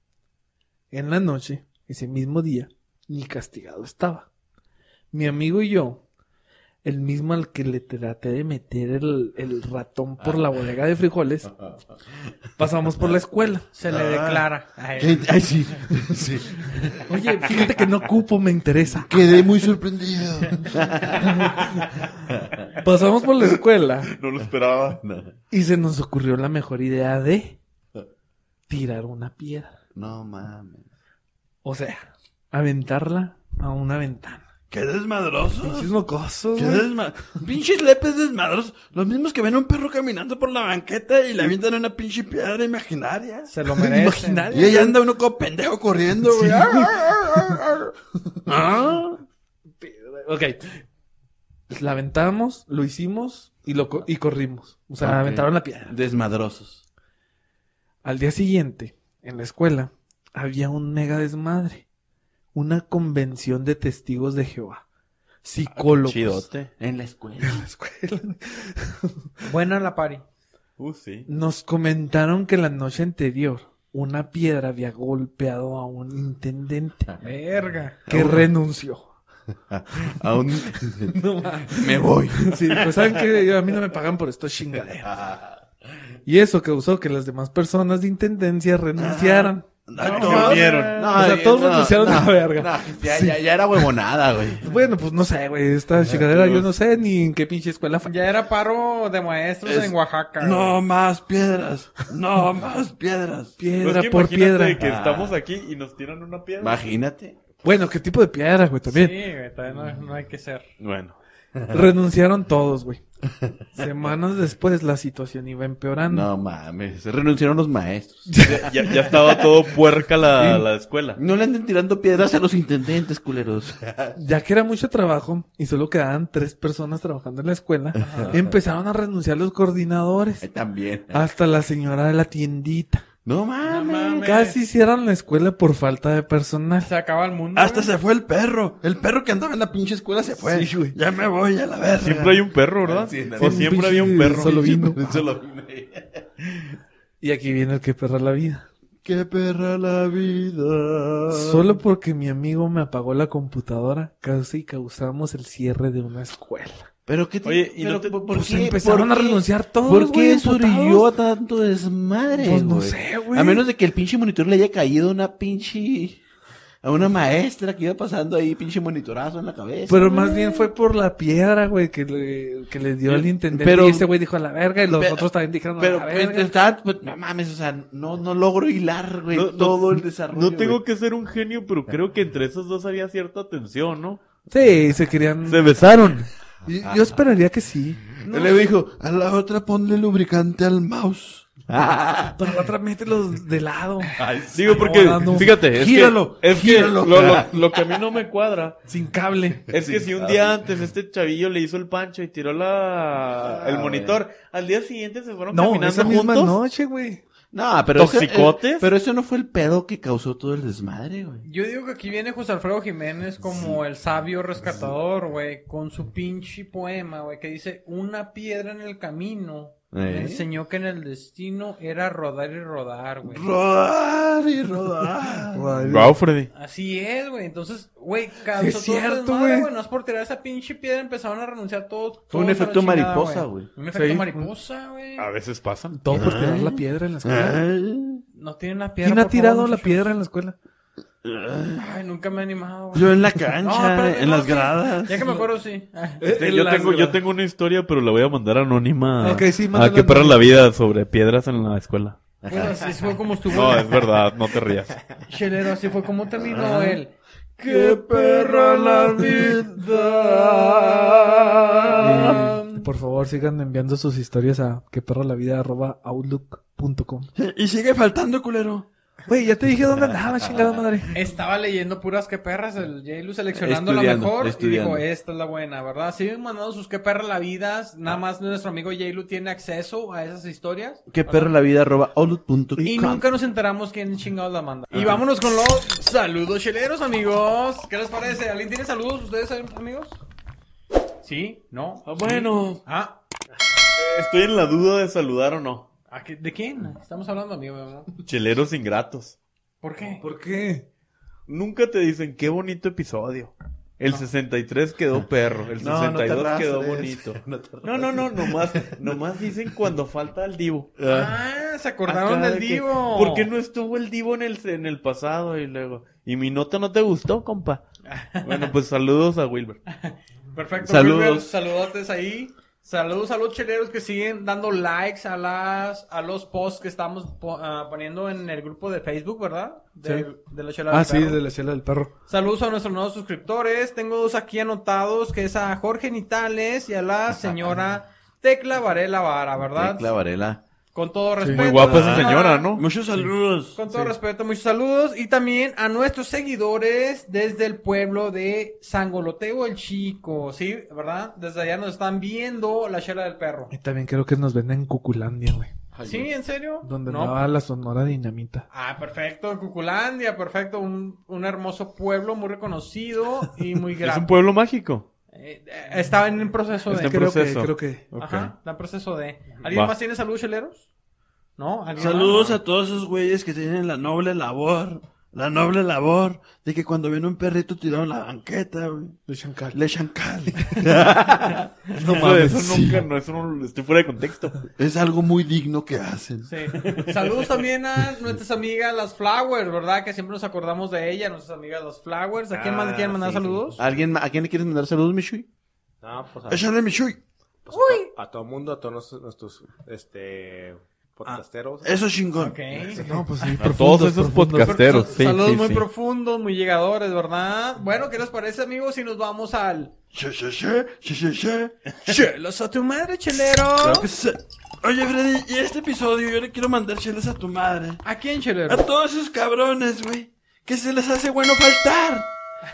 [SPEAKER 2] En la noche, ese mismo día, ni castigado estaba. Mi amigo y yo, el mismo al que le traté de meter el, el ratón por la bodega de frijoles, pasamos por la escuela.
[SPEAKER 3] Se le
[SPEAKER 2] Ah.
[SPEAKER 3] declara. Ay,
[SPEAKER 1] Ay, ay, sí. sí.
[SPEAKER 2] Oye, fíjate que no cupo, me interesa.
[SPEAKER 1] Quedé muy sorprendido.
[SPEAKER 2] Pasamos por la escuela
[SPEAKER 5] No lo esperaba.
[SPEAKER 2] y se nos ocurrió la mejor idea de tirar una piedra.
[SPEAKER 4] No mames.
[SPEAKER 2] O sea, aventarla a una ventana.
[SPEAKER 1] ¿Qué desmadroso?
[SPEAKER 2] Pinches mocosos,
[SPEAKER 1] ¿Qué
[SPEAKER 2] güey.
[SPEAKER 1] desma- Pinches lepes desmadros. Los mismos que ven a un perro caminando por la banqueta y le avientan una pinche piedra imaginaria.
[SPEAKER 3] se lo merece.
[SPEAKER 2] Imaginar-
[SPEAKER 1] Y ahí anda uno como pendejo corriendo, güey. Ar, ar, ar, ar.
[SPEAKER 2] Ah. Ok. Pues La aventamos, lo hicimos y, lo co- y corrimos. O sea,
[SPEAKER 4] Ok.
[SPEAKER 2] aventaron la piedra.
[SPEAKER 4] Desmadrosos.
[SPEAKER 2] Al día siguiente, en la escuela, había un mega desmadre. Una convención de testigos de Jehová. Psicólogos.
[SPEAKER 5] Chidote.
[SPEAKER 4] Ah, En la escuela.
[SPEAKER 2] La escuela.
[SPEAKER 3] Buena la pari.
[SPEAKER 5] Uh, sí.
[SPEAKER 2] Nos comentaron que la noche anterior una piedra había golpeado a un intendente
[SPEAKER 4] Ah,
[SPEAKER 3] Verga.
[SPEAKER 2] que renunció.
[SPEAKER 4] Aún
[SPEAKER 2] No mames.
[SPEAKER 4] me voy.
[SPEAKER 2] Sí, pues saben que a mí no me pagan por esto chingaderas.
[SPEAKER 4] Ah,
[SPEAKER 2] Y eso causó que las demás personas de intendencia renunciaran.
[SPEAKER 4] No,
[SPEAKER 5] Se unieron.
[SPEAKER 4] no,
[SPEAKER 2] o sea, todos renunciaron a la verga.
[SPEAKER 4] no, ya, ya, ya era huevonada, güey.
[SPEAKER 2] Bueno, pues no sé, güey, esta chingadera yo no sé ni en qué pinche escuela fue.
[SPEAKER 3] Ya era paro de maestros
[SPEAKER 1] Es-
[SPEAKER 3] en Oaxaca.
[SPEAKER 1] No más piedras. No más piedras.
[SPEAKER 5] Pues
[SPEAKER 2] Piedra
[SPEAKER 5] es que
[SPEAKER 2] por
[SPEAKER 5] imagínate
[SPEAKER 2] piedra. Ah.
[SPEAKER 5] que estamos aquí y nos tiran una piedra.
[SPEAKER 4] Imagínate.
[SPEAKER 2] Bueno, ¿qué tipo de piedra, güey?
[SPEAKER 3] güey.
[SPEAKER 2] También.
[SPEAKER 3] Sí, güey, todavía no, no hay que ser.
[SPEAKER 5] Bueno.
[SPEAKER 2] Renunciaron todos, güey. Semanas después la situación iba empeorando.
[SPEAKER 4] No mames, se renunciaron los maestros.
[SPEAKER 5] Ya, ya- ya estaba todo puerca la, la escuela.
[SPEAKER 4] No le anden tirando piedras a los intendentes, culeros.
[SPEAKER 2] Ya que era mucho trabajo y solo quedaban tres personas trabajando en la escuela, empezaron a renunciar los coordinadores.
[SPEAKER 4] Eh, También.
[SPEAKER 2] Hasta la señora de la tiendita.
[SPEAKER 4] No mames.
[SPEAKER 3] No mames.
[SPEAKER 2] Casi cierran la escuela por falta de personal.
[SPEAKER 3] Se acaba el mundo.
[SPEAKER 1] Hasta
[SPEAKER 3] güey.
[SPEAKER 1] se fue el perro. El perro que andaba en la pinche escuela se fue.
[SPEAKER 4] Sí, güey.
[SPEAKER 1] Ya me voy a la verga.
[SPEAKER 5] Siempre hay un perro, ¿verdad?
[SPEAKER 4] Sí,
[SPEAKER 5] o
[SPEAKER 2] un
[SPEAKER 5] siempre
[SPEAKER 2] pinche
[SPEAKER 5] había un perro.
[SPEAKER 2] solo vino.
[SPEAKER 4] Solo vino.
[SPEAKER 2] Y aquí viene el que perra la vida.
[SPEAKER 1] Qué perra la
[SPEAKER 4] Ah.
[SPEAKER 1] vida.
[SPEAKER 2] Solo porque mi amigo me apagó la computadora, casi causamos el cierre de una escuela.
[SPEAKER 4] Pero qué te-
[SPEAKER 5] Oye, ¿y
[SPEAKER 4] pero
[SPEAKER 5] no te-
[SPEAKER 4] ¿por
[SPEAKER 2] Pues
[SPEAKER 4] qué-
[SPEAKER 2] empezaron
[SPEAKER 4] por
[SPEAKER 2] a
[SPEAKER 4] qué-
[SPEAKER 2] renunciar todos.
[SPEAKER 4] ¿Por qué
[SPEAKER 2] güey,
[SPEAKER 4] surgió
[SPEAKER 2] emputados.
[SPEAKER 4] tanto desmadre?
[SPEAKER 2] Pues no
[SPEAKER 4] güey?
[SPEAKER 2] sé, güey.
[SPEAKER 4] A menos de que el pinche monitor le haya caído una pinche. a una maestra que iba pasando ahí, pinche monitorazo en la cabeza.
[SPEAKER 2] Pero
[SPEAKER 4] güey.
[SPEAKER 2] más bien fue por la piedra, güey, que le, que le dio el intendente.
[SPEAKER 4] Pero-
[SPEAKER 2] y ese güey dijo a la verga y los
[SPEAKER 4] Pero-
[SPEAKER 2] otros también dijeron
[SPEAKER 4] Pero
[SPEAKER 2] a la
[SPEAKER 4] pues,
[SPEAKER 2] verga.
[SPEAKER 4] está- pues, no mames, o sea, no, no logro hilar, güey,
[SPEAKER 5] No, no-
[SPEAKER 4] todo el desarrollo.
[SPEAKER 5] No tengo
[SPEAKER 4] güey.
[SPEAKER 5] que ser un genio, pero creo que entre esos dos había cierta tensión, ¿no?
[SPEAKER 2] Sí, se querían...
[SPEAKER 5] besaron.
[SPEAKER 2] Y- Yo esperaría que sí.
[SPEAKER 1] Y Le dijo, a la otra ponle lubricante al mouse.
[SPEAKER 2] Pero la otra mételos de lado.
[SPEAKER 5] Digo, porque,
[SPEAKER 2] Acomodando.
[SPEAKER 5] fíjate, es
[SPEAKER 1] Gíralo,
[SPEAKER 5] que, es que
[SPEAKER 1] gíralo.
[SPEAKER 5] Lo, lo- lo que a mí no me cuadra
[SPEAKER 2] Sin cable.
[SPEAKER 5] es que si un día antes este chavillo le hizo el pancho y tiró la el monitor, al día siguiente se fueron
[SPEAKER 2] No,
[SPEAKER 5] caminando
[SPEAKER 2] esa misma
[SPEAKER 5] juntos.
[SPEAKER 2] noche, güey.
[SPEAKER 4] No, pero. eso-
[SPEAKER 5] ¿Toxicotes?
[SPEAKER 4] eh, pero eso no fue el pedo que causó todo el desmadre, güey.
[SPEAKER 3] Yo digo que aquí viene José Alfredo Jiménez como el sabio rescatador, güey, con su pinche poema, güey, que dice, una piedra en el camino
[SPEAKER 4] ¿Eh?
[SPEAKER 3] me enseñó que en el destino era rodar y rodar, güey.
[SPEAKER 1] Rodar y rodar.
[SPEAKER 5] Wow, Freddy.
[SPEAKER 3] Así es, güey. Entonces, güey,
[SPEAKER 2] Sí,
[SPEAKER 3] causó
[SPEAKER 2] es cierto,
[SPEAKER 3] todo desmadre,
[SPEAKER 2] güey.
[SPEAKER 3] güey. No es por tirar esa pinche piedra, empezaron a renunciar todo.
[SPEAKER 4] Fue un
[SPEAKER 3] todos a la
[SPEAKER 4] efecto
[SPEAKER 3] chingada,
[SPEAKER 4] mariposa, güey.
[SPEAKER 3] Un efecto
[SPEAKER 2] Sí. Ah.
[SPEAKER 3] mariposa, güey.
[SPEAKER 5] A veces pasan.
[SPEAKER 2] Todo por tirar la piedra en la
[SPEAKER 5] Ah.
[SPEAKER 4] Ah.
[SPEAKER 2] escuela.
[SPEAKER 4] Ay.
[SPEAKER 3] No tienen la piedra.
[SPEAKER 2] ¿Quién ha
[SPEAKER 3] por favor,
[SPEAKER 2] tirado la
[SPEAKER 3] muchachos.
[SPEAKER 2] piedra en la escuela?
[SPEAKER 3] Ay, nunca me he animado, güey.
[SPEAKER 4] Yo en la cancha,
[SPEAKER 3] No, espérate,
[SPEAKER 4] en
[SPEAKER 3] no,
[SPEAKER 4] las
[SPEAKER 3] sí.
[SPEAKER 4] gradas.
[SPEAKER 3] Ya que me acuerdo, sí. Ay.
[SPEAKER 2] Eh,
[SPEAKER 5] yo
[SPEAKER 2] las
[SPEAKER 5] tengo, yo
[SPEAKER 2] gradas.
[SPEAKER 5] tengo una historia, pero la voy a mandar anónima
[SPEAKER 2] Ah, Ok, sí,
[SPEAKER 5] a
[SPEAKER 2] mándala
[SPEAKER 5] que Ah. perra
[SPEAKER 2] anónima.
[SPEAKER 5] la vida sobre piedras en la escuela.
[SPEAKER 3] Pues así fue como estuvo.
[SPEAKER 5] No, es verdad, no te rías.
[SPEAKER 3] Chelero, así fue como terminó él.
[SPEAKER 1] Qué perra la vida.
[SPEAKER 2] Eh, por favor, sigan enviando sus historias a queperrolavida.outlook.com.
[SPEAKER 1] Y sigue faltando, culero.
[SPEAKER 2] Güey, ya te dije dónde
[SPEAKER 5] Ah.
[SPEAKER 2] andaba, chingada madre.
[SPEAKER 3] Estaba leyendo puras que perras, el Jailu seleccionando la
[SPEAKER 4] Estudiando,
[SPEAKER 3] mejor
[SPEAKER 4] estudiando.
[SPEAKER 3] y dijo, esta es la buena, ¿verdad? Siguen mandando sus que perra la vida, nada más nuestro amigo Jailu tiene acceso a esas historias.
[SPEAKER 4] Que perra la vida arroba outlook.com.
[SPEAKER 3] Y nunca nos enteramos quién chingados la manda. Y vámonos con los saludos cheleros, amigos. ¿Qué les parece? ¿Alguien tiene saludos ustedes, amigos? ¿Sí? ¿No?
[SPEAKER 5] Bueno,
[SPEAKER 3] Ah,
[SPEAKER 5] estoy en la duda de saludar o no.
[SPEAKER 3] ¿a qué- ¿de
[SPEAKER 5] Mm.
[SPEAKER 3] quién? Estamos hablando, amigo. mi amor?
[SPEAKER 5] Cheleros ingratos.
[SPEAKER 3] ¿Por qué?
[SPEAKER 2] ¿Por qué?
[SPEAKER 5] Nunca te dicen qué bonito episodio. El 63 quedó perro, el 62 quedó bonito. No, no, no, nomás, nomás dicen cuando falta el divo.
[SPEAKER 3] Ah, se acordaron
[SPEAKER 5] Acá
[SPEAKER 3] del
[SPEAKER 5] de que,
[SPEAKER 3] divo.
[SPEAKER 5] ¿Por qué no estuvo el divo en el, en el pasado? Y luego, y mi nota no te gustó, compa. Bueno, pues saludos a Wilber.
[SPEAKER 3] Perfecto.
[SPEAKER 4] Saludos.
[SPEAKER 3] Wilber, saludotes ahí. Saludos a los cheleros que siguen dando likes a las a los posts que estamos po- ah, poniendo en el grupo de Facebook, ¿verdad? De,
[SPEAKER 2] Sí.
[SPEAKER 3] de la chela
[SPEAKER 2] Ah,
[SPEAKER 3] del
[SPEAKER 2] sí,
[SPEAKER 3] perro.
[SPEAKER 2] de la chela del perro.
[SPEAKER 3] Saludos a nuestros nuevos suscriptores. Tengo dos aquí anotados, que es a Jorge Nitales y a la señora Tecla Varela Vara, ¿verdad?
[SPEAKER 4] Tecla Varela.
[SPEAKER 3] Con todo respeto. Ah,
[SPEAKER 5] Muy guapa esa
[SPEAKER 3] señora,
[SPEAKER 5] señora, ¿no?
[SPEAKER 1] Muchos saludos.
[SPEAKER 3] Con todo respeto, muchos saludos. Y también a nuestros seguidores desde el pueblo de Sangoloteo el Chico, ¿sí? ¿Verdad? Desde allá nos están viendo la chela del perro.
[SPEAKER 2] Y también creo que nos venden en Cuculandia, güey.
[SPEAKER 3] ¿Sí? ¿En serio?
[SPEAKER 2] Donde
[SPEAKER 3] No.
[SPEAKER 2] andaba la sonora dinamita.
[SPEAKER 3] Ah, perfecto, Cuculandia, perfecto. Un, un hermoso pueblo muy reconocido y muy
[SPEAKER 5] Es un
[SPEAKER 3] grande.
[SPEAKER 5] pueblo mágico.
[SPEAKER 3] estaba en un proceso de...
[SPEAKER 5] Está en
[SPEAKER 2] Este creo
[SPEAKER 5] Este proceso.
[SPEAKER 2] que, creo que.
[SPEAKER 5] Ok.
[SPEAKER 3] Ajá, está en proceso de... ¿Alguien
[SPEAKER 5] Va.
[SPEAKER 3] más tiene saludos, cheleros? ¿No? ¿Alguien más?
[SPEAKER 1] Saludos a todos esos güeyes que tienen la noble labor. La noble labor de que cuando ven un perrito tirado en la banqueta, güey,
[SPEAKER 2] De Chancala.
[SPEAKER 1] le echan cal.
[SPEAKER 5] No
[SPEAKER 2] mames,
[SPEAKER 5] Eso nunca, no, eso no- estoy fuera de contexto.
[SPEAKER 1] Es algo muy digno que hacen.
[SPEAKER 3] Sí. Saludos también a nuestras amigas las Flowers, ¿verdad? Que siempre nos acordamos de ella, nuestras amigas las Flowers. ¿A quién
[SPEAKER 1] Ah,
[SPEAKER 3] más le quieren mandar saludos?
[SPEAKER 4] ¿Alguien, ma- ¿A quién le quieres mandar saludos, Michui?
[SPEAKER 6] No, pues a,
[SPEAKER 1] Échale mi chuy.
[SPEAKER 6] pues a to- a todo mundo, a todos nos- nuestros este, podcasteros.
[SPEAKER 1] Eso es chingón.
[SPEAKER 3] Ok.
[SPEAKER 2] No, pues sí,
[SPEAKER 5] A todos esos podcasteros.
[SPEAKER 3] Son
[SPEAKER 5] sí,
[SPEAKER 3] saludos
[SPEAKER 5] sí,
[SPEAKER 3] muy
[SPEAKER 5] sí.
[SPEAKER 3] profundos, muy llegadores, ¿verdad? Bueno, ¿qué les parece, amigos? Si nos vamos al.
[SPEAKER 1] Che, che, che, che, che, che.
[SPEAKER 3] ¡Chelos a tu madre, chelero!
[SPEAKER 1] Claro que sí. Oye, Freddy, y este episodio yo le quiero mandar chelas a tu madre.
[SPEAKER 3] ¿A quién,
[SPEAKER 1] A
[SPEAKER 3] chelero?
[SPEAKER 1] todos esos cabrones, güey. Que se les hace bueno faltar.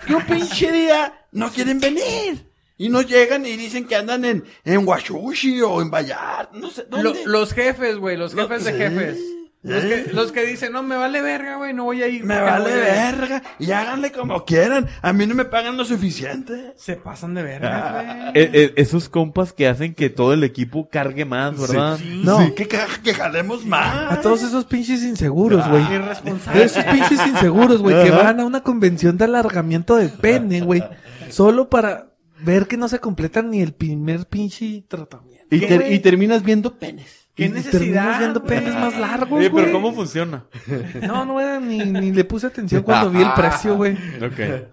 [SPEAKER 1] Que un pinche día no quieren venir. Y no llegan y dicen que andan en, en Washushi o en Vallar. No sé
[SPEAKER 3] Lo-
[SPEAKER 1] dónde.
[SPEAKER 3] los jefes, güey, los jefes de
[SPEAKER 1] Sí.
[SPEAKER 3] jefes. Los
[SPEAKER 1] ¿Eh?
[SPEAKER 3] que, los que dicen, no, me vale verga, güey, no voy a ir.
[SPEAKER 1] Me
[SPEAKER 3] porque no
[SPEAKER 1] vale
[SPEAKER 3] voy a ir".
[SPEAKER 1] verga. Y háganle como quieran. A mí no me pagan lo suficiente.
[SPEAKER 3] Se pasan de
[SPEAKER 1] Ah.
[SPEAKER 3] verga,
[SPEAKER 5] Eh,
[SPEAKER 3] güey.
[SPEAKER 5] eh, esos compas que hacen que todo el equipo cargue más, ¿verdad?
[SPEAKER 1] No. Que, ca- que jalemos más.
[SPEAKER 2] A todos esos pinches inseguros, güey.
[SPEAKER 5] Ah.
[SPEAKER 3] Irresponsable.
[SPEAKER 2] Esos pinches inseguros, güey, que van a una convención de alargamiento de pene, güey. Solo para ver que no se completan ni el primer pinche tratamiento.
[SPEAKER 4] Y,
[SPEAKER 3] ¿Qué,
[SPEAKER 4] ter-
[SPEAKER 3] güey?
[SPEAKER 4] y terminas viendo penes.
[SPEAKER 3] ¿Qué
[SPEAKER 2] Y
[SPEAKER 3] necesidad?
[SPEAKER 2] Terminas viendo
[SPEAKER 3] güey?
[SPEAKER 2] penes más largos,
[SPEAKER 5] Oye, pero
[SPEAKER 2] güey.
[SPEAKER 5] ¿cómo funciona?
[SPEAKER 2] No, no, era ni, ni le puse atención cuando vi el
[SPEAKER 5] Ah.
[SPEAKER 2] precio, güey.
[SPEAKER 5] Ok.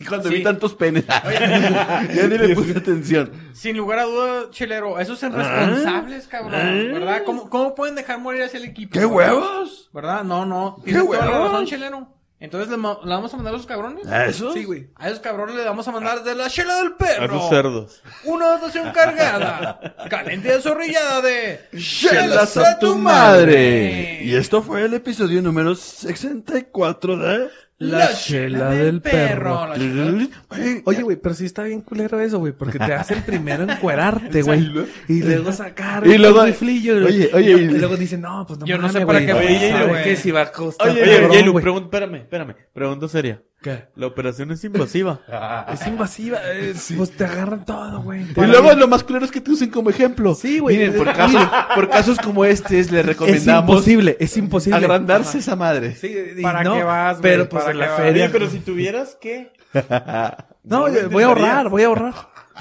[SPEAKER 4] Y cuando
[SPEAKER 3] Sí.
[SPEAKER 4] vi tantos penes, ya ni le puse atención.
[SPEAKER 3] Sin lugar a duda, chelero, esos
[SPEAKER 2] ¿Ah?
[SPEAKER 3] son responsables,
[SPEAKER 2] ¿Eh?
[SPEAKER 3] cabrón, ¿verdad? ¿Cómo, cómo pueden dejar morir hacia el equipo?
[SPEAKER 1] ¡Qué huevos!
[SPEAKER 3] ¿Verdad? No, no.
[SPEAKER 1] ¿Qué
[SPEAKER 3] Tienes toda la
[SPEAKER 1] huevos?
[SPEAKER 3] razón, chelero. Entonces, ¿le, ma- le vamos a mandar a esos cabrones?
[SPEAKER 1] ¿A esos?
[SPEAKER 3] Sí, güey. A esos cabrones le vamos a mandar de la chela del perro.
[SPEAKER 5] A esos cerdos.
[SPEAKER 3] Una dotación cargada. Caliente y zorrillada de...
[SPEAKER 1] ¡Chelas a tu madre! Y esto fue el episodio número 64 de...
[SPEAKER 2] La chela del perro.
[SPEAKER 3] La chela del-
[SPEAKER 1] Oye,
[SPEAKER 2] Oye, güey, pero sí está bien culero eso, güey, porque te hacen primero encuerarte, güey. Y luego sacar
[SPEAKER 4] Y luego-
[SPEAKER 2] el riflillo, güey.
[SPEAKER 4] Oye, oye,
[SPEAKER 2] Y
[SPEAKER 4] y-
[SPEAKER 2] luego dicen, no, pues no
[SPEAKER 3] Yo no sé
[SPEAKER 2] mames,
[SPEAKER 3] para
[SPEAKER 2] güey.
[SPEAKER 3] qué
[SPEAKER 5] fue,
[SPEAKER 2] ¿Sabe
[SPEAKER 3] güey.
[SPEAKER 2] qué? Si va a costar.
[SPEAKER 5] Oye,
[SPEAKER 2] cabrón,
[SPEAKER 5] oye, Yelu,
[SPEAKER 2] güey.
[SPEAKER 5] pregun- espérame, espérame. Pregunta seria.
[SPEAKER 2] ¿Qué?
[SPEAKER 5] La operación es invasiva.
[SPEAKER 2] Es invasiva, es- pues te agarran todo, güey.
[SPEAKER 4] Y luego lo más claro es que te usen como ejemplo.
[SPEAKER 2] Sí, güey.
[SPEAKER 4] Miren, por
[SPEAKER 2] Es-
[SPEAKER 4] casos, por casos como este, les
[SPEAKER 2] es
[SPEAKER 4] recomendamos
[SPEAKER 2] imposible, es imposible.
[SPEAKER 4] agrandarse esa madre.
[SPEAKER 2] Sí, y
[SPEAKER 3] ¿Para
[SPEAKER 2] no,
[SPEAKER 3] qué vas, güey?
[SPEAKER 2] Pero pues
[SPEAKER 3] ¿Para
[SPEAKER 2] en
[SPEAKER 3] qué
[SPEAKER 2] la
[SPEAKER 3] vas?
[SPEAKER 2] feria.
[SPEAKER 5] si tuvieras que.
[SPEAKER 2] No, yo- voy a ahorrar, voy a ahorrar.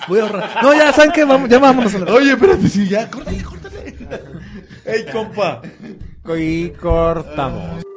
[SPEAKER 2] Voy a ahorrar. No, ya saben que vamos, ya vámonos a la
[SPEAKER 4] Oye, espérate, sí, ya, córtale, córtale.
[SPEAKER 5] ¡Ey, compa!
[SPEAKER 6] Y cortamos.